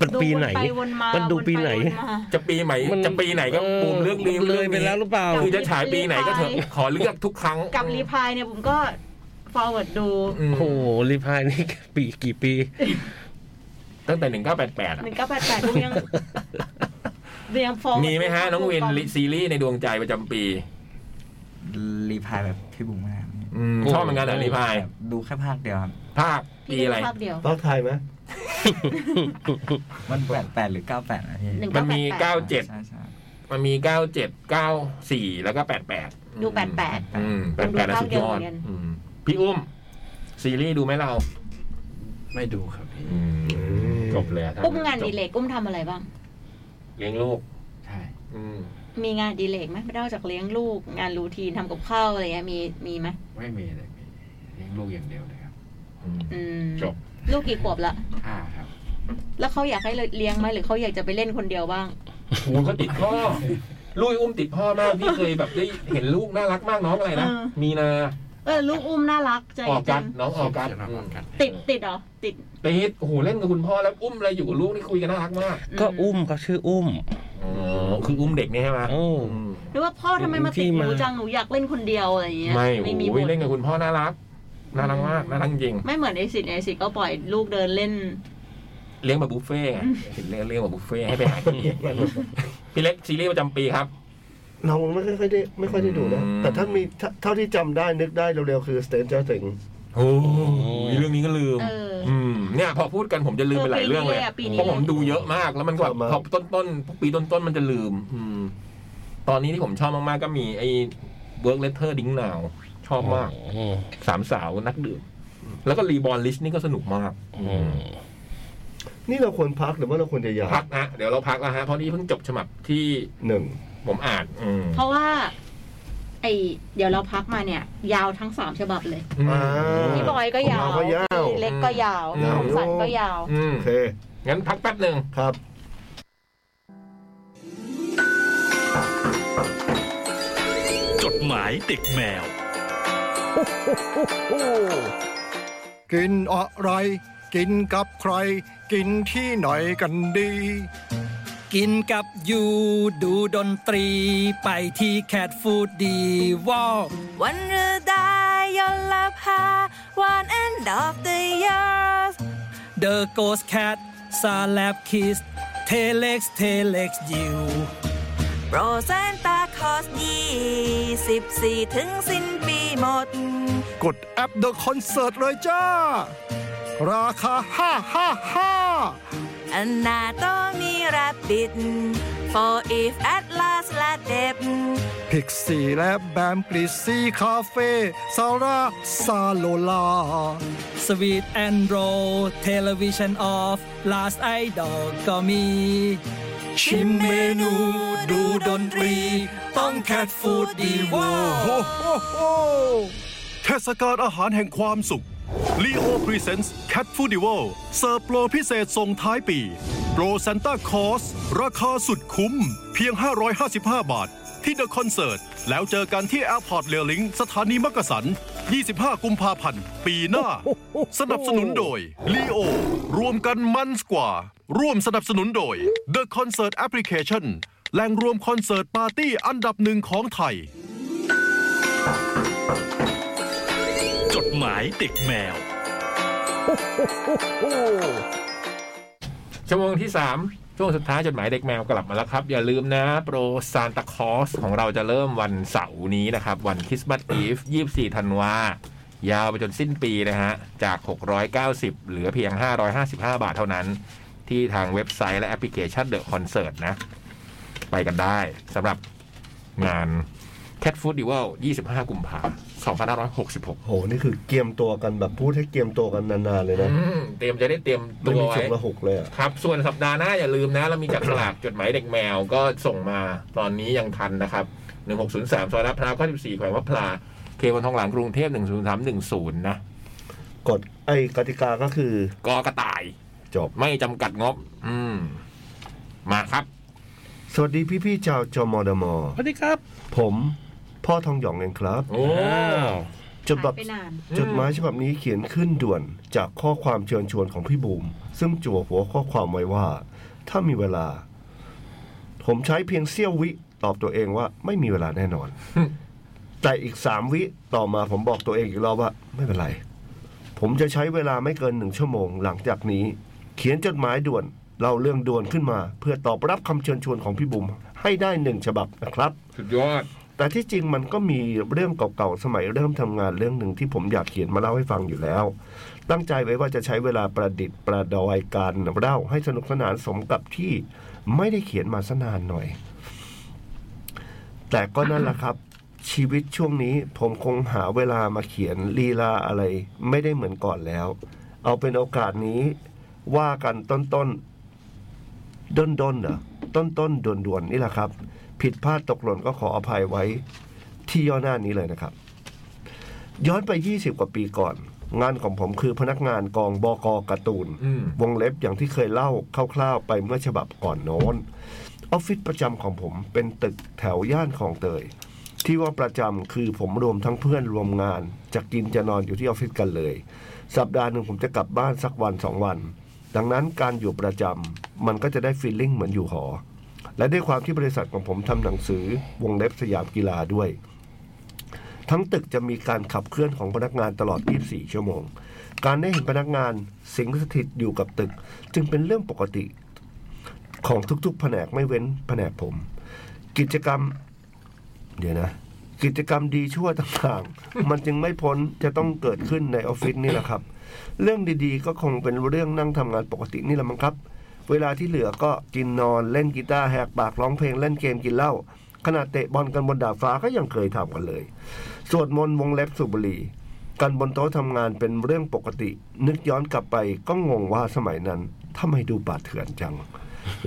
มันปีไหน ดูววนมา มันดูปีไหน วมา จะปีไหน มัน จะปีไหนก็ เออ บูมเลือก มันเลย อง ไป นี้ แล้วหรือเปล่า คือจะฉายปีไหนก็เถอะ รีบไป ขอเลือกทุกครั้ง กับรีพายเนี่ยผมก็ forward ดู อืม โอ้โหรีพายนี่ปีกี่ปี ตั้งแต่หนึ่งเก้าแปดแปด หนึ่งเก้าแปดแปดผม (laughs) ยังยัง forward มีไหมฮะ น้องวิน ดูก่ ซีรีส์ในดวงใจประจำปี รีพายแบบพี่บุ๋มมาก อืมชอบเหมือนกันเหรอรีพาย ดูแค่ภาคเดียวครับ ภาคปี พี่ อะไร ดูภาพเดียว ภาคไทยไหม มันแปดแปดหรือเก้าแปดนะพี่ หนึ่ง มั เก้านมีเก้าแปดแปด เจ็ด ใช่ใช่ มันมีเก้าเจ็ดเก้าสี่แล้วก็แปดแปด ดูแปดแปด อืมแปดแปด ดู นะ เก้า สุด เดีย ยว อ เหมื ด อนกัน อืมพี่อุ้ม ซีรีส์ดูไหมเรา ไม่ดูครับพี่ จบเลยะถ้ อุ้มงานอดีเล จ กอุ้มทำอะไรบ้าง บเลี้ยงลูก ใช่ อืม มีงานอดีเลกไหมนอกจากเลี้ยงลูก งานรูทีนทำกับข้าวอะไรเงี้ยมีมีไหม ไม่มีเลยพี่เลี้ยงลูกอย่างเดียวเลยครับ อืม อืม จบ ลูกกี่ขวบละ ห้าครับ แล้วเขาอยากให้เลี้ยงไหมหรือเขาอยากจะไปเล่นคนเดียวบ้าง โอ้ยเขาติดพ่อลูกอุ้มติดพ่อมากพี่เคยแบบได้เห็นลูกน่ารักมากน้องอะไรนะ เออ มีนา เออลูกอุ้มน่ารักใจ ออกกั จั น ง น้องออกกัน จะมาพร้อมกัน ติดติดเหรอติด ติดโอ้โหเล่นกับคุณพ่อแล้วอุ้มอะไรอยู่กับลูกนี่คุยกันน่ารักมาก ก็อุ้มก็ชื่ออุ้ม อ๋อคืออุ้มเด็กเนี่ยใช่ไหม เอออื ม หรือว่าพ่อทำไมมาติดหนูจังหนูอยากเล่นคนเดียวอะไรอย่างเงี้ย ไม่ มี โอ้ย ผ เล่นกับคุณพ่อน่ารักน่ารักมากน่ารักจริง ไม่เหมือนไอสิทธิ์ไอสิทธิ์ก็ปล่อยลูกเดินเล่น เลี้ยงแบบบุฟเฟ่ต์ไงเห็นเลี้ยงเลี้ยงแบบบุฟเฟ่ต์ให้ไปหากินเองพี่เล็กซีรีส์ประจำปีครับ เราไม่ค่อยได้ไม่ค่อยได้ดูนะ อืม แต่ถ้ามีถ้าเท่าที่จำได้นึกได้เร็วๆคือ Stranger Things โอ้เรื่องนี้ก็ลืม เอออื อืมเนี่ยพอพูดกันผมจะลืมไปหลายเรื่องเลย เออปีนี้ เพ เลยอะปีนี้ ราะผมดูเยอะมาก แล้วมันก็แบบ ชอบมาก พอต้นต้นๆปีต้นต้นๆมันจะลืม อืม ตอนนี้ที่ผมชอบมากๆก็มีไอ้ work letter ding now ชอบมาก อืม สามสาวนักดื่ม แล้วก็รีบอลลิสนี่ก็สนุกมาก อืม นี่เราควรพักหรือว่าเราควรจะหยา พักนะเดี๋ยวเราพักแล้วฮะเพราะนี่เพิ่งจบฉบับที่ หนึ่ง ผมอ่านอืม เพราะว่า ไอเดี๋ยวเราพักมาเนี่ย ยาวทั้งสามฉบับเลย อืม อ่า พี่บอยก็ยาว ผมยาว พี่เล็กก็ยาว อืม ของสันก็ยาว อืม โอเค งั้นพักแป๊บหนึ่ง ครับ จดหมายเด็กแมว กินอะไร กินกับใคร กินที่ไหนกันดี กินกับยูดูดนตรี ไปที่แคทฟูดดีวอล วันฤดายนลภา one end of the year The Ghost Cat s a l a b Kiss t e l e x t e l e x You โปรเซนตาคอสยี่สิบสี่ถึงสิ้นปีหมด กดแอป The Concert เลยจ้า ราคา Anatomy Rabbit for if at last la dep 555พิกซี่และแบมกริซซี่คาเฟ่ซาร่าซาโลลา สวีทแอนโรเทลวิชันออฟลาสไอดอก็มี ชิมเมนูดูดนตรี ต้องแคทฟูดดีโว เทศกาลอาหารแห่งความสุข Leo Presents Cat Foodival เสิร์ฟโปรพิเศษส่งท้ายปี โปรซันต้าคอสราคาสุดคุ้ม เพียง 555 บาท ที่ The Concert แล้วเจอกันที่ Airport r a i l i n k สถานีมักกะสัน 25 กุมภาพันธ์ ปีหน้า สนับสนุนโดย Leo รวมกันมันกว่า ร่วมสนับสนุนโดย The Concert Application แหล่งรวมคอนเสิร์ตปาร์ตี้อันดับหนึ่งของไทย จดหมายเด็กแมว ชั่วโมงที่ 3 ช่วงสุดท้ายจดหมายเด็กแมวกลับมาแล้วครับ อย่าลืมนะโปรซานตาคอสของเราจะเริ่มวันเสาร์นี้นะครับ วันคริสต์มาสอีฟ 24 ธันวา ยาวไปจนสิ้นปีนะฮะ จาก 690 เหลือเพียง 555 บาทเท่านั้น ที่ทางเว็บไซต์และแอปพลิเคชันเดอะคอนเสิร์ตนะ ไปกันได้สำหรับงาน Cat Food d i v a l 25 กุมภาพันธ์2566 โห นี่คือเกรียมตัวกันแบบพูดให้เกรียมตัวกันนานๆเลยนะ อืมเตรียมจะได้เตรียม ไม่ ตัว มี ไว้ ฉุกละหุกเลยอะ ครับ ส่วนสัปดาห์หน้าอย่าลืมนะ เรามีจัดสลาก จดหมายเด็กแมวก็ส่งมาตอนนี้ยังทันนะครับ 1603 ซอยลาดพร้าว94แขวงวัดพลาเควันทองหลังกรุงเทพ10310 นะ กดไอ้กติกาก็คือ กอกระต่าย จบ ไม่จำกัดงบ อืม มาครับ สวัสดีพี่ๆชาวจมอดมอ สวัสดีครับ ผมพ่อทองหยองเองครับ โอ้ จดแบบ หายไปนาน จดหมายฉบับนี้เขียนขึ้นด่วนจากข้อความเชิญชวนของพี่บูม ซึ่งจั่วหัวข้อความไว้ว่า ถ้ามีเวลา ผมใช้เพียงเสี้ยววิตอบตัวเองว่าไม่มีเวลาแน่นอน แต่อีกสามวิต่อมาผมบอกตัวเองอีกรอบว่า ไม่เป็นไร ผมจะใช้เวลาไม่เกินหนึ่งชั่วโมงหลังจากนี้ เขียนจดหมายด่วนเล่าเรื่องด่วนขึ้นมา เพื่อตอบรับคำเชิญชวนของพี่บุ๋มให้ได้หนึ่งฉบับนะครับ สุดยอด แต่ที่จริงมันก็มีเรื่องเก่าๆสมัยเริ่มทำงานเรื่องหนึ่งที่ผมอยากเขียนมาเล่าให้ฟังอยู่แล้ว ตั้งใจไว้ว่าจะใช้เวลาประดิษฐ์ประดอยการเล่าให้สนุกสนานสมกับที่ไม่ได้เขียนมาสนานหน่อย แต่ก็นั่นแหละครับ ชีวิตช่วงนี้ผมคงหาเวลามาเขียนลีลาอะไร ไม่ได้เหมือนก่อนแล้ว เอาเป็นโอกาสนี้ ว่ากันต้นต้นๆด้นด้นๆเหรอต้นต้นด่วนด่วนๆนี่แหละครับ ผิดพลาดตกหล่นก็ขออภัยไว้ ที่ย่อหน้านี้เลยนะครับ ย้อนไป 20 กว่าปีก่อน งานของผมคือพนักงานกองบกการ์ตูน อืม วงเล็บอย่างที่เคยเล่าคร่าวๆไปเมื่อฉบับก่อนโน้น ออฟฟิศประจำของผมเป็นตึกแถวย่านคลองเตย ที่ว่าประจำคือผมรวมทั้งเพื่อนรวมงานจะกินจะนอนอยู่ที่ออฟฟิศกันเลย สัปดาห์หนึ่งผมจะกลับบ้านสักวันสองวัน ดังนั้นการอยู่ประจำมันก็จะได้ฟีลลิ่งเหมือนอยู่หอ และด้วยความที่บริษัทของผมทำหนังสือวงเล็บสยามกีฬาด้วย ทั้งตึกจะมีการขับเคลื่อนของพนักงานตลอด 24 ชั่วโมง การได้เห็นพนักงานสิงสถิตอยู่กับตึก จึงเป็นเรื่องปกติ ของทุกๆ แผนกไม่เว้นแผนกผม กิจกรรม เดี๋ยวนะ กิจกรรมดีชั่วต่างๆ มันจึงไม่พ้นจะต้องเกิดขึ้นในออฟฟิศนี่แหละครับ เรื่องดีๆ ก็คงเป็นเรื่องนั่งทำงานปกตินี่แหละมั้งครับ เวลาที่เหลือก็กินนอนเล่นกีตาร์แหกปากร้องเพลงเล่นเกมกินเหล้าขณะเตะบอลกันบนดาดฟ้าก็ยังเคยทำกันเลย สวดมนต์วงเล็บสุบหรีกันบนโต๊ะทำงานเป็นเรื่องปกติ นึกย้อนกลับไปก็งงว่าสมัยนั้นทำไมดูป่าเถื่อนจัง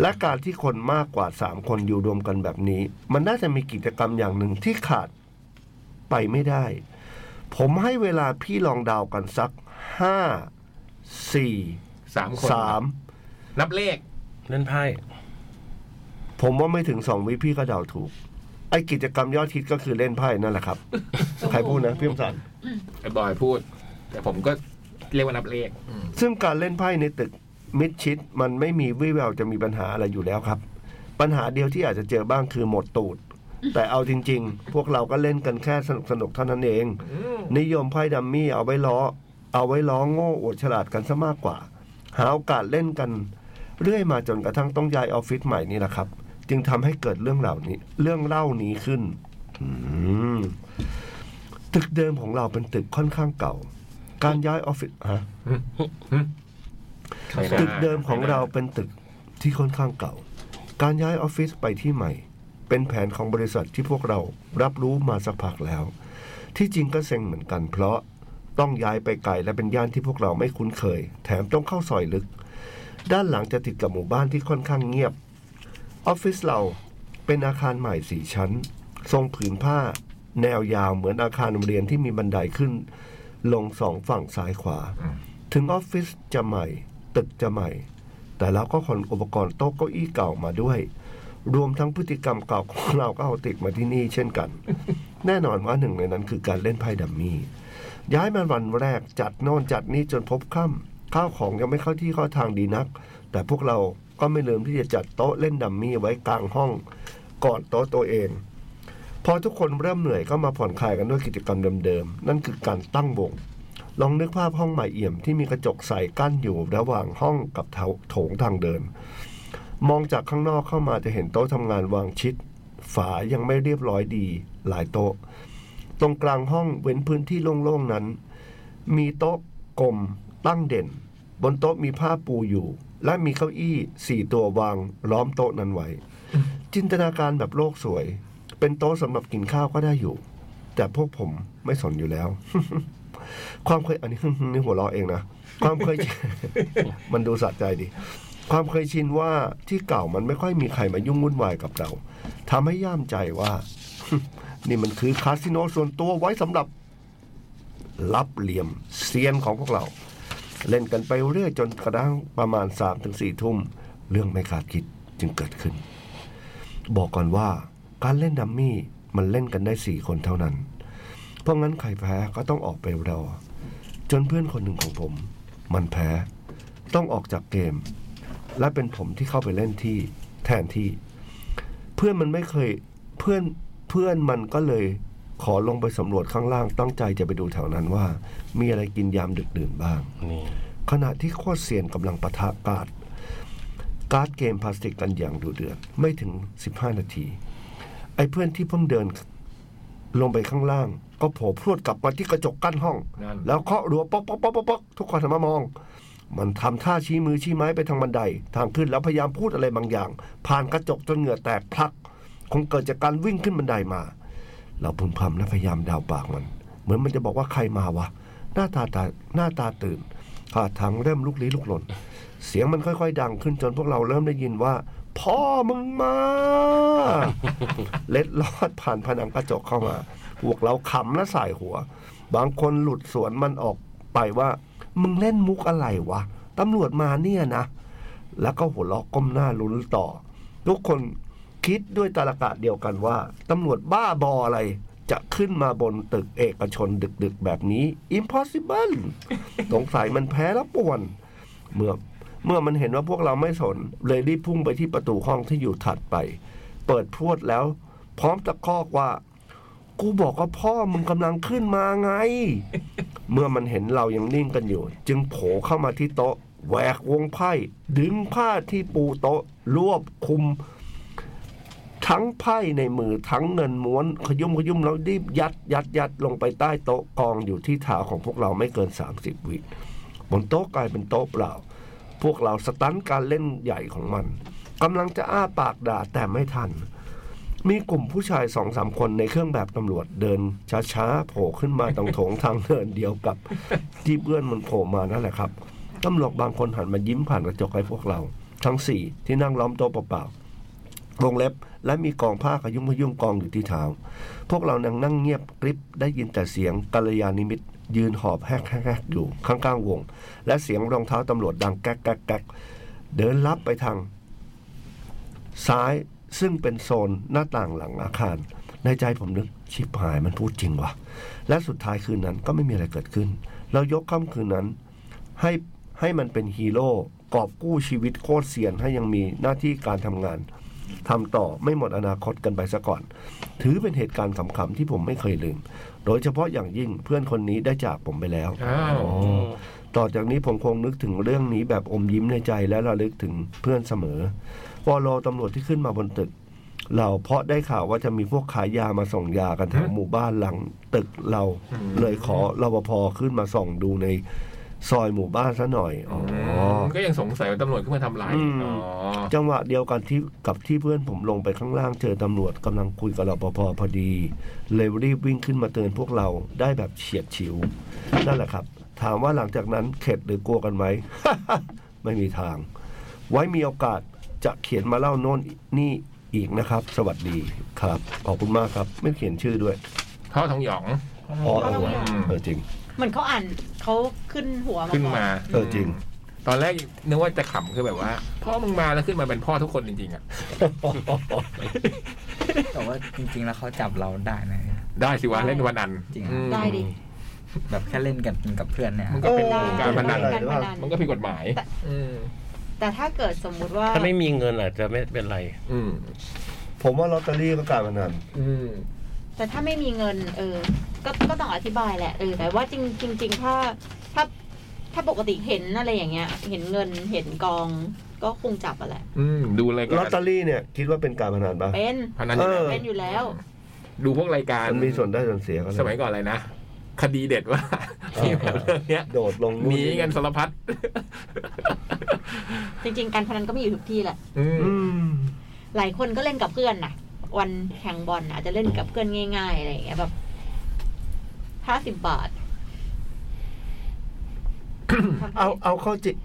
และการที่คนมากกว่า 3 คนอยู่รวมกันแบบนี้ มันน่าจะมีกิจกรรมอย่างหนึ่งที่ขาดไปไม่ได้ ผมให้เวลาพี่ลองเดาวกันสักห้าสี่ สามคน สาม นับเลข เล่นไพ่ ผมว่าไม่ถึงสองวิพี่ก็เดาถูก ไอกิจกรรมยอดฮิตก็คือเล่นไพ่นั่นแหละครับ (laughs) ใครพูดนะพี่อมสัน ไอ้บอยพูด แต่ผมก็เรียกว่านับเลข ซึ่งการเล่นไพ่ในตึกมิดชิดมันไม่มีวี่แววจะมีปัญหาอะไรอยู่แล้วครับ ปัญหาเดียวที่อาจจะเจอบ้างคือหมดตูด แต่เอาจริง ๆ พวกเราก็เล่นกันแค่สนุกสนุกๆเท่านั้นเอง นิยมไพ่ดัมมี่เอาไว้ล้อ เอาไว้ล้อโง่อวดฉลาดกันซะมากกว่า หาโอกาสเล่นกัน เรื่อยมาจนกระทั่งต้องย้ายออฟฟิศใหม่นี่แหละครับ จึงทำให้เกิดเรื่องเหล่านี้ เรื่องเล่านี้ขึ้น อืม ตึกเดิมของเราเป็นตึกค่อนข้างเก่า การย้ายออฟฟิศฮะตึกเดิมของเราเป็นตึกที่ค่อนข้างเก่า การย้ายออฟฟิศไปที่ใหม่ เป็นแผนของบริษัทที่พวกเรารับรู้มาสักพักแล้ว ที่จริงก็เซ็งเหมือนกัน เพราะต้องย้ายไปไกลและเป็นย่านที่พวกเราไม่คุ้นเคย แถมต้องเข้าซอยลึก ด้านหลังจะติดกับหมู่บ้านที่ค่อนข้างเงียบ ออฟฟิศเราเป็นอาคารใหม่สี่ชั้น ทรงผืนผ้า แนวยาวเหมือนอาคารเรียนที่มีบันไดขึ้น ลงสองฝั่งซ้ายขวา ถึงออฟฟิศจะใหม่ ตึกจะใหม่ แต่เราก็ขนอุปกรณ์โต๊ะเก้าอี้เก่ามาด้วย รวมทั้งพฤติกรรมเก่าของเราก็เอาติดมาที่นี่เช่นกัน แน่นอนว่าหนึ่งในนั้นคือการเล่นไพ่ดัมมี่ ย้ายมาวันแรกจัดโน่นจัดนี่จนพบค่ำข้าวของยังไม่เข้าที่เข้าทางดีนัก แต่พวกเราก็ไม่ลืมที่จะจัดโต๊ะเล่นดัมมี่ไว้กลางห้องก่อนโต๊ะตัวเอง พอทุกคนเริ่มเหนื่อยก็มาผ่อนคลายกันด้วยกิจกรรมเดิมๆ นั่นคือการตั้งวง ลองนึกภาพห้องใหม่เอี่ยมที่มีกระจกใสกั้นอยู่ระหว่างห้องกับเถาโถงทางเดิน มองจากข้างนอกเข้ามาจะเห็นโต๊ะทำงานวางชิด ฝายังไม่เรียบร้อยดี หลายโต๊ะ ตรงกลางห้องเว้นพื้นที่โล่งๆนั้น มีโต๊ะกลมตั้งเด่น บนโต๊ะมีผ้าปูอยู่ และมีเก้าอี้สี่ตัววางล้อมโต๊ะนั้นไว้ จินตนาการแบบโลกสวย เป็นโต๊ะสำหรับกินข้าวก็ได้อยู่ แต่พวกผมไม่สนอยู่แล้ว ความเคยอันนี้ (laughs) นี่หัวเราะเองนะ (laughs) ความเคย มันดูสะใจดี ความเคยชินว่าที่เก่ามันไม่ค่อยมีใครมายุ่งวุ่นวายกับเราทำให้ย่ามใจว่า (laughs) นี่มันคือคาสิโนส่วนตัวไว้สำหรับ รับเหลี่ยมเซียนของพวกเรา เล่นกันไปเรื่อยจนกระทั่งประมาณ3ามถึงสี่ทุ่ม เรื่องไม่คาดคิดจึงเกิดขึ้น บอกก่อนว่าการเล่นดัมมี่มันเล่นกันได้สี่คนเท่านั้น เพราะงั้นใครแพ้ก็ต้องออกไปรอจนเพื่อนคนหนึ่งของผม มันแพ้ ต้องออกจากเกม และเป็นผมที่เข้าไปเล่นที่แทนที่ เพื่อนมันไม่เคยเพื่อนเพื่อนมันก็เลยขอลงไปสำรวจข้างล่างตั้งใจจะไปดูแถวนั้นว่า มีอะไรกินยามดึกดื่นบ้าง ขณะที่โคตรเซียนกำลังปะทะการ์ดการ์ดเกมพลาสติกกันอย่างดุเดือดไม่ถึง 15 นาที ไอ้เพื่อนที่เพิ่งเดิน ลงไปข้างล่าง ก็โผล่พรวดกลับมาที่กระจกกั้นห้อง นั่น แล้วเคาะรัวป๊อกป๊อกป๊อกป๊อกป๊อกทุกคนหันมามอง มันทำท่าชี้มือชี้ไม้ไปทางบันได ทางขึ้นแล้วพยายามพูดอะไรบางอย่าง ผ่านกระจกจนเหงื่อแตกพลัก คงเกิดจากการวิ่งขึ้นบันไดมา เราพึมพำและพยายามเดาปากมัน เหมือนมันจะบอกว่าใครมาวะ หน้าตาตาหน้าตาตื่นท่าทางเริ่มลุกลี้ลุกลน เสียงมันค่อยๆ ดังขึ้นจนพวกเราเริ่มได้ยินว่า พ่อมึงมา เล็ดลอดผ่านผนังกระจกเข้ามา พวกเราขำและสายหัว บางคนหลุดสวนมันออกไปว่า มึงเล่นมุกอะไรวะ ตำรวจมาเนี่ยนะ แล้วก็หัวเราะก้มหน้าลุ้นต่อ ทุกคนคิดด้วยตรรกะเดียวกันว่า ตำรวจบ้าบออะไร จะขึ้นมาบนตึกเอกชนดึกๆแบบนี้ impossible สงสัยมันแพ้แล้วป่วน เมื่อเมื่อมันเห็นว่าพวกเราไม่สน เลยรีบพุ่งไปที่ประตูห้องที่อยู่ถัดไป เปิดพรวดแล้ว พร้อมตะคอกว่า กูบอกว่าพ่อมึงกำลังขึ้นมาไง (laughs) เมื่อมันเห็นเรายังนิ่งกันอยู่ จึงโผล่เข้ามาที่โต๊ะแหวกวงไพ่ ดึงผ้าที่ปูโต๊ะ รวบคุม ทั้งไพ่ในมือทั้งเงินม้วน ขยุ่มขยุ่มแล้วรีบยัดยัดยัดลงไปใต้โต๊ะกองอยู่ที่เท้าของพวกเราไม่เกิน 30 วิบนโต๊ะกลายเป็นโต๊ะเปล่า พวกเราสตันการเล่นใหญ่ของมันกำลังจะอ้าปากด่าแต่ไม่ทัน มีกลุ่มผู้ชายสองสามคนในเครื่องแบบตำรวจเดิน ช้าๆโผล่ขึ้นมาตรงโถงทางเดินเดียวกับ ที่เพื่อนมันโผล่มานั่นแหละครับตำรวจบางคนหันมายิ้มผ่านกระจกให้พวกเรา ทั้งสี่ที่นั่งล้อมโต๊ะเปล่าๆ วงเล็บและมีกองผ้าขยุ่มขยุ่มกองอยู่ที่เท้า พวกเรานั่งนั่งเงียบกริบได้ยินแต่เสียงกัลยาณิมิตรยืนหอบแฮกแฮกแฮกอยู่ข้างๆวง และเสียงรองเท้าตำรวจดังแก๊กแก๊กแก๊กเดินลับไปทาง ซ้ายซึ่งเป็นโซนหน้าต่างหลังอาคาร ในใจผมนึกชิบหายมันพูดจริงวะและสุดท้ายคืนนั้นก็ไม่มีอะไรเกิดขึ้น เรายกค่ำคืนนั้น ให้ให้มันเป็นฮีโร่กอบกู้ชีวิตโคตรเซียนให้ยังมีหน้าที่การทำงาน ทำต่อไม่หมดอนาคตกันไปซะก่อน ถือเป็นเหตุการณ์ขำๆที่ผมไม่เคยลืม โดยเฉพาะอย่างยิ่งเพื่อนคนนี้ได้จากผมไปแล้ว อ้าว โอ้ต่อจากนี้ผมคงนึกถึงเรื่องนี้แบบอมยิ้มในใจและระลึกถึงเพื่อนเสมอวอลอตำรวจที่ขึ้นมาบนตึก เราเพราะได้ข่าวว่าจะมีพวกขายยามาส่งยากันแถวหมู่บ้านหลังตึกเรา อืม เลยขอรปภขึ้นมาส่องดูในซอยหมู่บ้านซะหน่อยอ๋ออ ก็ยังสงสัยว่าตำรวจขึ้นมาทำลาย อื อีก ม อ๋อ จังหวะเดียวกันที่กับที่เพื่อนผมลงไปข้างล่างเจอตำรวจกำลังคุยกับรปภพอดี เลยรีบวิ่งขึ้นมาเตือนพวกเราได้แบบเฉียดฉิว นั่นแหละครับ ถามว่าหลังจากนั้นเข็ดหรือกลัวกันไหม ไม่มีทาง ไว้มีโอกาสจะเขียนมาเล่าโน่นนี่อีกนะครับ สวัสดีครับ ขอบคุณมากครับ ไม่เขียนชื่อด้วย พ่อทองหยอง อ๋อเออว่ะเออจริง เหมือนเขาอ่านเขาขึ้นหัวมา ขึ้น ก่อน มา เออจริง ตอนแรกนึกว่าจะขำคือแบบว่า พ่อมึงมาแล้วขึ้นมาเป็นพ่อทุกคนจริงๆอ่ะ แต่ว่าจริงๆแล้วเขาจับเราได้นะ ได้สิวะเล่นวันนั้น จริง อืม ได้ดิ แบบแค่เล่นกันกับเพื่อนเนี่ย มันก็เป็น ได้ การพนัน การพนัน มันก็ผิดกฎหมาย แต่ อืม แต่ถ้าเกิดสมมุติว่า ถ้าไม่มีเงินอาจจะไม่เป็นไร อืม ผมว่าลอตเตอรี่ก็การพนัน อืม แต่ถ้าไม่มีเงิน เออ ก็ก็ต้องอธิบายแหละเออแต่ว่าจริงจริงจริงถ้าถ้า ถ้าปกติเห็นอะไรอย่างเงี้ย เห็นเงินเห็นกอง ก็คงจับอะแหละ อืมดูราย ล กา อต ร เตอรี่เนี่ย คิดว่าเป็นการพนันปะ เป็น พนัน เอ อยู่แล้อว เป็นอยู่แล้ว ดูพวกรายการ มันมีส่วนได้ส่วนเสียกัน สมัยก่อนอะไรนะ คดีเด็ดว่าที่แบบเรื่องเนี้ย โดดลง หนีกันสารพัด จริง ๆ การพนันก็มีอยู่ทุกที่แหละ อืม อืม หลายคนก็เล่นกับเพื่อนนะวันแข่งบอลน่ะอาจจะเล่นกับเพื่อนง่ายๆอะไรอย่างเงี้ยแบบห้าสิบบาท เอาเอาเข้าจริง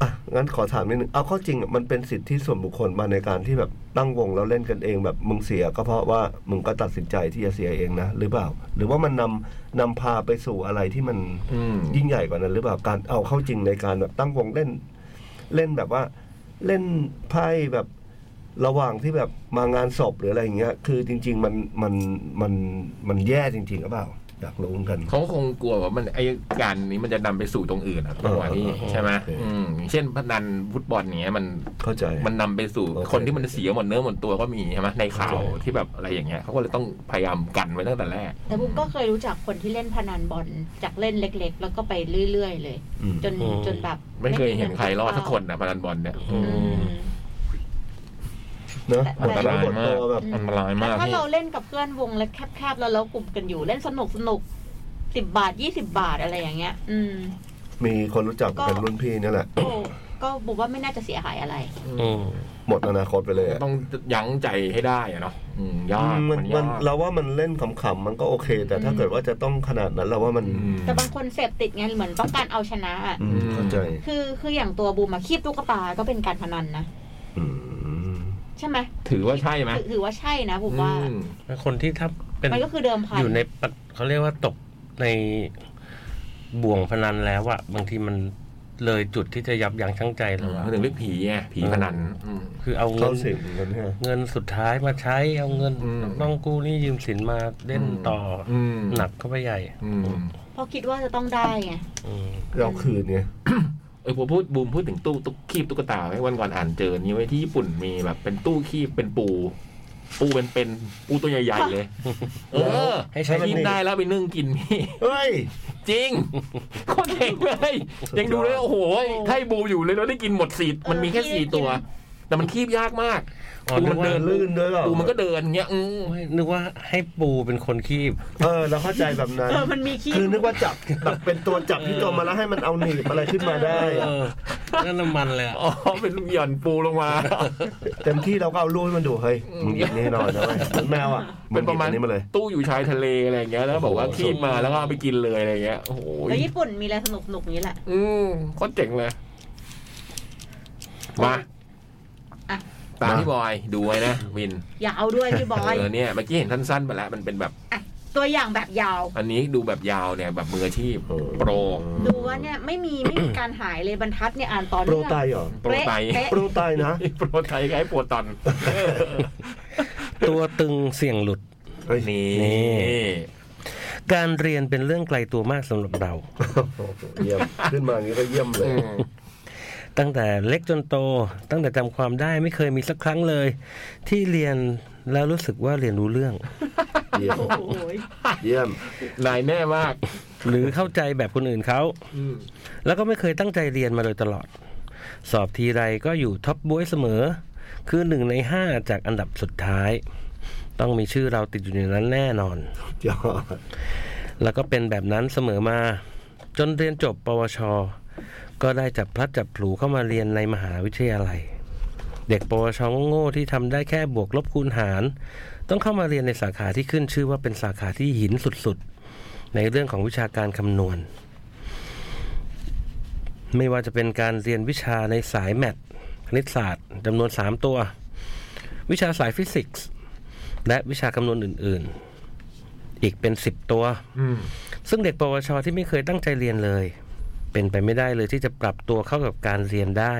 อ่ะงั้นขอถามนิดนึงเอาเข้าจริงอะมันเป็นสิทธิส่วนบุคคลมาในการที่แบบตั้งวงแล้วเล่นกันเองแบบมึงเสียก็เพราะว่ามึงก็ตัดสินใจที่จะเสียเองนะหรือเปล่า หรือว่ามันนำนำพาไปสู่อะไรที่มัน อืม ยิ่งใหญ่กว่านั้น หรือเปล่าการเอาเข้าจริงในการแบบตั้งวงเล่น เล่นแบบว่า เล่นไพ่แบบระหว่างที่แบบมางานศพหรืออะไรอย่างเงี้ย คือจริง ๆ มันมันมันมันแย่จริงๆหรือเปล่าอยากรู้เหมือนกัน เขาคงกลัวว่ามันไอ้การนี้มันจะนำไปสู่ตรงอื่นอะจังหวะนี้ เออเออ ใช่ไหม โอเค อืมอย่างเช่นพนันฟุตบอลเนี้ยมัน เข้าใจ มันนำไปสู่ โอเค คนที่มันเสียหมดเนื้อหมดตัวก็มีใช่ไหมในข่าวที่แบบอะไรอย่างเงี้ยเขาก็เลยต้องพยายามกันไว้ตั้งแต่แรก แต่บุมก็เคยรู้จักคนที่เล่นพนันบอลจากเล่นเล็ก ๆ แล้วก็ไปเรื่อยๆเลย อืม จน อืม จนแบบ ไม่เคยเห็นใครรอดสักคน ไ นะพนันบอลเนี่ย ม่มีเงินกินข้าวอืม เนอะ แต่ บทบาท แต่ ตัวแบบ อันตรายมาก ถ้า พี่ เราเล่นกับเพื่อนวงและแคบๆแล้วเรากลุ่มกันอยู่เล่นสนุกสนุกสิบบาทยี่สิบบาทอะไรอย่างเงี้ย อืม มีคนรู้จักเป็นรุ่นพี่นี่แหละ ก็ก็บุมว่าไม่น่าจะเสียหายอะไร อืม หมดอนาคตไปเลยอะ ต้องยั้งใจให้ได้อะเนาะอืมยา อื ก มมัน ย มัน ก เราว่ามันเล่นขำๆมันก็โอเค แต่ถ้า อืม เกิดว่าจะต้องขนาดนั้นเราว่ามัน แต่บางคนเสพติดไงเหมือนต้องการเอาชนะอะ อืม อืม เข้าใจ คือคืออย่างตัวบูมอะคีบตุ๊กตาก็เป็นการพนันนะ อืม ใช่ไหม ถือว่าใช่ไหม ถือถือว่าใช่นะบูมว่า อืม คนที่ถ้าเป็น มันก็คือเดิมพัน อยู่ในปะเขาเรียกว่าตกในบ่วงพนันแล้วอะบางทีมันเลยจุดที่จะยับยั้งชั่งใจแล้วอะ เขาถึงเรียกผีไงผีพนันอืม คือเอาเงิ เข้าน สิงกันเนี่ย เงินสุดท้ายมาใช้เอาเงิน อืม ต้องกู้หนี่ยืมสินมาเล่นต่ออ อืม หนักเข้าไปใหญ่ อืม เพราะคิดว่าจะต้องได้ไง อืม เราคืนไง เออผมพูดบูมพูดถึงตู้ตุ๊กคีบตุ๊กตาไว้วันก่อนอ่านเจอนี่ไว้ยที่ญี่ปุ่นมีแบบเป็นตู้คีบเป็นปู ปูเป็นเป็นปูตัวใหญ่ๆเลย เออ ให้ใช้ คีบได้แล้วไปนึ่งกินพี่ เฮ้ย จริงโคนเจ๋งเลย สุดยอด ยังดูเลยโอ้โหไทยบูอยู่เลยเราได้กินหมดสี่มันมีแค่สี่ตัว แต่มันคีบยากมาก อ๋อนึปูมั ก น ว่า เดิน ลื่นด้วยเหรอ ปูมันก็เดินเงี้ยอืม ไม่นึกว่าให้ปูเป็นคนคีบ เออ เราเข้าใจแบบนั้น เออ มันมีขี้ คือนึกว่าจับแบบเป็นตัวจับที่ตัวมาแล้วให้มันเอาหนีบอะไรขึ้นมาได้ เอ อะ อนั่นน้ำมันเลยอะ อ๋อเป็นลูกหย่อนปูลงมา เต็มที่เราก็เอาลูกให้มันดูเฮ้ยมึงหยิบนี่หน่อยนะเว้ยเหมือนแมวอ่ะ เป็นประมาณ งหยิบอันี้มาเลย ตู้อยู่ชายทะเลอะไรอย่างเงี้ยแล้วบอกว่าคีบมาแล้วก็เอาไปกินเลยอะไรอย่างเงี้ยโอ้โห แล้วญี่ปุ่นมีอะไรสนุกๆอย่างนี้แหละ อืมโคตรเจ๋งเลยมา อ่ะ ตามพี่บอยดูไว้นะวิน ยาวด้วยพี่บอย เออเนี่ยเมื่อกี้เห็นสั้นๆไปแล้วมันเป็นแบบ ตัวอย่างแบบยาว อันนี้ดูแบบยาวเนี่ยแบบมืออาชีพโปร ดูว่าเนี่ยไม่มีไม่มีการหายเลยบรรทัดเนี่ยอ่านตอน โปรไตเหรอ โปรไต เป๊ะ โปรไตนะ (laughs) โปรไตไกด์โปรตอน (laughs) ตัวตึงเสี่ยงหลุด เฮ้ย นี่ นี่ การเรียนเป็นเรื่องไกลตัวมากสำหรับเรา โอ้โหเยี่ยมขึ้นมาอย่างนี้ก็เยี่ยมเลย ตั้งแต่เล็กจนโต ตั้งแต่จำความได้ไม่เคยมีสักครั้งเลย ที่เรียนแล้วรู้สึกว่าเรียนรู้เรื่อง เยี่ยม โอ้โหย เยี่ยม นายแน่มาก หรือเข้าใจแบบคนอื่นเขา แล้วก็ไม่เคยตั้งใจเรียนมาโดยตลอด สอบทีไรก็อยู่ท็อปบวยเสมอ คือหนึ่งในห้าจากอันดับสุดท้าย ต้องมีชื่อเราติดอยู่ในนั้นแน่นอน ยอด แล้วก็เป็นแบบนั้นเสมอมา จนเรียนจบปวช ก็ได้จับพลัดจับผลูเข้ามาเรียนในมหาวิทยาลัย เด็กปวชโง่ๆที่ทำได้แค่บวกลบคูณหาร ต้องเข้ามาเรียนในสาขาที่ขึ้นชื่อว่าเป็นสาขาที่หินสุดๆ ในเรื่องของวิชาการคำนวณ ไม่ว่าจะเป็นการเรียนวิชาในสายแมทคณิตศาสตร์จำนวน 3 ตัว วิชาสายฟิสิกส์ และวิชาคำนวณอื่นๆ อีกเป็น 10 ตัว อืม ซึ่งเด็กปวชที่ไม่เคยตั้งใจเรียนเลย เป็นไปไม่ได้เลยที่จะปรับตัวเข้ากับการเรียนได้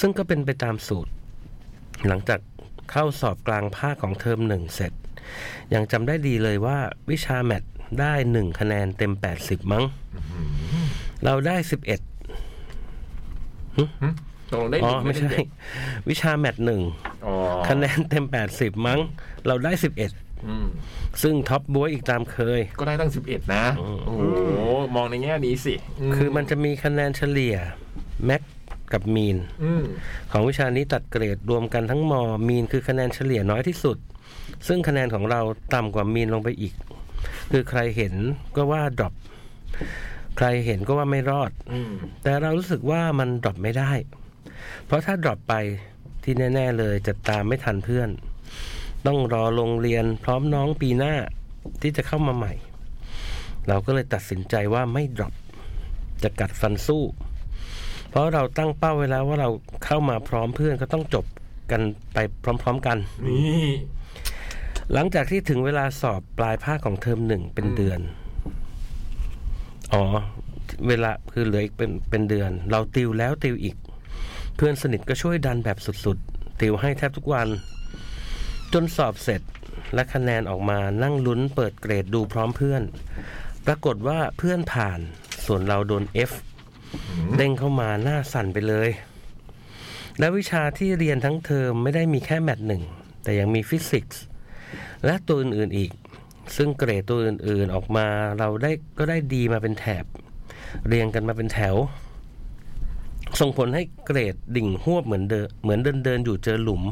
ซึ่งก็เป็นไปตามสูตร หลังจากเข้าสอบกลางภาคของเทอมหนึ่งเสร็จ ยังจำได้ดีเลยว่าวิชาแมทได้หนึ่งคะแนนเต็ม 80 มั้ง เราได้ 11 ตกลงได้ อ๋ เด็ อก ไม่ ด้ ใช่ เด็ก วิชาแมทหนึ่ง อ๋อ คะแนนเต็ม 80 มั้ง เราได้ อืม 11 ซึ่งท็อปบวยอีกตามเคย ก็ได้ตั้งสิบเอ็ดนะ โอ้โหมองในแง่นี้สิ คือมันจะมีคะแนนเฉลี่ย แม็กกับมีน อืม ของวิชานี้ตัดเกรดรวมกันทั้งมอ มีนคือคะแนนเฉลี่ยน้อยที่สุด ซึ่งคะแนนของเราต่ำกว่ามีนลงไปอีก คือใครเห็นก็ว่าดรอป ใครเห็นก็ว่าไม่รอด อืม แต่เรารู้สึกว่ามันดรอปไม่ได้ เพราะถ้าดรอปไปที่แน่ ๆ เลยจะตามไม่ทันเพื่อน ต้องรอโรงเรียนพร้อมน้องปีหน้าที่จะเข้ามาใหม่ เราก็เลยตัดสินใจว่าไม่ดรอป จะกัดฟันสู้ เพราะเราตั้งเป้าไว้แล้วว่าเราเข้ามาพร้อมเพื่อนก็ต้องจบกันไปพร้อม ๆกัน นี่ หลังจากที่ถึงเวลาสอบปลายภาคของเทอมหนึ่งเป็นเดือน อ๋อ เวลาคือเหลืออีกเป็นเป็นเดือน เราติวแล้วติวอีก เพื่อนสนิทก็ช่วยดันแบบสุดๆ ติวให้แทบทุกวัน จนสอบเสร็จและคะแนนออกมานั่งลุ้นเปิดเกรดดูพร้อมเพื่อน ปรากฏว่าเพื่อนผ่าน ส่วนเราโดน F เด้งเข้ามาหน้าสั่นไปเลย และวิชาที่เรียนทั้งเทอมไม่ได้มีแค่แมทหนึ่ง แต่ยังมีฟิสิกส์ และตัวอื่นๆอีก ซึ่งเกรดตัวอื่นๆออกมาเราได้ก็ได้ดีมาเป็นแถบ เรียงกันมาเป็นแถว ส่งผลให้เกรดดิ่งหวบเหมือนเดินเหมือนเดินเดินๆอยู่เจอหลุม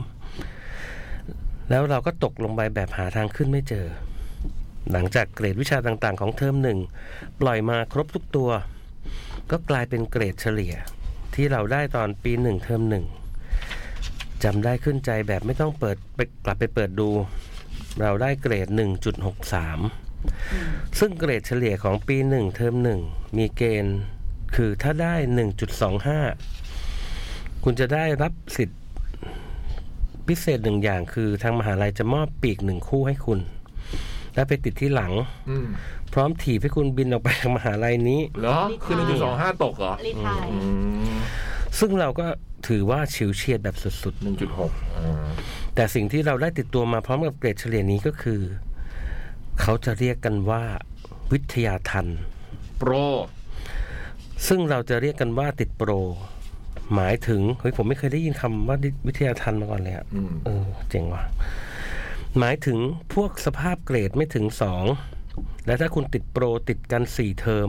แล้วเราก็ตกลงไปแบบหาทางขึ้นไม่เจอ หลังจากเกรดวิชาต่างๆ ของเทอมหนึ่ง ปล่อยมาครบทุกตัว ก็กลายเป็นเกรดเฉลี่ย ที่เราได้ตอนปีหนึ่งเทอมหนึ่งจำได้ขึ้นใจแบบไม่ต้องเปิดไปกลับไปเปิดดู เราได้เกรด 1.63 ซึ่งเกรดเฉลี่ยของปี 1 เทอม 1 มีเกณฑ์ คือถ้าได้ 1.25 คุณจะได้รับสิทธิ์พิเศษหนึ่งอย่างคือทางมหาลัยจะมอบปีกหนึ่งคู่ให้คุณ และไปติดที่หลัง อืม พร้อมถีบให้คุณบินออกไปทางมหาลัยนี้ เหรอคือหนึ่งจุดสองห้าตกเหรอ รีไทาย อืม ซึ่งเราก็ถือว่าฉิวเฉียดแบบสุด หนึ่งจุดหกอ่า ๆ แต่สิ่งที่เราได้ติดตัวมาพร้อมกับเกรดเฉลี่ยนี้ก็คือ เขาจะเรียกกันว่า วิทยาทัน โปร ซึ่งเราจะเรียกกันว่าติดโปร หมายถึงเฮ้ยผมไม่เคยได้ยินคำว่าวิทยาทันมาก่อนเลยอะ อืม เออเจ๋งว่ะหมายถึงพวกสภาพเกรดไม่ถึงสองและถ้าคุณติดโปรติดกันสี่เทอม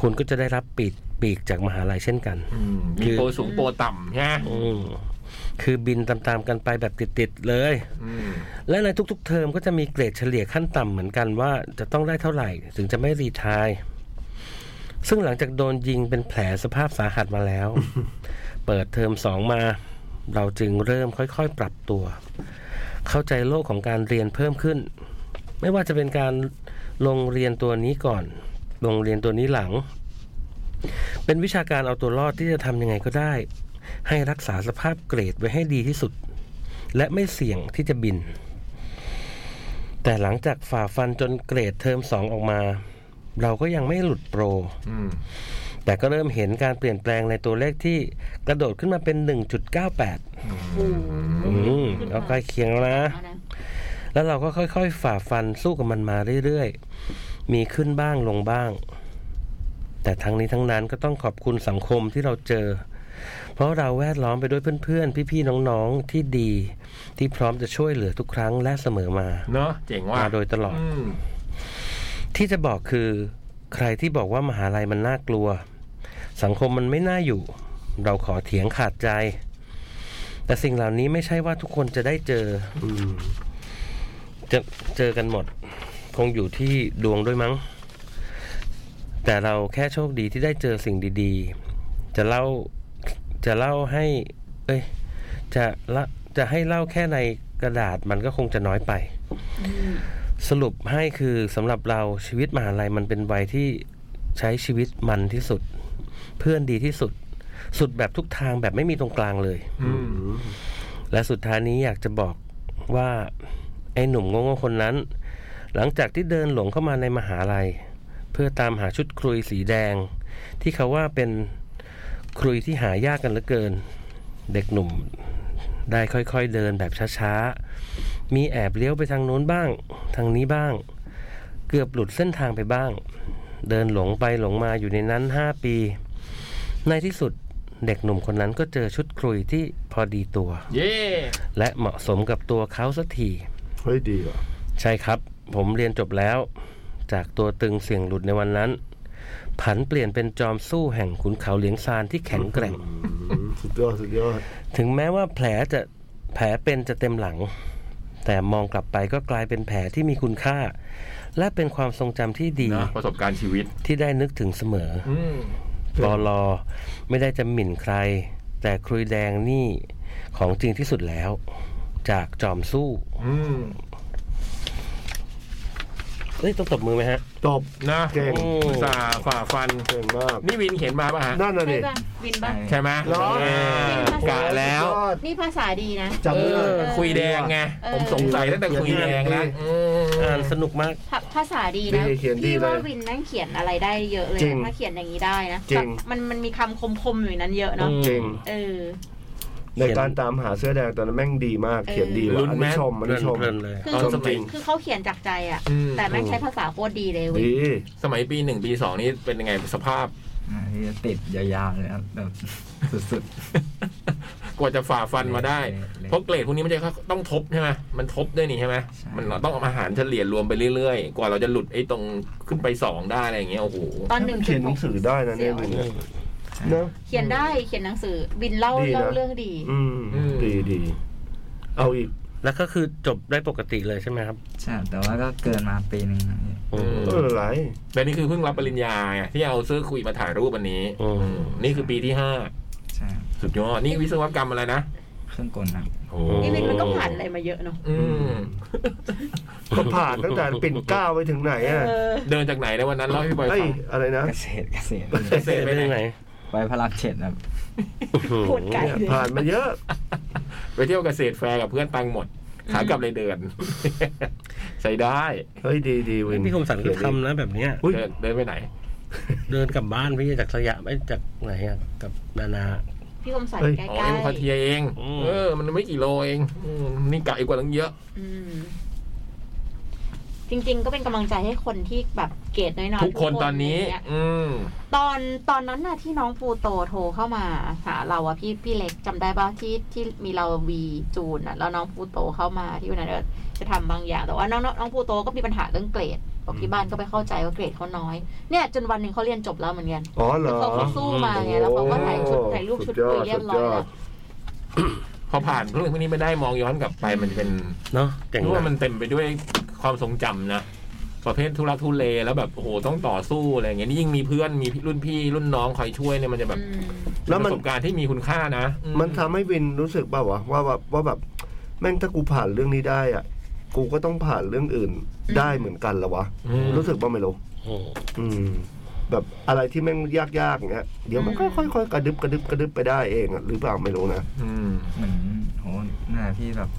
คุณก็จะได้รับปีกปีกจากมหาลัยเช่นกัน อืมมีโปรสูงโปรต่ำใช่ไหม อืมคือบินตามๆกันไปแบบติดๆเลย อืม และในทุกๆ เทอมก็จะมีเกรดเฉลี่ยขั้นต่ำเหมือนกันว่าจะต้องได้เท่าไหร่ถึงจะไม่รีไทาย ซึ่งหลังจากโดนยิงเป็นแผลสภาพสาหัสมาแล้ว เปิดเทอมสองมา เราจึงเริ่มค่อยๆ ปรับตัว เข้าใจโลกของการเรียนเพิ่มขึ้น ไม่ว่าจะเป็นการลงเรียนตัวนี้ก่อน ลงเรียนตัวนี้หลัง เป็นวิชาการเอาตัวรอดที่จะทำยังไงก็ได้ ให้รักษาสภาพเกรดไว้ให้ดีที่สุด และไม่เสี่ยงที่จะบิน แต่หลังจากฝ่าฟันจนเกรดเทอมสองออกมา เราก็ยังไม่หลุดโปร อืม แต่ก็เริ่มเห็นการเปลี่ยนแปลงในตัวเลขที่กระโดดขึ้นมาเป็น 1.98 อืมก็ใกล้เคียงแล้วนะ เอานะ แล้วเราก็ค่อยๆ ฝ่าฟันสู้กับมันมาเรื่อยๆ มีขึ้นบ้างลงบ้าง แต่ทั้งนี้ทั้งนั้นก็ต้องขอบคุณสังคมที่เราเจอ เพราะเราแวดล้อมไปด้วยเพื่อนๆ พี่ๆ น้องๆ ที่ดี ที่พร้อมจะช่วยเหลือทุกครั้งและเสมอมา เนาะเจ๋งว่า มาโดยตลอด ม ที่จะบอกคือ ใครที่บอกว่ามหาลัยมันน่ากลัว สังคมมันไม่น่าอยู่ เราขอเถียงขาดใจ แต่สิ่งเหล่านี้ไม่ใช่ว่าทุกคนจะได้เจออจะเจอกันหมด คงอยู่ที่ดวงด้วยมั้ง แต่เราแค่โชคดีที่ได้เจอสิ่งดีๆ จะเล่าจะเล่าให้ เอ้ย จะละจะให้เล่าแค่ในกระดาษมันก็คงจะน้อยไป สรุปให้คือสำหรับเราชีวิตมหาลัยมันเป็นวัยที่ใช้ชีวิตมันที่สุด เพื่อนดีที่สุด สุดแบบทุกทางแบบไม่มีตรงกลางเลย อืม และสุดท้ายนี้อยากจะบอกว่า ไอ้หนุ่มโง่ๆคนนั้น หลังจากที่เดินหลงเข้ามาในมหาลัย เพื่อตามหาชุดคลุยสีแดง ที่เขาว่าเป็นคลุยที่หายากกันเหลือเกิน เด็กหนุ่มได้ค่อยๆเดินแบบช้าๆ มีแอบเลี้ยวไปทางโน้นบ้าง ทางนี้บ้าง เกือบหลุดเส้นทางไปบ้าง เดินหลงไปหลงมาอยู่ในนั้น 5 ปี ในที่สุดเด็กหนุ่มคนนั้นก็เจอชุดคลุยที่พอดีตัว เย่ และเหมาะสมกับตัวเขาสักที เฮ้ยดีว่ะ ใช่ครับ ผมเรียนจบแล้ว จากตัวตึงเสียงหลุดในวันนั้น ผันเปลี่ยนเป็นจอมสู้แห่งขุนเขาเหลียงซานที่แข็งแกร่ง สุดยอดสุดยอด ถึงแม้ว่าแผลจะแผลเป็นจะเต็มหลัง แต่มองกลับไปก็กลายเป็นแผลที่มีคุณค่า และเป็นความทรงจำที่ดี นะประสบการณ์ชีวิต ที่ได้นึกถึงเสมออ อืม ปอลอไม่ได้จะหมิ่นใคร แต่ครุยแดงนี่ของจริงที่สุดแล้ว จากจอมสู้ อืม เอ้ยต้องตบมือไหมฮะ จบ นะ เก่ง โอ้ อุตสาห์ฝ่าฟัน เก่งมาก นี่วินเขียนมาป่ะฮะ นั่นน่ะดิ ใช่ป่ะวินป่ะ ใช่ไหม เหรอ เออกะแล้ว นี่ภาษาดีนะ จำไม่ได้ เออ คุยแดงไง ผมสงสัยตั้งแต่คุยแดงแล้วอืม อ่านสนุกมาก ภาภาษาดีนะ ดีเขียนดี พี่ว่า เลย วินนั่งเขียนอะไรได้เยอะเลย จริง ถ้าเขียนอย่างนี้ได้นะ จริง มันมันมีคำคมๆอยู่ในนั้นเยอะเนาะ จริง เออ ในการตามหาเสื้อแดงตอนนั้นแม่งดีมาก เออ เขียนดี ลุ้ ว่ะ น อัน ไหม นี้ชมอันนี้ชม เพลินๆเลย คือ เอาสมัย คือเขาเขียนจากใจอ่ะ อืม แต่แม่งใช้ภาษาโคตรดีเลยเว้ย ดี สมัยปีหนึ่งปีสองนี่เป็นยังไงสภาพ อ่าที่จะติดยาวๆเลยครับแบบสุด (laughs) กว่าจะฝ่าฟันมาได้ เละเละ เพราะเกรดพวกนี้มันจะต้องทบใช่ไหมมันทบด้วยนี่ใช่ไหม ใช่ มันต้องเอาอาหารเฉลี่ยรวมไปเรื่อยๆ กว่าเราจะหลุดไอ้ตรงขึ้นไปสองได้อะไรอย่างเงี้ยโอ้โห ตอนหนึ่ง เขียนหนังสือได้นะเนี่ย เสียว วินเนี่ยเนอะ เขียนได้เขียนหนังสือวินเล่า ดีนะ เล่าเรื่องดี อืม อืม ดีดีเอาอีก แล้วก็คือจบได้ปกติเลยใช่ไหมครับ ๆใช่แต่ว่าก็เกินมาปีหนึ่งนะพี่ อืม เอออะไร แต่นี่คือเพิ่งรับปริญญาไงที่เอาเสื้อคุยมาถ่ายรูปอันนี้ อืม อืมนี่คือปีที่ห้า ใช่ สุดยอดนี่วิศวกรรมอะไรนะ เครื่องกลนะ โอ้ นี่วินมันก็ผ่านอะไรมาเยอะเนาะ อืม ก็ผ่านตั้งแต่ปิ่นเกล้าไปถึงไหนอ่ะ เออ เดินจากไหนในะวันนั้นเล่าให้พี่บอย เอ้ย ฟัง อะไรนะ เกษตรเกษตร เกษตร เป็นยังไง ไปพระรามเจ็ดครับ พูดไกล เนี่ย เลย ผ่านมาเยอะ ไปเที่ยวเกษตรแฟร์กับเพื่อนตังค์หมดขากลับเลยเดิน (laughs) ใช้ได้ เฮ้ยดีดีวิน พี่คมสันก็ทำนะแบบเนี้ย อุ๊ย เดินเดินไปไหน เดินกลับบ้านพี่จากสยามไอ้จากไหนอะกับนานา พี่คมสันใกล้ อ๋อเอ็มใกล้คาเทียเอง อืม เออ มันไม่กี่โลเองอืมนี่ไกลกว่าตั้งเยอะ จริง ๆ ก็เป็นกำลังใจให้คนที่แบบเกรดน้อยๆ ทุกคนตอนนี้ ะไรเงี้ย อืม ตอนตอนนั้นน่ะที่น้องปูโตโทรเข้ามาหาเราอะพี่พี่เล็กจำได้ป่ะที่ที่มีเราวีจูนอะแล้วน้องปูโตเข้ามาที่วันนั้นก็จะทำบางอย่างแต่ว่าน้องน้องน้องปูโตก็มีปัญหาเรื่องเกรดบอกที่บ้านก็ไปเข้าใจว่าเกรดเขาน้อยเนี่ยจนวันหนึ่งเขาเรียนจบแล้วเหมือนกัน อ๋อเหร คือ อ เขาเขาสู้มาไงแล้วเขาก็ถ่ายชุดถ่ายรูปชุด โอ้ คุ สุดยอยด เรียบร้อย สุดยอ แล้ ด ว พอผ่านเรื่องพวกนี้ไม่ได้มองย้อนกลับไปมันจะเป็น เนาะเก่ง รู้ว่ามั นะ นเต็มไปด้วยความทรงจำนะ ประเภททุรักทุเลแล้วแบบโอ้โหต้องต่อสู้อะไรอย่างเงี้ยนี่ยิ่งมีเพื่อนมีรุ่นพี่รุ่นน้องคอยช่วยเนี่ยมันจะแบบ อืม เป็น แล้ว ป มัน ระสบการณ์ที่มีคุณค่านะอื มันทำให้วินรู้สึกเปล่าวะว่าแบบว่าแบบแม่งถ้ากูผ่านเรื่องนี้ได้อ่ะ กูก็ต้องผ่านเรื่องอื่นได้เหมือนกันละวะ อืม รู้สึกบ้างไหมลูก โอ้ อืม แบบอะไรที่แม่งยากๆอย่างเงี้ยเดี๋ยวมันก็ค่อยๆกระดึบกระดึบกระดึบไปได้เองอะหรือเปล่าไม่รู้นะ อืม เหมือนโหน่าพี่แบบ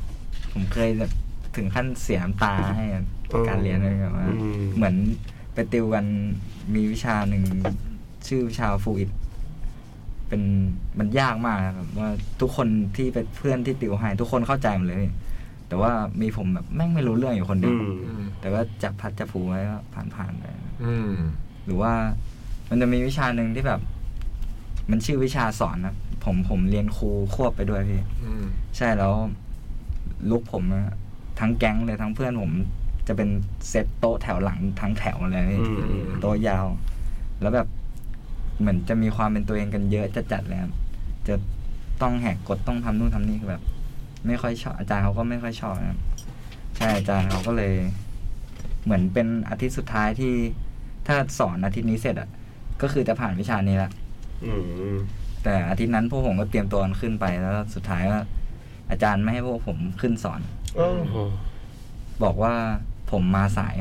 ผมเคยแบบถึงขั้นเสียน้ำตาให้อะ เออ การเรียนเลยแบบว่า อืม เหมือนไปติวกันมีวิชาหนึ่งชื่อวิชาฟูอิดเป็นมันยากมากนะครับว่าทุกคนที่เป็นเพื่อนที่ติวให้ทุกคนเข้าใจหมดเลย แต่ว่ามีผมแบบแม่งไม่รู้เรื่องอยู่คนเดีย อื ว ม อืม แต่ว่าจับพัดจับผูไว้ก็ผ่านๆไป อืม หรือว่ามันจะมีวิชาหนึ่งที่แบบ มันชื่อวิชาสอนนะผมผมเรียนครูควบไปด้วยพี่ อืม ใช่แล้วลุกผมอะทั้งแก๊งเลยทั้งเพื่อนผม จะเป็นเซตโต๊ะแถวหลังทั้งแถวเลยพี่ อืมอืม โต๊ะยาว แล้วแบบเหมือนจะมีความเป็นตัวเองกันเยอะจัดๆแล้วจะ ต้องแหกกฎต้องทำนู่นทำนี่คือแบบ ไม่ค่อยชอบอาจารย์เขาก็ไม่ค่อยชอบนะครับใช่อาจารย์เขาก็เลย เหมือนเป็นอาทิตย์สุดท้ายที่ ถ้าสอนอาทิตย์นี้เสร็จอ่ะ ก็คือจะผ่านวิชานี้ละ อืม แต่อาทิตย์นั้นพวกผมก็เตรียมตัวกันขึ้นไปแล้วสุดท้ายก็อาจารย์ไม่ให้พวกผมขึ้นสอน เออ บอกว่าผมมาสาย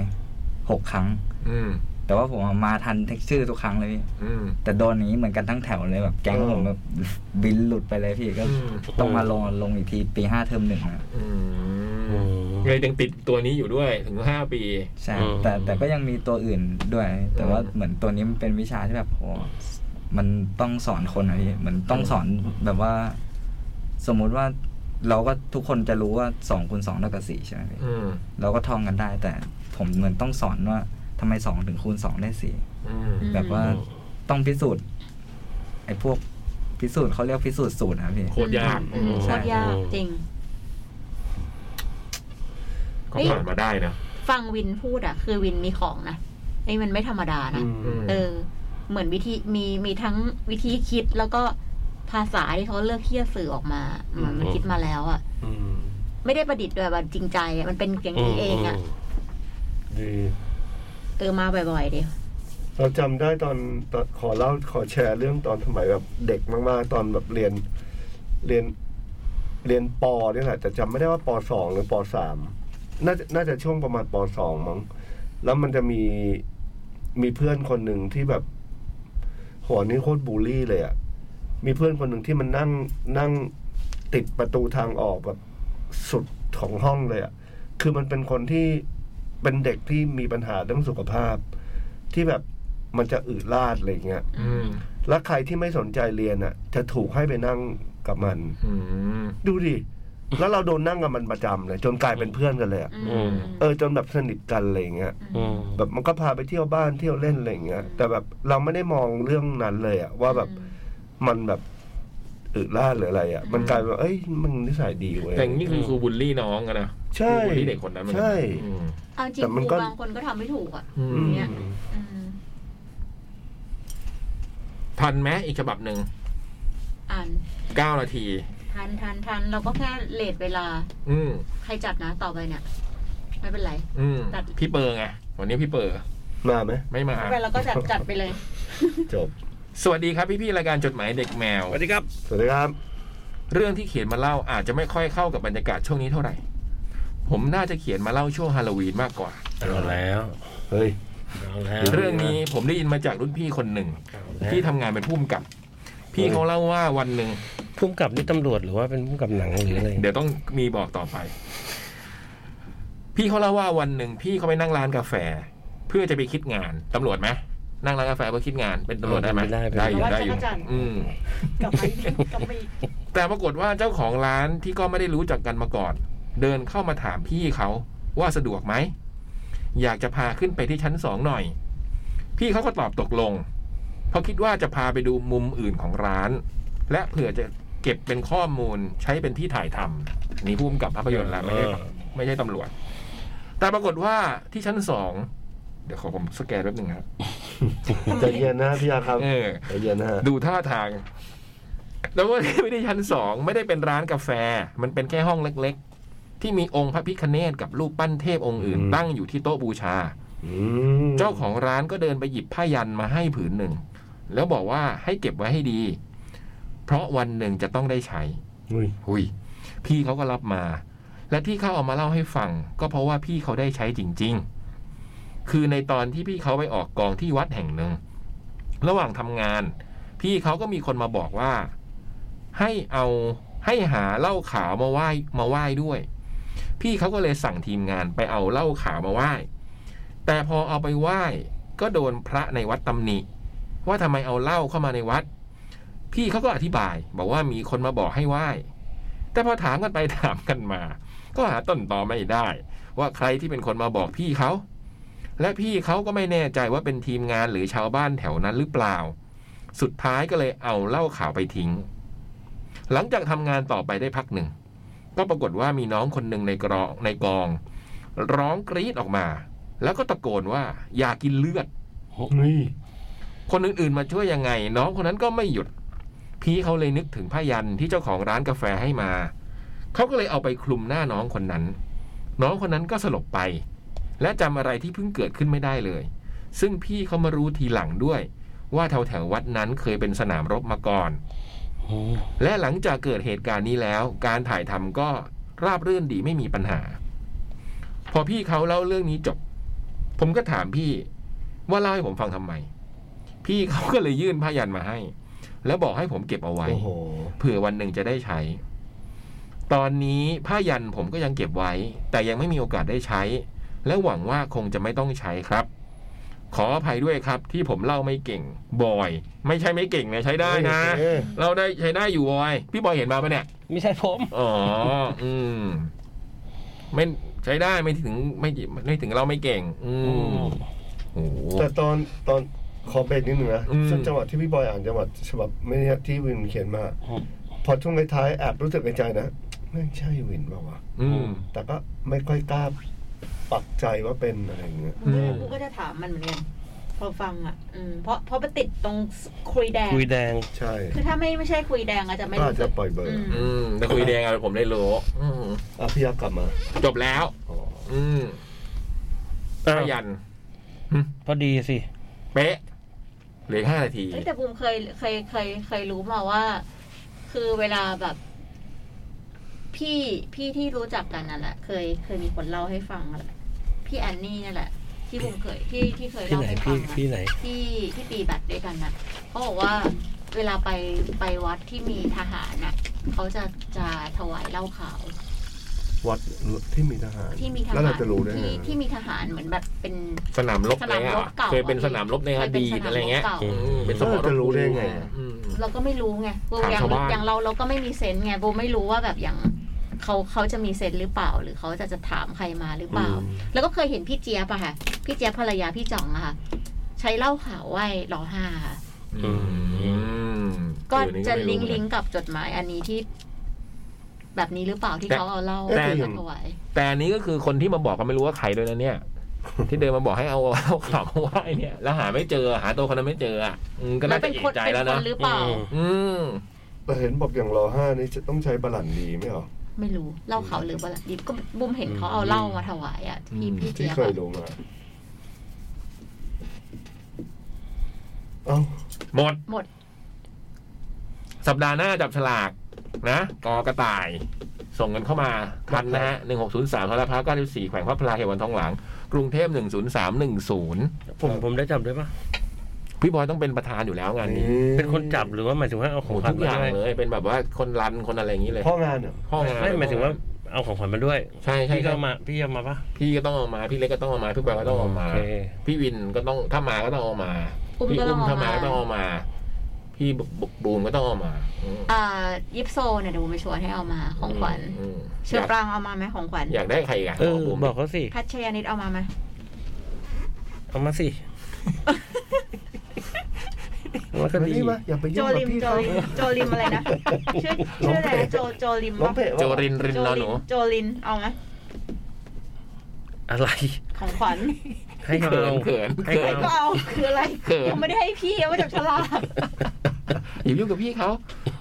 หกครั้ง อืม แต่ว่าผมอะมาทันเท็กชื่อทุกครั้งเลยพี่ อืม แต่โดนอย่างนี้เหมือนกันทั้งแถวเลยแบบแก๊งผมแบบ บินหลุดไปเลยพี่ก็ อืม ต้องมาลงลงอีกทีปีห้าเทอมหนึ่งนะ อืมเลยยังติดตัวนี้อยู่ด้วยถึงห้าปี ใช่แต่แต่ก็ยังมีตัวอื่นด้วย แต่ว่าเหมือนตัวนี้มันเป็นวิชาที่แบบโหมันต้องสอนคนอะพี่เหมือนต้องสอนแบบว่า สมมุติว่าเราก็ทุกคนจะรู้ว่าสองคูณสองเท่ากับสี่ใช่ไหมพี่ อืม เราก็ท่องกันได้ แต่ผมเหมือนต้องสอนว่าทำไมสองถึงคูณสองได้สี่ อืม แบบว่าต้องพิสูจน์ ไอ้พวกพิสูจน์เขาเรียกพิสูจน์สูตรนะครับพี่ โคตรยาก อืมโค ใช่ ตรยากจริง ก็ผ่านมาได้นะ ฟังวินพูดอะคือวินมีของนะไอ้มันไม่ธรรมดานะ เออ เหมือนวิธีมีมีทั้งวิธีคิดแล้วก็ภาษาที่เขาเลือกที่จะสื่อออกมาเหมือนมันคิดมาแล้วอะไม่ได้ประดิษฐ์ด้วยแบบจริงใจอะมันเป็นอย่างนี้เองอะ ดี เออมาบ่อยๆเดียว เราจำได้ตอนตอนขอเล่าขอแชร์เรื่องตอนสมัยแบบเด็กมากๆ ตอนแบบเรียนเรียนเรียนปอเนี่ยแหละแต่จำไม่ได้ว่าปสองหรือปสามน่าจะน่าจะช่วงประมาณปสองมั้งแล้วมันจะมีมีเพื่อนคนหนึ่งที่แบบโหัวนี้โคตรบูลลี่เลยอะ่ะมีเพื่อนคนหนึ่งที่มันนั่งนั่งติดประตูทางออกแบบสุดของห้องเลยอะ่ะคือมันเป็นคนที่เป็นเด็กที่มีปัญหาเรื่องสุขภาพ ที่แบบมันจะอืดลาดอะไรอย่างเงี้ย อืม แล้วใครที่ไม่สนใจเรียนอ่ะ จะถูกให้ไปนั่งกับมัน อืม ดูดิ แล้วเราโดนนั่งกับมันประจำเลย จนกลายเป็นเพื่อนกันเลยอะ อืม เออจนแบบสนิทกันอะไรอย่างเงี้ย อืม แบบมันก็พาไปเที่ยวบ้านเที่ยวเล่นอะไรอย่างเงี้ย แต่แบบเราไม่ได้มองเรื่องนั้นเลยอะว่าแบบมันแบบอืดลาดหรืออะไรอะมันกลายเป็นว่าเอ้ยมันนิสัยดีเว้ย แต่นี่คือครูบูลลี่น้องอะนะ ใช่ ครูบูลลี่เด็กคนนั้นมัน ใช่ อืม เอาจริง แต่ ค มันก็ รูบางคนก็ทำไม่ถูกอะ อืม อย่างเงี้ยอืม ทันไหมอีกฉบับหนึ่ง อ่าน เก้านาที ทันทันทันเราก็แค่เลทเวลา อืม ใครจัดนะต่อไปเนี่ยไม่เป็นไร อืม จัด พี่เปอร์ไง วันนี้พี่เปอร์ มาไหม ไม่มา ไม่เป็นไรเราก็จัด (laughs) จัดไปเลย จบ สวัสดีครับพี่ๆรายการจดหมายเด็กแมว สวัสดีครับ สวัสดีครับ เรื่องที่เขียนมาเล่าอาจจะไม่ค่อยเข้ากับบรรยากาศช่วงนี้เท่าไหร่ ผมน่าจะเขียนมาเล่าช่วงฮาโลวีนมากกว่า เอาแล้ว เฮ้ย เอาแล้ว เรื่องนี้ผมได้ยินมาจากรุ่นพี่คนหนึ่ง ที่ทำงานเป็นผู้กำกับ พี่เขาเล่าว่าวันหนึ่ง พุ่มกับนี่ตำรวจหรือว่าเป็นพุ่มกับหนังหรืออะไร เดี๋ยวต้องมีบอกต่อไป พี่เขาเล่าว่าวันหนึ่งพี่เขาไปนั่งร้านกาแฟ เพื่อจะไปคิดงานตำรวจไหมนั่งร้านกาแฟเพื่อคิดงานเป็นตำรวจได้ไหม ได้ ได้อยู่ เพราะว่า ได้อยู่ จักรจันทร์ อืม กลับมาอีกกลับมาอีก แต่ปรากฏว่าเจ้าของร้านที่ก็ไม่ได้รู้จักกันมาก่อน เดินเข้ามาถามพี่เขาว่าสะดวกไหม อยากจะพาขึ้นไปที่ชั้นสองหน่อย พี่เขาก็ตอบตกลง เพราะคิดว่าจะพาไปดูมุมอื่นของร้าน และเผื่อจะเก็บเป็นข้อมูลใช้เป็นที่ถ่ายทำนี่พุ่มกับภาพยนตร์แล้วไม่ใช่ไม่ใช่ตำรวจ แต่ปรากฏว่าที่ชั้นสองเดี๋ยวขอผมสแกนแป๊บหนึ่งครับ ใจเย็นนะพี่ยาครับ เออ ใจเย็นนะฮะ ดูท่าทาง แล้วก็ไม่ได้ชั้นสองไม่ได้เป็นร้านกาแฟ มันเป็นแค่ห้องเล็กๆ ที่มีองค์พระพิคเนตกับรูปปั้นเทพองค์อื่น ตั้งอยู่ที่โต๊ะบูชา อืม เจ้าของร้านก็เดินไปหยิบผ้ายันมาให้ผืนหนึ่ง แล้วบอกว่าให้เก็บไว้ให้ดี เพราะวันหนึ่งจะต้องได้ใช้ อุ้ย หุยพี่เขาก็รับมา และที่เขาเอามาเล่าให้ฟัง ก็เพราะว่าพี่เขาได้ใช้จริง ๆ คือในตอนที่พี่เขาไปออกกองที่วัดแห่งหนึ่ง ระหว่างทำงาน พี่เขาก็มีคนมาบอกว่า ให้เอาให้หาเหล้าขาวมาไหว้มาไหว้ด้วย พี่เขาก็เลยสั่งทีมงานไปเอาเหล้าขาวมาไหว้ แต่พอเอาไปไหว้ ก็โดนพระในวัดตำหนิ ว่าทำไมเอาเหล้าเข้ามาในวัด พี่เขาก็อธิบาย บอกว่ามีคนมาบอกให้ไหว้ แต่พอถามกันไปถามกันมา ก็หาต้นตอไม่ได้ ว่าใครที่เป็นคนมาบอกพี่เขา และพี่เขาก็ไม่แน่ใจว่าเป็นทีมงานหรือชาวบ้านแถวนั้นหรือเปล่า สุดท้ายก็เลยเอาเหล้าขาวไปทิ้ง หลังจากทำงานต่อไปได้พักหนึ่ง ก็ปรากฏว่ามีน้องคนหนึ่งในกรองในกอง ร้องกรีดออกมา แล้วก็ตะโกนว่า อยากกินเลือด นี่ คนอื่นๆมาช่วยยังไง น้องคนนั้นก็ไม่หยุด พี่เขาเลยนึกถึงผ้ายันที่เจ้าของร้านกาแฟให้มา เขาก็เลยเอาไปคลุมหน้าน้องคนนั้น น้องคนนั้นก็สลบไป และจำอะไรที่เพิ่งเกิดขึ้นไม่ได้เลย ซึ่งพี่เขามารู้ทีหลังด้วย ว่าแถวแถวๆวัดนั้นเคยเป็นสนามรบมาก่อน และหลังจากเกิดเหตุการณ์นี้แล้ว การถ่ายทำก็ราบรื่นดีไม่มีปัญหา พอพี่เขาเล่าเรื่องนี้จบ ผมก็ถามพี่ว่าเล่าให้ผมฟังทำไม พี่เขาก็เลยยื่นผ้ายันมาให้ แล้วบอกให้ผมเก็บเอาไว้ โอ้โห เผื่อวันหนึ่งจะได้ใช้ ตอนนี้ผ้ายันผมก็ยังเก็บไว้ แต่ยังไม่มีโอกาสได้ใช้ และหวังว่าคงจะไม่ต้องใช้ครับ ขออภัยด้วยครับ ที่ผมเล่าไม่เก่งบอย ไม่ใช่ไม่เก่งนะใช้ได้นะ เออ เราได้ใช้ได้อยู่บอย พี่บอยเห็นมาปะเนี่ย ไม่ใช่ผม อ๋อ อืม ไม่ใช้ได้ไม่ถึงไม่ไม่ถึงเราไม่เก่ง อืมโอ้โห แต่ตอนตอนขอเบรกนิดหนึ่งนะ อืม ซึ่งจังหวัดที่พี่บอยอ่านจังหวัดฉบับไม่เนี่ยที่วินเขียนมา พอช่วงท้ายๆแอบรู้สึกในใจนะไม่ใช่วินเปล่าวะ อืม แต่ก็ไม่ค่อยกล้าปักใจว่าเป็นอะไรอย่างเงี้ย อืม กูก็จะถามมันเหมือนกันพอฟังอ่ะอืมเพราะเพราะไปติดตรงคุยแดง คุยแดง ใช่ คือถ้าไม่ไม่ใช่คุยแดงอาจจะไม่ ก็อา รู้ จ สึ จะ ก ปล่อยเบอร์ อืม อืมแต่คุยแดงอะผมได้รู้อืม อ่ะพี่ยักษ์กลับมา จบแล้ว อ๋อ อืม อ้าว ขยัน พอดีสิ เป๊ะเหลือห้านาที เอ้ยแต่บูมเคยเคยเคยเคยรู้มาว่า คือเวลาแบบ พี่พี่ที่รู้จักกันนั่นแหละเคยเคยมีคนเล่าให้ฟังนั่นแหละพี่แอนนี่นั่นแหละ ที่บูมเคยที่ที่เคย ที่ เล่า ไหน ให้ฟั พี่ งอะ พี่ไหน ที่ที่ตีแบตด้วยกันนะเขาบอกว่าเวลาไปไปวัดที่มีทหารน่ะเขาจะจะถวายเหล้าขาว วัดที่มีทหาร ที่มีท แล้ว หา เรา ร จะรู้ได้ไง ที่ที่มีทหารเหมือนแบบเป็น สนามรบอะไร สนามรเงี้บย เก่า เคยเป็นสนามรบในอดีต เคยเป็นสนามรบ อะไรเงี้ย เก่า อืมเป็นส แล้ว ม เรา ร จะ ภู รู้ มิ ได้ไงอะ อืม เราก็ไม่รู้ไงบู ถาม อย่าง ชาวบ้าน อย่างเราเราก็ไม่มีเซนส์ไงบูไม่รู้ว่าแบบอย่างเขาเขาจะมีเซนส์หรือเปล่า หรือเขาจะจะถามใครมาหรือเปล่า อืม แล้วก็เคยเห็นพี่เจี๊ยบอะค่ะ พี่เจี๊ยบภรรยาพี่จ่องอะค่ะ ใช้เหล้าขาวไหว้รอห้าค่ะ อืม ก็ เดี๋ยวนี้ จะ ไม่ ลิ รู้ งก์ นะ ลิงก์กับจดหมายอันนี้ที่ แบบนี้หรือเปล่าที่ แต่ เขาเอาเหล้า แต่ มาถวาย แต่อันนี้ก็คือคนที่มาบอกก็ไม่รู้ว่าใครด้วยนะเนี่ย (laughs) ที่เดินมาบอกให้เอา (laughs) เอาข่าวมาไหว้เนี่ย แล้วหาไม่เจอหาตัวคนนั้นไม่เจออ่ะอืมก็ มั น่านจะ เป็น เอก คน ใจ เป็น แล้ว ค นะ นหรือเปล่า อืม อืม แต่เห็นบอกอย่างรอห้านี่จะต้องใช้บาลันดีไหมเหรอ ไม่รู้เหล้าขาวหรือเปล่าดิบก็บุมเห็นเขาเอาเหล้ามาถวายอะพี่พี่ ที่ เจี๊ยบ เคย อะ รู้มาเอ้า หมด หมด สัปดาห์หน้าจับฉลากนะกอกระต่าย ส่งกันเข้ามาทันนะฮะหนึ่งหกศูนย์สามพระพร้าวเก้าสิบสี่แขวงพระพลาเขตวันทองหลัง กรุงเทพหนึ่งศูนย์สามหนึ่งศูนย์ ผมผมได้จับด้วยปะ พี่บอยต้องเป็นประธานอยู่แล้วงานนี้ เป็นคนจับหรือว่าหมายถึงว่าเอาข โอ้ อง โห ขวั ทุ ญ กอ มา ย่าง ด้วย เลย เป็นแบบว่าคนรันคนอะไรอย่างนี้เลย พ่องานเหรอ ห้องงาน ไม่หมายถึงว่าเอาของขวัญมาด้วย ใช่ใช่ พี่ก็ ใช่ เอามาพี่เอามาปะ พี่ก็ต้องเอามา พี่เล็กก็ต้องเอามาพี่บอยก็ต้องเอามา โเค พี่วินก็ต้องถ้ามาก็ต้องเอามา อุ้ม พี่ ก็ต้ อุ้ อง ม เอา ถ้ามา มา ก็ต้องเอามา พี่บุกบูมก็ต้องเอามาอืม อ่ายิปโซเนี่ยเดี๋ยวบูมไปชวนให้เอามาของขวัญ อืม เชือปรางเอามาไหมของขวัญ อยากได้ใครอีกัน เออบอกเขาสิ พัชยานิดเอามาไหม เอามา (laughs) สิแล้วก็ มา ดี นี่มาอย่าไป โจ ยุ่งกั ลิ บ ม พี่ โจ เขา ลิมโจลิมอะไรนะชื่อชื่ออะไรนะโจโจลิม น้องเพจ โจ ว่า รินริน โจ นอนหลินู นโจลินเอาไหม อะไร ของขวัญ ให้เขาเอา เขินเขิน ให้เขาไม่ก็ เอา เอาคืออะไร เขิน ยังไม่ได้ให้พี่เอามาจับฉลาก อย่ายุ่งกับพี่เขา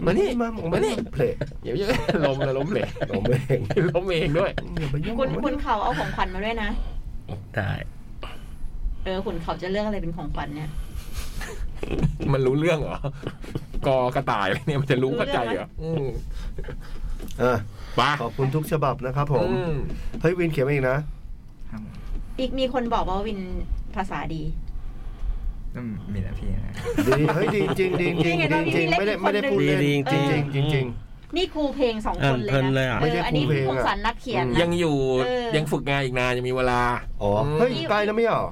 มานี่ มา มานี่ เพล อย่ายุ่งล้มนะล้มเหลย น้องเพจ ล้มเองด้วย อย่าไปยุ่ง คุณ กับมัน คุณเขาเอาของขวัญมาด้วยนะ ได้ เออคุณเขาจะเลือกอะไรเป็นของขวัญเนี่ย มันรู้เรื่องเหรอกอกระต่ายอะไรเนี่ยมันจะรู้เข้าใจเหรออืม อ่ะ ไปะ ขอบคุณทุกฉบับนะครับผมเฮ้ยวินเขียนมาอีกนะ ครับ อีกมีคนบอกว่าวินภาษาดี ก็มีแหละพี่นะ ดีเฮ้ยดีจริงดีจริงดีจริงไม่ได้ไม่ได้พูด ดี เล่น ดีจ จ ริ ริ ง ง ๆ จริงจริง นี่ครูเพลงสองคนเลย อ่านเพลินเลย นะ อะ เอออันนี้ ไม่ใช่ครูเพลงอะ คงสันนักเขียนนะ ยังอยู่ เออ ยังฝึกงานอีกนานยังมีเวลา อ๋อเฮ้ยใกล้แล้วไม่เหรอ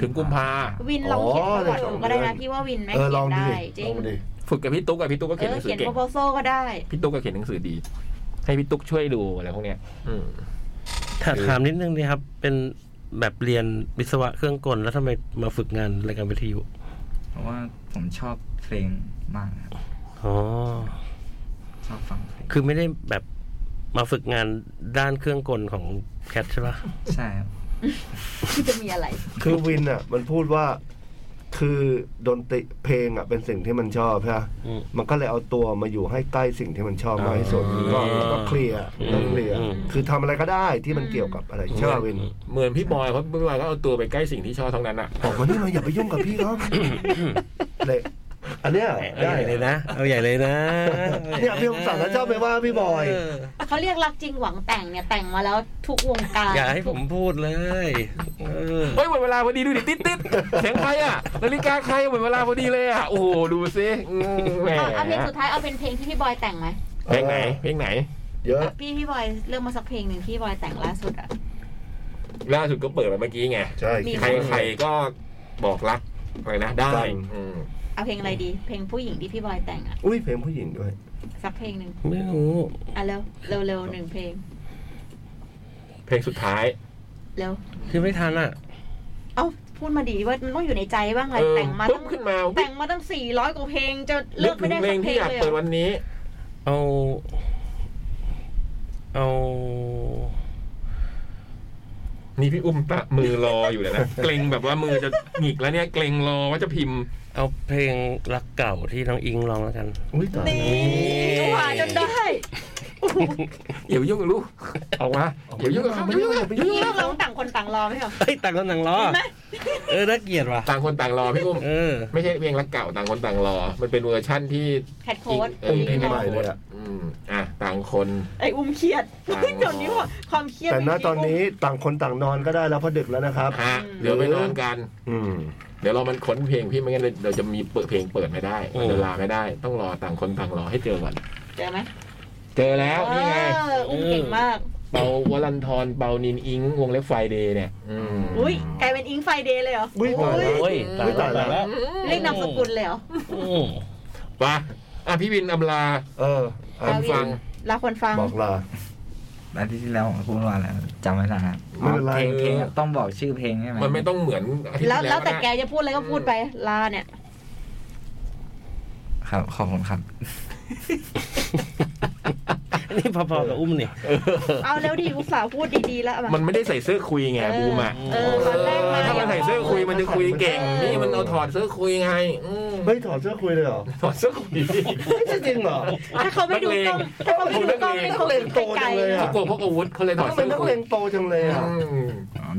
ถึงกุมภา วินลองเขียนประวัติ อ๋อ ผมก็ได้นะพี่ว่าวินแม่ง เออ เขี ล ย อง น ดิ ได้จริ ลอง งดิ ฝึกกับพี่ตุ๊กอะพี่ตุ๊กก็ เอ เขียนห อ นังสื เขี อย น เก่ง โปรโพโซก็ได้ (laughs) พี่ตุ๊กก็เขียนหนังสือดี ให้พี่ตุ๊กช่วยดูอะไรพวกเนี้ย อืม ถามถามนิดนึงดีครับ เป็นแบบเรียนวิศวะเครื่องกล แล้วทำไมมาฝึกงานรายการวิทยุ เพราะว่าผมชอบเพลงมากครับ อ๋อ ชอบฟังเพลง คือไม่ได้แบบมาฝึกงานด้านเครื่องกลของแคทใช่ปะ ใช่ครับ จะมีอะไร คือวินอ่ะ มันพูดว่า คือดนตรีเพลงอ่ะเป็นสิ่งที่มันชอบใช่ไหม อืม มันก็เลยเอาตัวมาอยู่ให้ใกล้สิ่งที่มันชอบมากที่สุด อ่า ก็แล้วก็เคลียร์แล้วเคลียร์คือทำอะไรก็ได้ที่มันเกี่ยวกับอะไรใช่ไหมวิน เหมือนพี่บอยเขาพี่บอยก็เอาตัวไปใกล้สิ่งที่ชอบทั้งนั้นอ่ะ บอกวันนี้เราอย่าไปยุ่งกับพี่ (coughs) เขาเลยอันเนี้ย เอา ได้ ใหญ่เลยนะเอาใหญ่เลยนะ เนี่ยพี่องศาแล้วชอบไปว่าพี่บอย เขาเรียกรักจริงหวังแต่งเนี่ยแต่งมาแล้วทุกวงการ อย่าให้ผมพูดเลยเออ เฮ้ยหมดเวลาพอดีดูดิติดติดเสียงใครอ่ะนาฬิกาใครหมดเวลาพอดีเลยอ่ะโอ้โหดูสิอืมแหม เอาเอาเพลงสุดท้ายเอาเป็นเพลงที่พี่บอยแต่งไหม เพลงไหนเพลงไหน เยอะ อ่ะพี่พี่บอยเลือกมาสักเพลงหนึ่งที่พี่บอยแต่งล่าสุดอ่ะ ล่าสุดก็เปิดไปเมื่อกี้ไง ใช่ มี ใครใครก็บอกรักอะไรนะได้อืม เอาเพลงอะไรดี เพลงผู้หญิงที่พี่บอยแต่งอ่ะ อุ้ยเพลงผู้หญิงด้วย สักเพลงหนึ่ง ไม่รู้ อ่ะเร็วเร็วเร็วหนึ่งเพลง เพลงสุดท้าย เร็ว คือไม่ทันอ่ะ เอ้าพูดมาดีว่ามันต้องอยู่ในใจบ้างอะไร เออ แต่งมา ปุ๊ ตั้ บ ง ขึ้นมา แต่งมาตั้งสี่ร้อยกว่าเพลงจะเลือกไม่ได้ นึ สั ถึ ก งเพลงที่เพลง อยาก เลย เปิด เหรอ วันนี้ เอา เอา นี่พี่อุ้มปะมือรออยู่เลยนะ เกรงแบบว่ามือจะหงิกแล้วเนี่ยเกรงรอว่าจะพิมพ์ เอาเพลงรักเก่าที่น้องอิงร้องแล้วกัน อุ้ยตาย นี่จังหวะจนได้ เดี๋ยวยุ่งกับลูกออกมาเดี๋ยวยุ่งกับเขาไม่ยุ่งกับเขาไม่ยุ่ง นี่ กับ เรา เขา ต่างคนต่างรอไหมเหรอ เฮ้ยต่างคนต่างล้อเออน่าเกลียดว่ะ ต่างคนต่างรอพี่อุ้ม เออ ไม่ใช่เพลงรักเก่าต่างคนต่างรอ มันเป็นเวอร์ชั่นที่ แคทโค้ด เออ เพลงใหม่เลยอะ อืมอ่ะต่างคน ไออุ้มเครียด ต่างรอ เดี๋ยวนี้ว่าความเครียด แต่ณ มัมี ตอนนี้ต่างคนต่างนอนก็ได้แล้วเพราะดึกแล้วนะครับ ฮะเดี๋ยวไปนอนกัน อืม เดี๋ยวเรามันค้นเพลงพี่ไม่งั้นเราจะมีเปิดเพลงเปิดไม่ได้ โอ้ เวลาไม่ได้ ต้องรอต่างคนต่างรอให้เจอก่อน เจอไหม เจอแล้วนี่ไง เอออุ้มเก่งมาก เปาวลันทรเปานินอิงวงเล็บไฟเดย์เนี่ย อืม อุ้ยกลายเป็นอิงไฟเดย์เลยเหรอ อุ๊ย โอ้ย โอ้ยตายแล้วตายแล้ว เรียกนามสกุลเลยเหรอ อืม ไปอ่ะพี่วินอำลา เอออ่ะ คนฟัง ลาคนฟัง บอกลา อาทิตย์ที่แล้วผมพูดว่าอะไรจำไม่ได้ครับ ไม่เป็นไร เพลงเพลงต้องบอกชื่อเพลงใช่ไหม มันไม่ต้องเหมือนอาทิตย์ แล้ว ที่ แล้ แล้ว ว แต่ นะ แกจะพูดอะไรก็พูดไป ลาเนี่ย ครับขอบคุณครับ นี่พอๆกับอุ้มนี่ เอาแล้วดีอุตส่าห์พูดดีๆแล้วอะ มันไม่ได้ใส่เสื้อคุยไง เออ บูมอ่ะ เออตอนแรกมา ถ้ามันใส่เสื้อคุยมันจะคุยเก่ง นี่มันเอาถอดเสื้อคุยไงอืม ไม่ถอดเสื้อคุยเลยเหรอ ถอดเสื้อคุย ไม่จ (laughs) ริงเหรอ ถ้าเขาไม่ดูกล้องถ้าเขาไม่ดูกล้องนี่เขา นักเลงโตจังเลย เขา อะ กลัวพวกอาวุธเขาเลยถอด ทำไม เสื้อ นัก คุ เลย งโตจังเลยอ่ะ อืม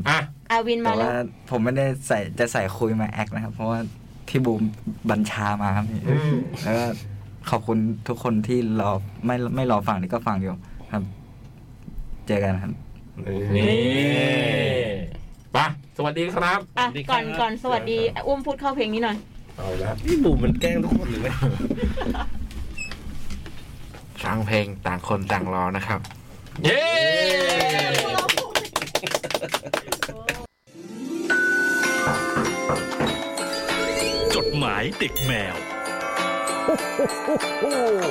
อ่ะ อาวิน แต่ มาแล้ว ว่าผมไม่ได้ใส่จะใส่คุยมาแอคนะครับ เพราะว่าพี่บูมบัญชามาครับพี่ อืม แล้วก็ขอบคุณทุกคนที่รอไม่ไม่รอฟังนี่ก็ฟังอยู่ครับ เจอกันครับ哎 นี่ไปะสวัสดีครับ อ่ะก่อนก่อนสวัสดีอุ้มพูดเข้าเพลงนี้หน่อย เอาละ พี่บูมมันแกล้งทุกคนหรือไม่ ฟังเพลงต่างคนต่างรอนะครับ เย้ จดหมายเด็กแมว โอ้โห